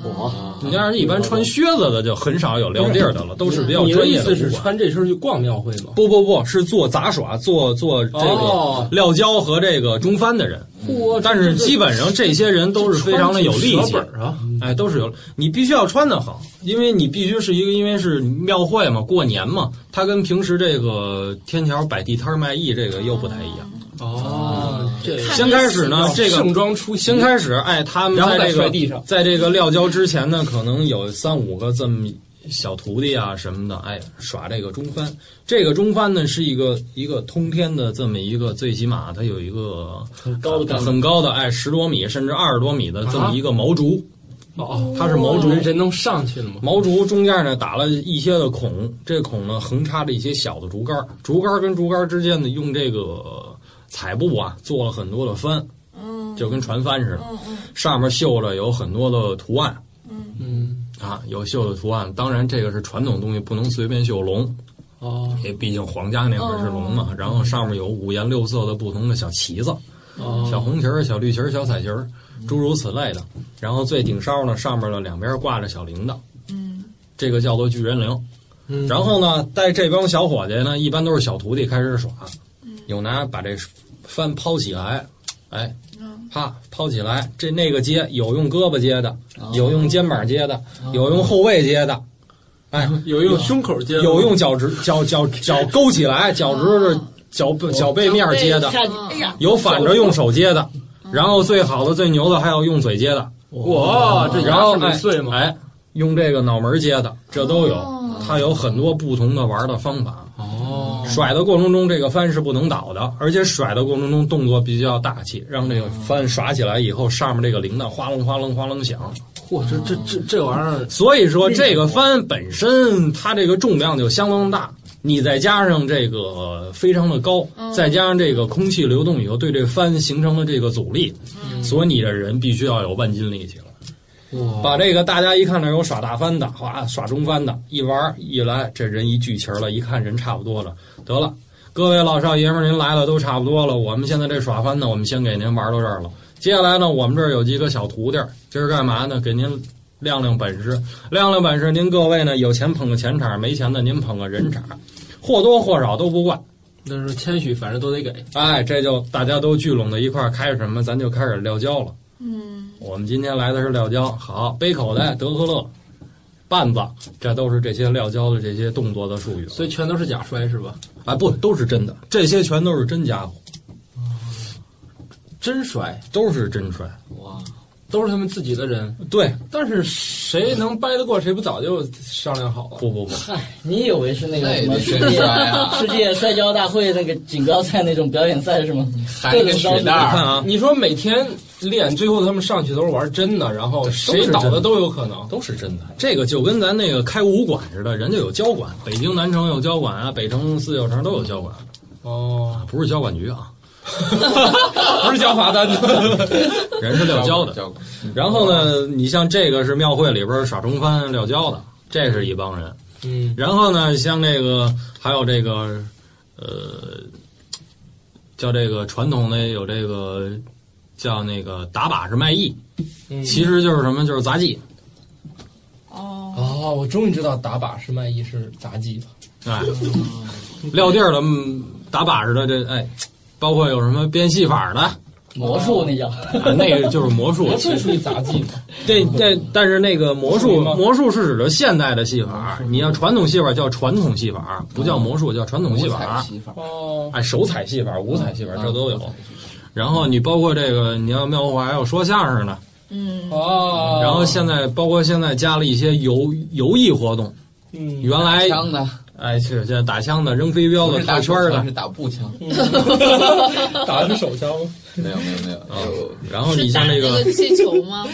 Speaker 4: 我
Speaker 7: 你要是一般穿靴子的，就很少有撂地儿的了，都是比较
Speaker 1: 你的
Speaker 7: 专
Speaker 1: 意
Speaker 7: 业
Speaker 1: 思
Speaker 7: 的啊
Speaker 1: 是
Speaker 7: 武馆。
Speaker 1: 穿这身去逛庙会吗？
Speaker 7: 不不不，是做杂耍、做做这
Speaker 1: 哦
Speaker 7: 个撂跤和这个中翻的人，但是基本上这些人都是非常的有力气
Speaker 1: 这，本啊，
Speaker 7: 哎，都是有你必须要穿的好，因为你必须是一个，因为是庙会嘛，过年嘛，它跟平时这个天桥摆地摊儿卖艺这个又不太一样。
Speaker 1: 哦，这
Speaker 7: 先开始呢，这个
Speaker 1: 盛装出席
Speaker 7: 先开始，哎，他们
Speaker 1: 然后
Speaker 7: 在
Speaker 1: 再
Speaker 7: 这个
Speaker 1: 摔地上
Speaker 7: 在这个撂跤之前呢，可能有三五个这么小徒弟啊什么的，哎，耍这个中翻。这个中翻呢是一个一个通天的这么一个，最起码它有一个
Speaker 4: 很高的感觉。
Speaker 7: 很高的，哎，十多米甚至二十多米的这
Speaker 1: 啊
Speaker 7: 么一个毛竹，
Speaker 1: 哦，
Speaker 7: 它是毛竹。
Speaker 1: 人人能上去了吗？
Speaker 7: 毛竹中间呢打了一些的孔，这孔呢横插着一些小的竹竿儿，呃竹竿儿跟竹竿儿之间呢用这个彩布啊做了很多的翻，
Speaker 6: 嗯
Speaker 7: 就跟船帆似的，
Speaker 11: 嗯嗯
Speaker 7: 上面绣着有很多的图案
Speaker 11: 嗯
Speaker 1: 嗯
Speaker 7: 啊，有绣的图案。当然，这个是传统东西，不能随便绣龙。
Speaker 1: 哦，
Speaker 7: 也毕竟皇家那会儿是龙
Speaker 11: 哦
Speaker 7: 嘛，然后上面有五颜六色的不同的小旗子，
Speaker 1: 哦
Speaker 7: 小红旗儿、小绿旗儿、小彩旗儿，
Speaker 11: 嗯
Speaker 7: 诸如此类的。然后最顶梢呢，上面呢两边挂着小铃铛，
Speaker 11: 嗯
Speaker 7: 这个叫做巨人铃。
Speaker 1: 嗯
Speaker 7: 然后呢，带这帮小伙计呢，一般都是小徒弟开始耍，有拿把这帆抛起来，哎，啪抛起来，这那个接有用胳膊接的，
Speaker 2: 哦啊
Speaker 7: 有用肩膀接的，有用后背接的，哎，
Speaker 1: 有用胸口接的
Speaker 7: 有用脚趾脚脚脚勾起来，脚趾是脚背脚背面接的，
Speaker 4: 哎呀，
Speaker 7: 有反着用手接的，然后最好的最牛的还有用嘴接的，
Speaker 1: 哇这牙
Speaker 7: 然后
Speaker 1: 齿得
Speaker 7: 哎
Speaker 1: 碎吗
Speaker 7: 哎，用这个脑门接的，这都有，
Speaker 6: 哦
Speaker 7: 它有很多不同的玩的方法。
Speaker 1: 哦
Speaker 7: 甩的过程中，这个帆是不能倒的，而且甩的过程中动作比较大气，让这个帆耍起来以后，上面这个铃铛哗楞哗楞哗楞响。
Speaker 1: 嚯，这这这这玩意儿，
Speaker 7: 所以说，这个帆本身它这个重量就相当大，你再加上这个呃非常的高，再加上这个空气流动以后对这帆形成了这个阻力，所以你的人必须要有万斤力气了。
Speaker 1: 哇，
Speaker 7: 把这个大家一看这有耍大翻的，哗耍中翻的，一玩一来，这人一聚齐儿了，一看人差不多了，得了，各位老少爷们儿您来了都差不多了，我们现在这耍翻呢，我们先给您玩到这儿了。接下来呢，我们这儿有几个小徒弟儿，这是干嘛呢？给您亮亮本事，亮亮本事。您各位呢，有钱捧个钱场，没钱的您捧个人场，或多或少都不怪。
Speaker 1: 那是谦虚，反正都得给。
Speaker 7: 哎，这就大家都聚拢到一块儿，开什么咱就开始撂跤了。
Speaker 11: 嗯
Speaker 7: 我们今天来的是料椒，好，背口袋、德克勒、绊子，这都是这些料椒的这些动作的术语。
Speaker 1: 所以全都是假摔是吧？
Speaker 7: 啊，不，都是真的，这些全都是真家伙，
Speaker 1: 真摔
Speaker 7: 都是真摔。
Speaker 1: 哇，都是他们自己的人。
Speaker 7: 对，
Speaker 1: 但是谁能掰得过谁，不早就商量好了？
Speaker 7: 不不不，
Speaker 4: 你以为是那个
Speaker 2: 那也
Speaker 1: 哎
Speaker 4: 什么
Speaker 2: 得
Speaker 4: 世
Speaker 2: 真
Speaker 4: 界
Speaker 2: 摔啊
Speaker 4: 世界摔跤大会那个锦标赛那种表演赛是吗？
Speaker 2: 含一个
Speaker 4: 各种
Speaker 2: 雪
Speaker 4: 招
Speaker 2: 袋
Speaker 4: 式
Speaker 7: 看
Speaker 2: 儿，
Speaker 7: 啊，
Speaker 1: 你说每天练，最后他们上去都是玩真的，然后谁
Speaker 7: 真的
Speaker 1: 倒的都有可能。
Speaker 7: 都是真的。这个就跟咱那个开武馆似的，人家有交管，北京南城有交管啊，北城四九城都有交管，
Speaker 1: 哦，
Speaker 7: 不是交管局啊，
Speaker 1: 不是交罚单的。
Speaker 7: 人是料椒的。
Speaker 2: 教过
Speaker 7: 然后呢，你像这个是庙会里边耍中翻撂跤的，这是一帮人。
Speaker 1: 嗯，
Speaker 7: 然后呢，像这个还有这个，呃，叫这个传统的有这个叫那个打把式卖艺，
Speaker 1: 嗯
Speaker 7: 其实就是什么，就是杂技。
Speaker 11: 哦
Speaker 1: 哦，我终于知道打靶是卖艺是杂技了。
Speaker 7: 哎，
Speaker 2: 嗯
Speaker 7: 撂地儿的、嗯打把式的这哎，包括有什么变戏法 的，
Speaker 4: 魔术那叫，
Speaker 7: 啊那个就是魔术。
Speaker 1: 这属于杂技 吗？
Speaker 7: 这这，但是那个魔术，魔术是指的现代的戏法。你要传统戏法叫传统戏法，不叫魔术，叫传统戏
Speaker 2: 五
Speaker 7: 法
Speaker 2: 彩。戏法，
Speaker 1: 哦，
Speaker 7: 哎，手彩戏法、五彩戏法这都有
Speaker 2: 啊。
Speaker 7: 嗯然后你包括这个，你要庙会还有说相声的，
Speaker 11: 嗯
Speaker 1: 哦，
Speaker 7: 然后现在包括现在加了一些游游艺活动。
Speaker 1: 嗯，
Speaker 7: 原来
Speaker 2: 枪的，
Speaker 7: 哎是现在打枪的、扔飞镖
Speaker 2: 不
Speaker 7: 的、
Speaker 2: 是打
Speaker 7: 跳圈
Speaker 2: 手枪
Speaker 7: 的，
Speaker 2: 是打步枪，
Speaker 1: 打的是手枪吗？
Speaker 2: 没有没有没
Speaker 7: 啊
Speaker 2: 有，有
Speaker 7: 然后你
Speaker 6: 是打
Speaker 7: 像
Speaker 6: 那
Speaker 7: 这个
Speaker 6: 个气球 吗？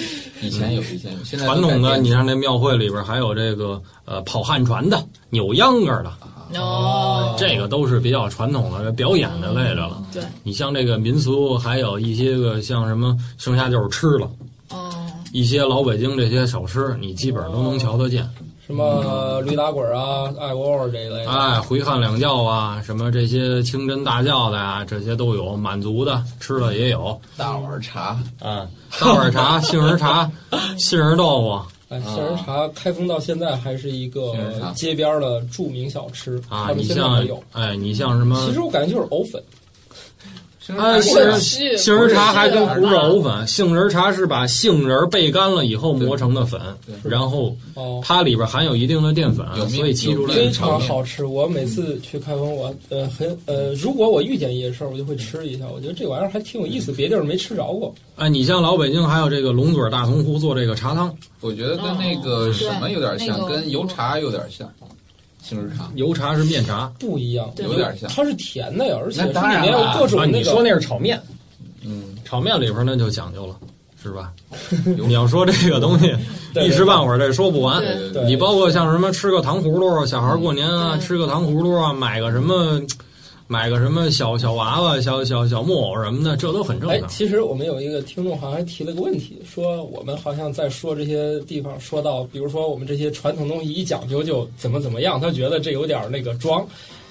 Speaker 2: 以前有以前有，现在都
Speaker 7: 传统
Speaker 2: 改
Speaker 7: 的，
Speaker 2: 变
Speaker 7: 你像那庙会里边还有这个呃跑旱船的、扭秧歌的，
Speaker 6: 哦，嗯
Speaker 7: 这个都是比较传统的表演的类的了。
Speaker 6: 对，
Speaker 7: 你像这个民俗，还有一些个像什么，剩下就是吃了，
Speaker 6: 哦，
Speaker 7: 一些老北京这些小吃，你基本上都能瞧得见。
Speaker 1: 什么
Speaker 7: 嗯
Speaker 1: 驴打滚啊、爱窝窝这一类的。
Speaker 7: 哎，回汉两教啊，什么这些清真大教的呀、这些都有，满族的吃的也有
Speaker 2: 大碗茶，
Speaker 7: 啊，大碗茶、杏仁茶、杏仁豆腐啊
Speaker 1: 哎，杏仁茶开封到现在还是一
Speaker 2: 杏仁茶
Speaker 1: 个街边的著名小吃，他
Speaker 7: 啊，
Speaker 1: 们
Speaker 7: 你
Speaker 1: 现在还
Speaker 7: 像
Speaker 1: 有。
Speaker 7: 哎，你像什么？
Speaker 1: 其实我感觉就是藕粉，
Speaker 7: 哎，杏仁
Speaker 6: 是
Speaker 7: 杏仁茶还真不
Speaker 6: 不
Speaker 7: 是
Speaker 6: 是
Speaker 7: 藕粉，杏仁茶是把杏仁焙干了以后磨成的粉，
Speaker 2: 对
Speaker 7: 然后
Speaker 1: 哦，
Speaker 7: 它里边含有一定的淀粉
Speaker 2: 有，面
Speaker 7: 所以沏出
Speaker 2: 有
Speaker 7: 来
Speaker 1: 非
Speaker 7: 的
Speaker 2: 面
Speaker 1: 常好吃。我每次去开封，我呃很呃，如果我遇见夜市，我就会吃一下。我觉得这玩意儿还挺有意思，别地儿没吃着过。
Speaker 7: 哎，你像老北京还有这个龙嘴大铜壶做这个茶汤，
Speaker 2: 我觉得跟那个什么有点像，
Speaker 6: 对
Speaker 2: 跟油茶有点像，杏仁茶
Speaker 7: 油茶是面茶。
Speaker 1: 不一样，
Speaker 6: 对
Speaker 2: 有点像，
Speaker 1: 它是甜的呀，而且是
Speaker 2: 那当
Speaker 1: 里
Speaker 2: 然
Speaker 1: 面有
Speaker 2: 了
Speaker 1: 各种
Speaker 7: 啊，
Speaker 1: 那
Speaker 7: 你
Speaker 1: 个。
Speaker 7: 说那是炒面，
Speaker 2: 嗯，
Speaker 7: 炒面里边那就讲究了，是吧？你要说这个东西，
Speaker 1: 对
Speaker 7: 一时半会儿这说不完。
Speaker 6: 对
Speaker 2: 对
Speaker 1: 对
Speaker 7: 你包括像什么吃个糖葫芦，小孩过年啊，
Speaker 6: 对
Speaker 7: 吃个糖葫芦啊，买个什么，买个什么小小娃娃、小小小木偶什么的，这都很正
Speaker 1: 哎
Speaker 7: 常，。
Speaker 1: 其实我们有一个听众好像还提了个问题，说我们好像在说这些地方，说到比如说我们这些传统东西一讲究就怎么怎么样，他觉得这有点儿那个装。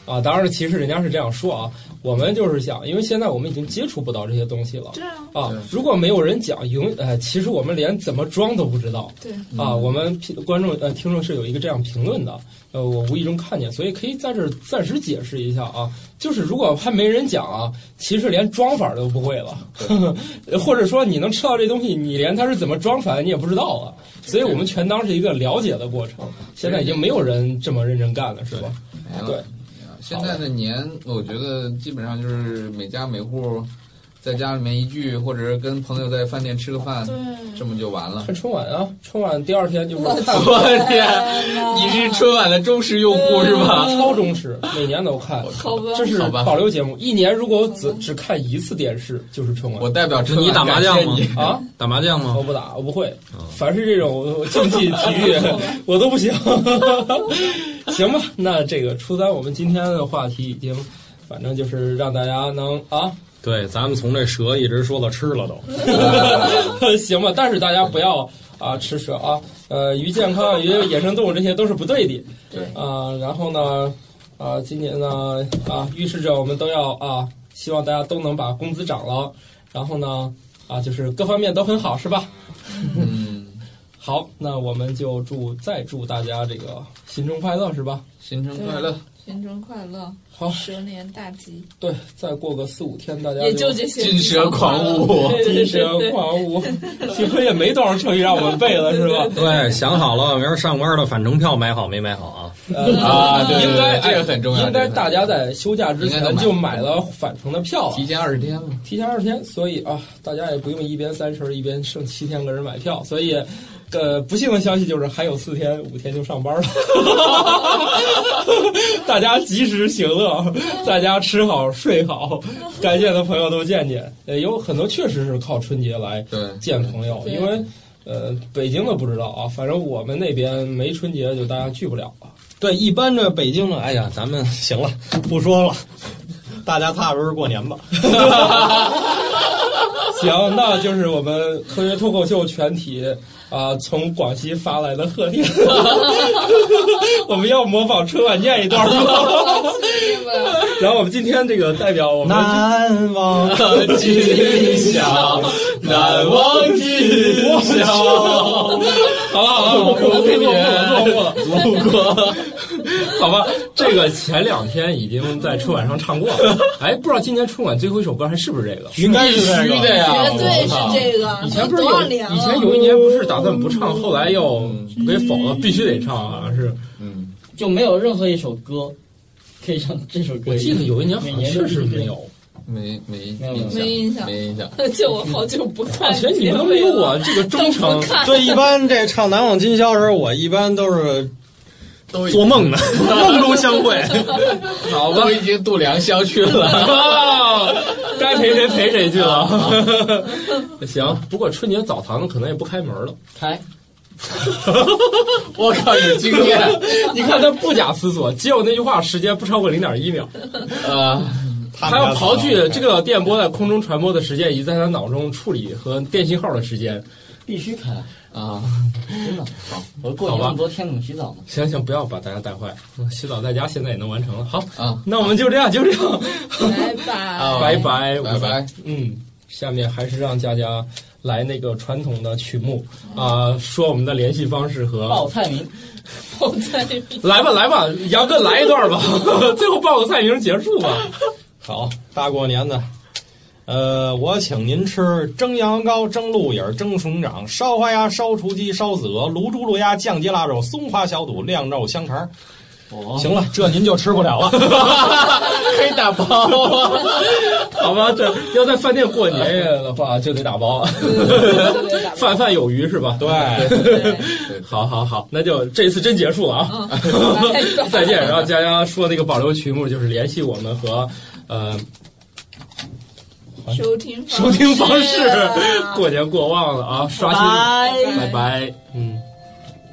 Speaker 1: 啊，当然了，其实人家是这样说啊，我们就是想，因为现在我们已经接触不到这些东西了，
Speaker 6: 对啊，
Speaker 1: 啊，如果没有人讲，永呃，其实我们连怎么装都不知道，
Speaker 6: 对
Speaker 1: 啊，我们评观众呃听众是有一个这样评论的，呃，我无意中看见，所以可以在这儿暂时解释一下啊，就是如果还没人讲啊，其实连装法都不会了， 或者说你能吃到这东西，你连它是怎么装法你也不知道啊，所以我们全当是一个了解的过程，现在已经没有人这么认真干了，是吧？
Speaker 2: 没了
Speaker 1: 对，
Speaker 2: 现在的年，我觉得基本上就是每家每户在家里面一聚，或者是跟朋友在饭店吃个饭，这么就完了。
Speaker 1: 看春晚啊，春晚第二天就是
Speaker 2: 我
Speaker 1: 看。
Speaker 2: 的天 呐你是春晚的忠实用户 是吧
Speaker 1: 超忠实，每年都看。
Speaker 6: 好吧
Speaker 1: 这是
Speaker 2: 好吧
Speaker 1: 保留节目。一年如果我只只看一次电视，就是春晚。我
Speaker 2: 代表
Speaker 7: 春晚你打麻将吗感谢你
Speaker 1: 啊，
Speaker 7: 打麻将吗？
Speaker 1: 我不打，我不会。凡是这种竞技体育，我都不行。 行吧，那这个初三，我们今天的话题已经，反正就是让大家能啊，
Speaker 7: 对，咱们从这蛇一直说到吃了都。
Speaker 1: 行吧，但是大家不要啊吃蛇啊，呃，鱼健康、鱼野生动物这些都是不对的。
Speaker 2: 对
Speaker 1: 啊、然后呢，啊、今年呢，啊，预示着我们都要啊，希望大家都能把工资涨了，然后呢，啊，就是各方面都很好，是吧？
Speaker 2: 嗯，
Speaker 1: 好，那我们就祝再祝大家这个新春快乐，是吧？
Speaker 2: 新春
Speaker 1: 快乐。
Speaker 11: 新春快乐，
Speaker 1: 好
Speaker 11: 蛇年大吉。
Speaker 1: 对，再过个四五天，大家
Speaker 11: 也就这些
Speaker 2: 金蛇狂舞
Speaker 1: 金蛇狂舞，幸亏也没多少成语让我们背了，是 吧？
Speaker 7: 对，想好了，明儿上班的返程票买好没买好啊？
Speaker 1: 呃应该
Speaker 2: 这个很重要
Speaker 1: 应该大家在休假之前就买了返程的票了，提
Speaker 2: 前二十天嘛，
Speaker 1: 提前二十天，所以啊，大家也不用一边三十儿一边剩七天跟人买票，所以，呃，不幸的消息就是还有四天五天就上班了， 大家及时行乐，在家吃好睡好，该见的朋友都见见，呃，有很多确实是靠春节来见朋友，
Speaker 2: 对
Speaker 1: 因为。呃，北京的不知道啊，反正我们那边没春节就大家聚不了 了。
Speaker 7: 对，一般这北京的，哎呀，咱们行了，不说了，大家踏踏实实过年吧。
Speaker 1: 行，那就是我们科学脱口秀全体啊、从广西发来的贺电。 我们要模仿春晚念一段吗？ 然后我们今天这个代表我们
Speaker 7: 难忘
Speaker 1: 今宵，
Speaker 7: 难忘今宵
Speaker 1: 好了好了，我过我过我过我过我过， 好吧，这个前两天已经在春晚上唱过了。哎，不知道今年春晚最后一首歌还是不是这个？
Speaker 7: 应该是这个
Speaker 1: 我
Speaker 3: 绝对是
Speaker 1: 操
Speaker 3: 这个。
Speaker 1: 以前不是
Speaker 3: 多少
Speaker 1: 有，
Speaker 3: 年了
Speaker 11: 啊
Speaker 1: 以前有一年不是打算不唱，后来又给否了，必须得唱啊！是，
Speaker 2: 嗯，
Speaker 4: 就没有任何一首歌可以让这首歌。
Speaker 1: 我记得有一年好
Speaker 4: 每
Speaker 1: 像
Speaker 4: 年都
Speaker 1: 确实
Speaker 4: 是
Speaker 1: 没
Speaker 4: 这样
Speaker 1: 有。
Speaker 2: 没没
Speaker 4: 有
Speaker 2: 印象，
Speaker 11: 没印象
Speaker 2: 没印象。
Speaker 11: 就我好久不看
Speaker 1: 况且
Speaker 11: 节目了。
Speaker 1: 你们都没有我这
Speaker 4: 哎
Speaker 1: 个忠诚
Speaker 11: 都不看
Speaker 7: 对，一般这唱《难忘今宵》的时候，我一般都是做梦呢，梦中相 会。
Speaker 2: 好吧，我已经度量消去
Speaker 1: 了，该陪谁陪谁去了。 行，不过春节澡堂子可能也不开门了。
Speaker 4: 开，
Speaker 2: 我靠，有经验！
Speaker 1: 你看他不假思索，接我那句话时间不超过零点一秒。
Speaker 2: 啊，
Speaker 1: 他要刨去这个电波在空中传播的时间，以及在他脑中处理和电信号的时间。
Speaker 4: 必须开
Speaker 2: 啊！
Speaker 4: 真的，
Speaker 2: 好，
Speaker 4: 我过
Speaker 1: 好
Speaker 4: 年
Speaker 1: 吧
Speaker 4: 那么多天怎么洗澡呢？
Speaker 1: 行行，不要把大家带坏。嗯洗澡在家现在也能完成了。好
Speaker 2: 啊，
Speaker 1: 那我们就这样，就这样，
Speaker 11: 拜拜。
Speaker 1: 拜拜，
Speaker 2: 拜拜。
Speaker 1: 嗯，下面还是让佳佳来那个传统的曲目啊、说我们的联系方式
Speaker 4: 报
Speaker 1: 和。
Speaker 4: 菜名，
Speaker 11: 我在这边
Speaker 1: 来吧，来吧，杨哥来一段吧，最后报个菜名结束吧。
Speaker 7: 好，大过年的，呃，我请您吃蒸羊羊羔、蒸鹿眼、蒸熊掌、烧花鸭、烧雏鸡、烧子鹅、卤猪、卤鸭、酱鸡、腊肉、松花小肚、晾肉香肠。行了，这您就吃不了了。
Speaker 2: 可以打包。
Speaker 1: 好吧，这要在饭店过年夜的话，就得打包，饭饭有余是吧？对，好好好，那就这次真结束了啊！ 再见。然后佳佳说那个保留曲目就是联系我们和呃
Speaker 6: 收听
Speaker 1: 收听方式
Speaker 6: 啊，
Speaker 1: 过年过忘了啊，刷新，拜拜，嗯。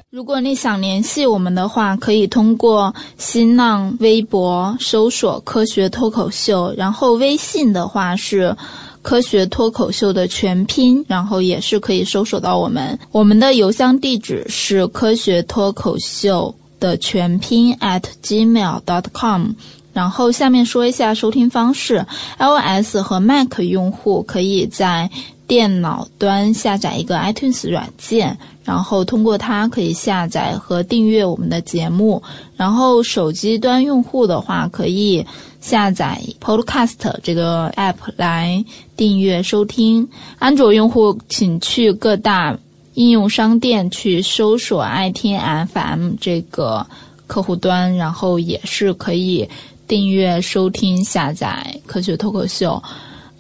Speaker 6: 如果你想联系我们的话，可以通过新浪微博搜索“科学脱口秀”，然后微信的话是“科学脱口秀”的全拼，然后也是可以搜索到我们。我们的邮箱地址是“科学脱口秀”的全拼 at gmail.com。然后下面说一下收听方式：iOS 和 Mac 用户可以在电脑端下载一个 iTunes 软件，然后通过它可以下载和订阅我们的节目。然后手机端用户的话，可以下载 Podcast 这个 app 来订阅收听。安卓用户请去各大应用商店去搜索爱听 FM 这个客户端，然后也是可以。订阅、收听、下载《科学脱口秀》，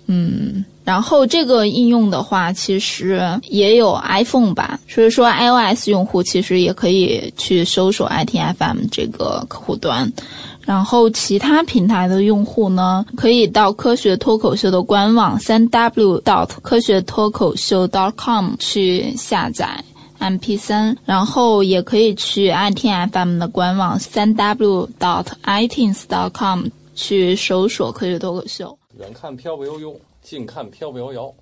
Speaker 6: 嗯，然后这个应用的话，其实也有 iPhone 吧，所以说 iOS 用户其实也可以去搜索 ITFM 这个客户端。然后其他平台的用户呢，可以到科学脱口秀的官网三 w dot 科学脱口秀 dot com 去下载。M P 三，然后也可以去 iTunes FM 的官网三 W dot iTunes dot com 去搜索科学脱口秀。
Speaker 7: 远看漂不悠悠，近看飘不摇摇。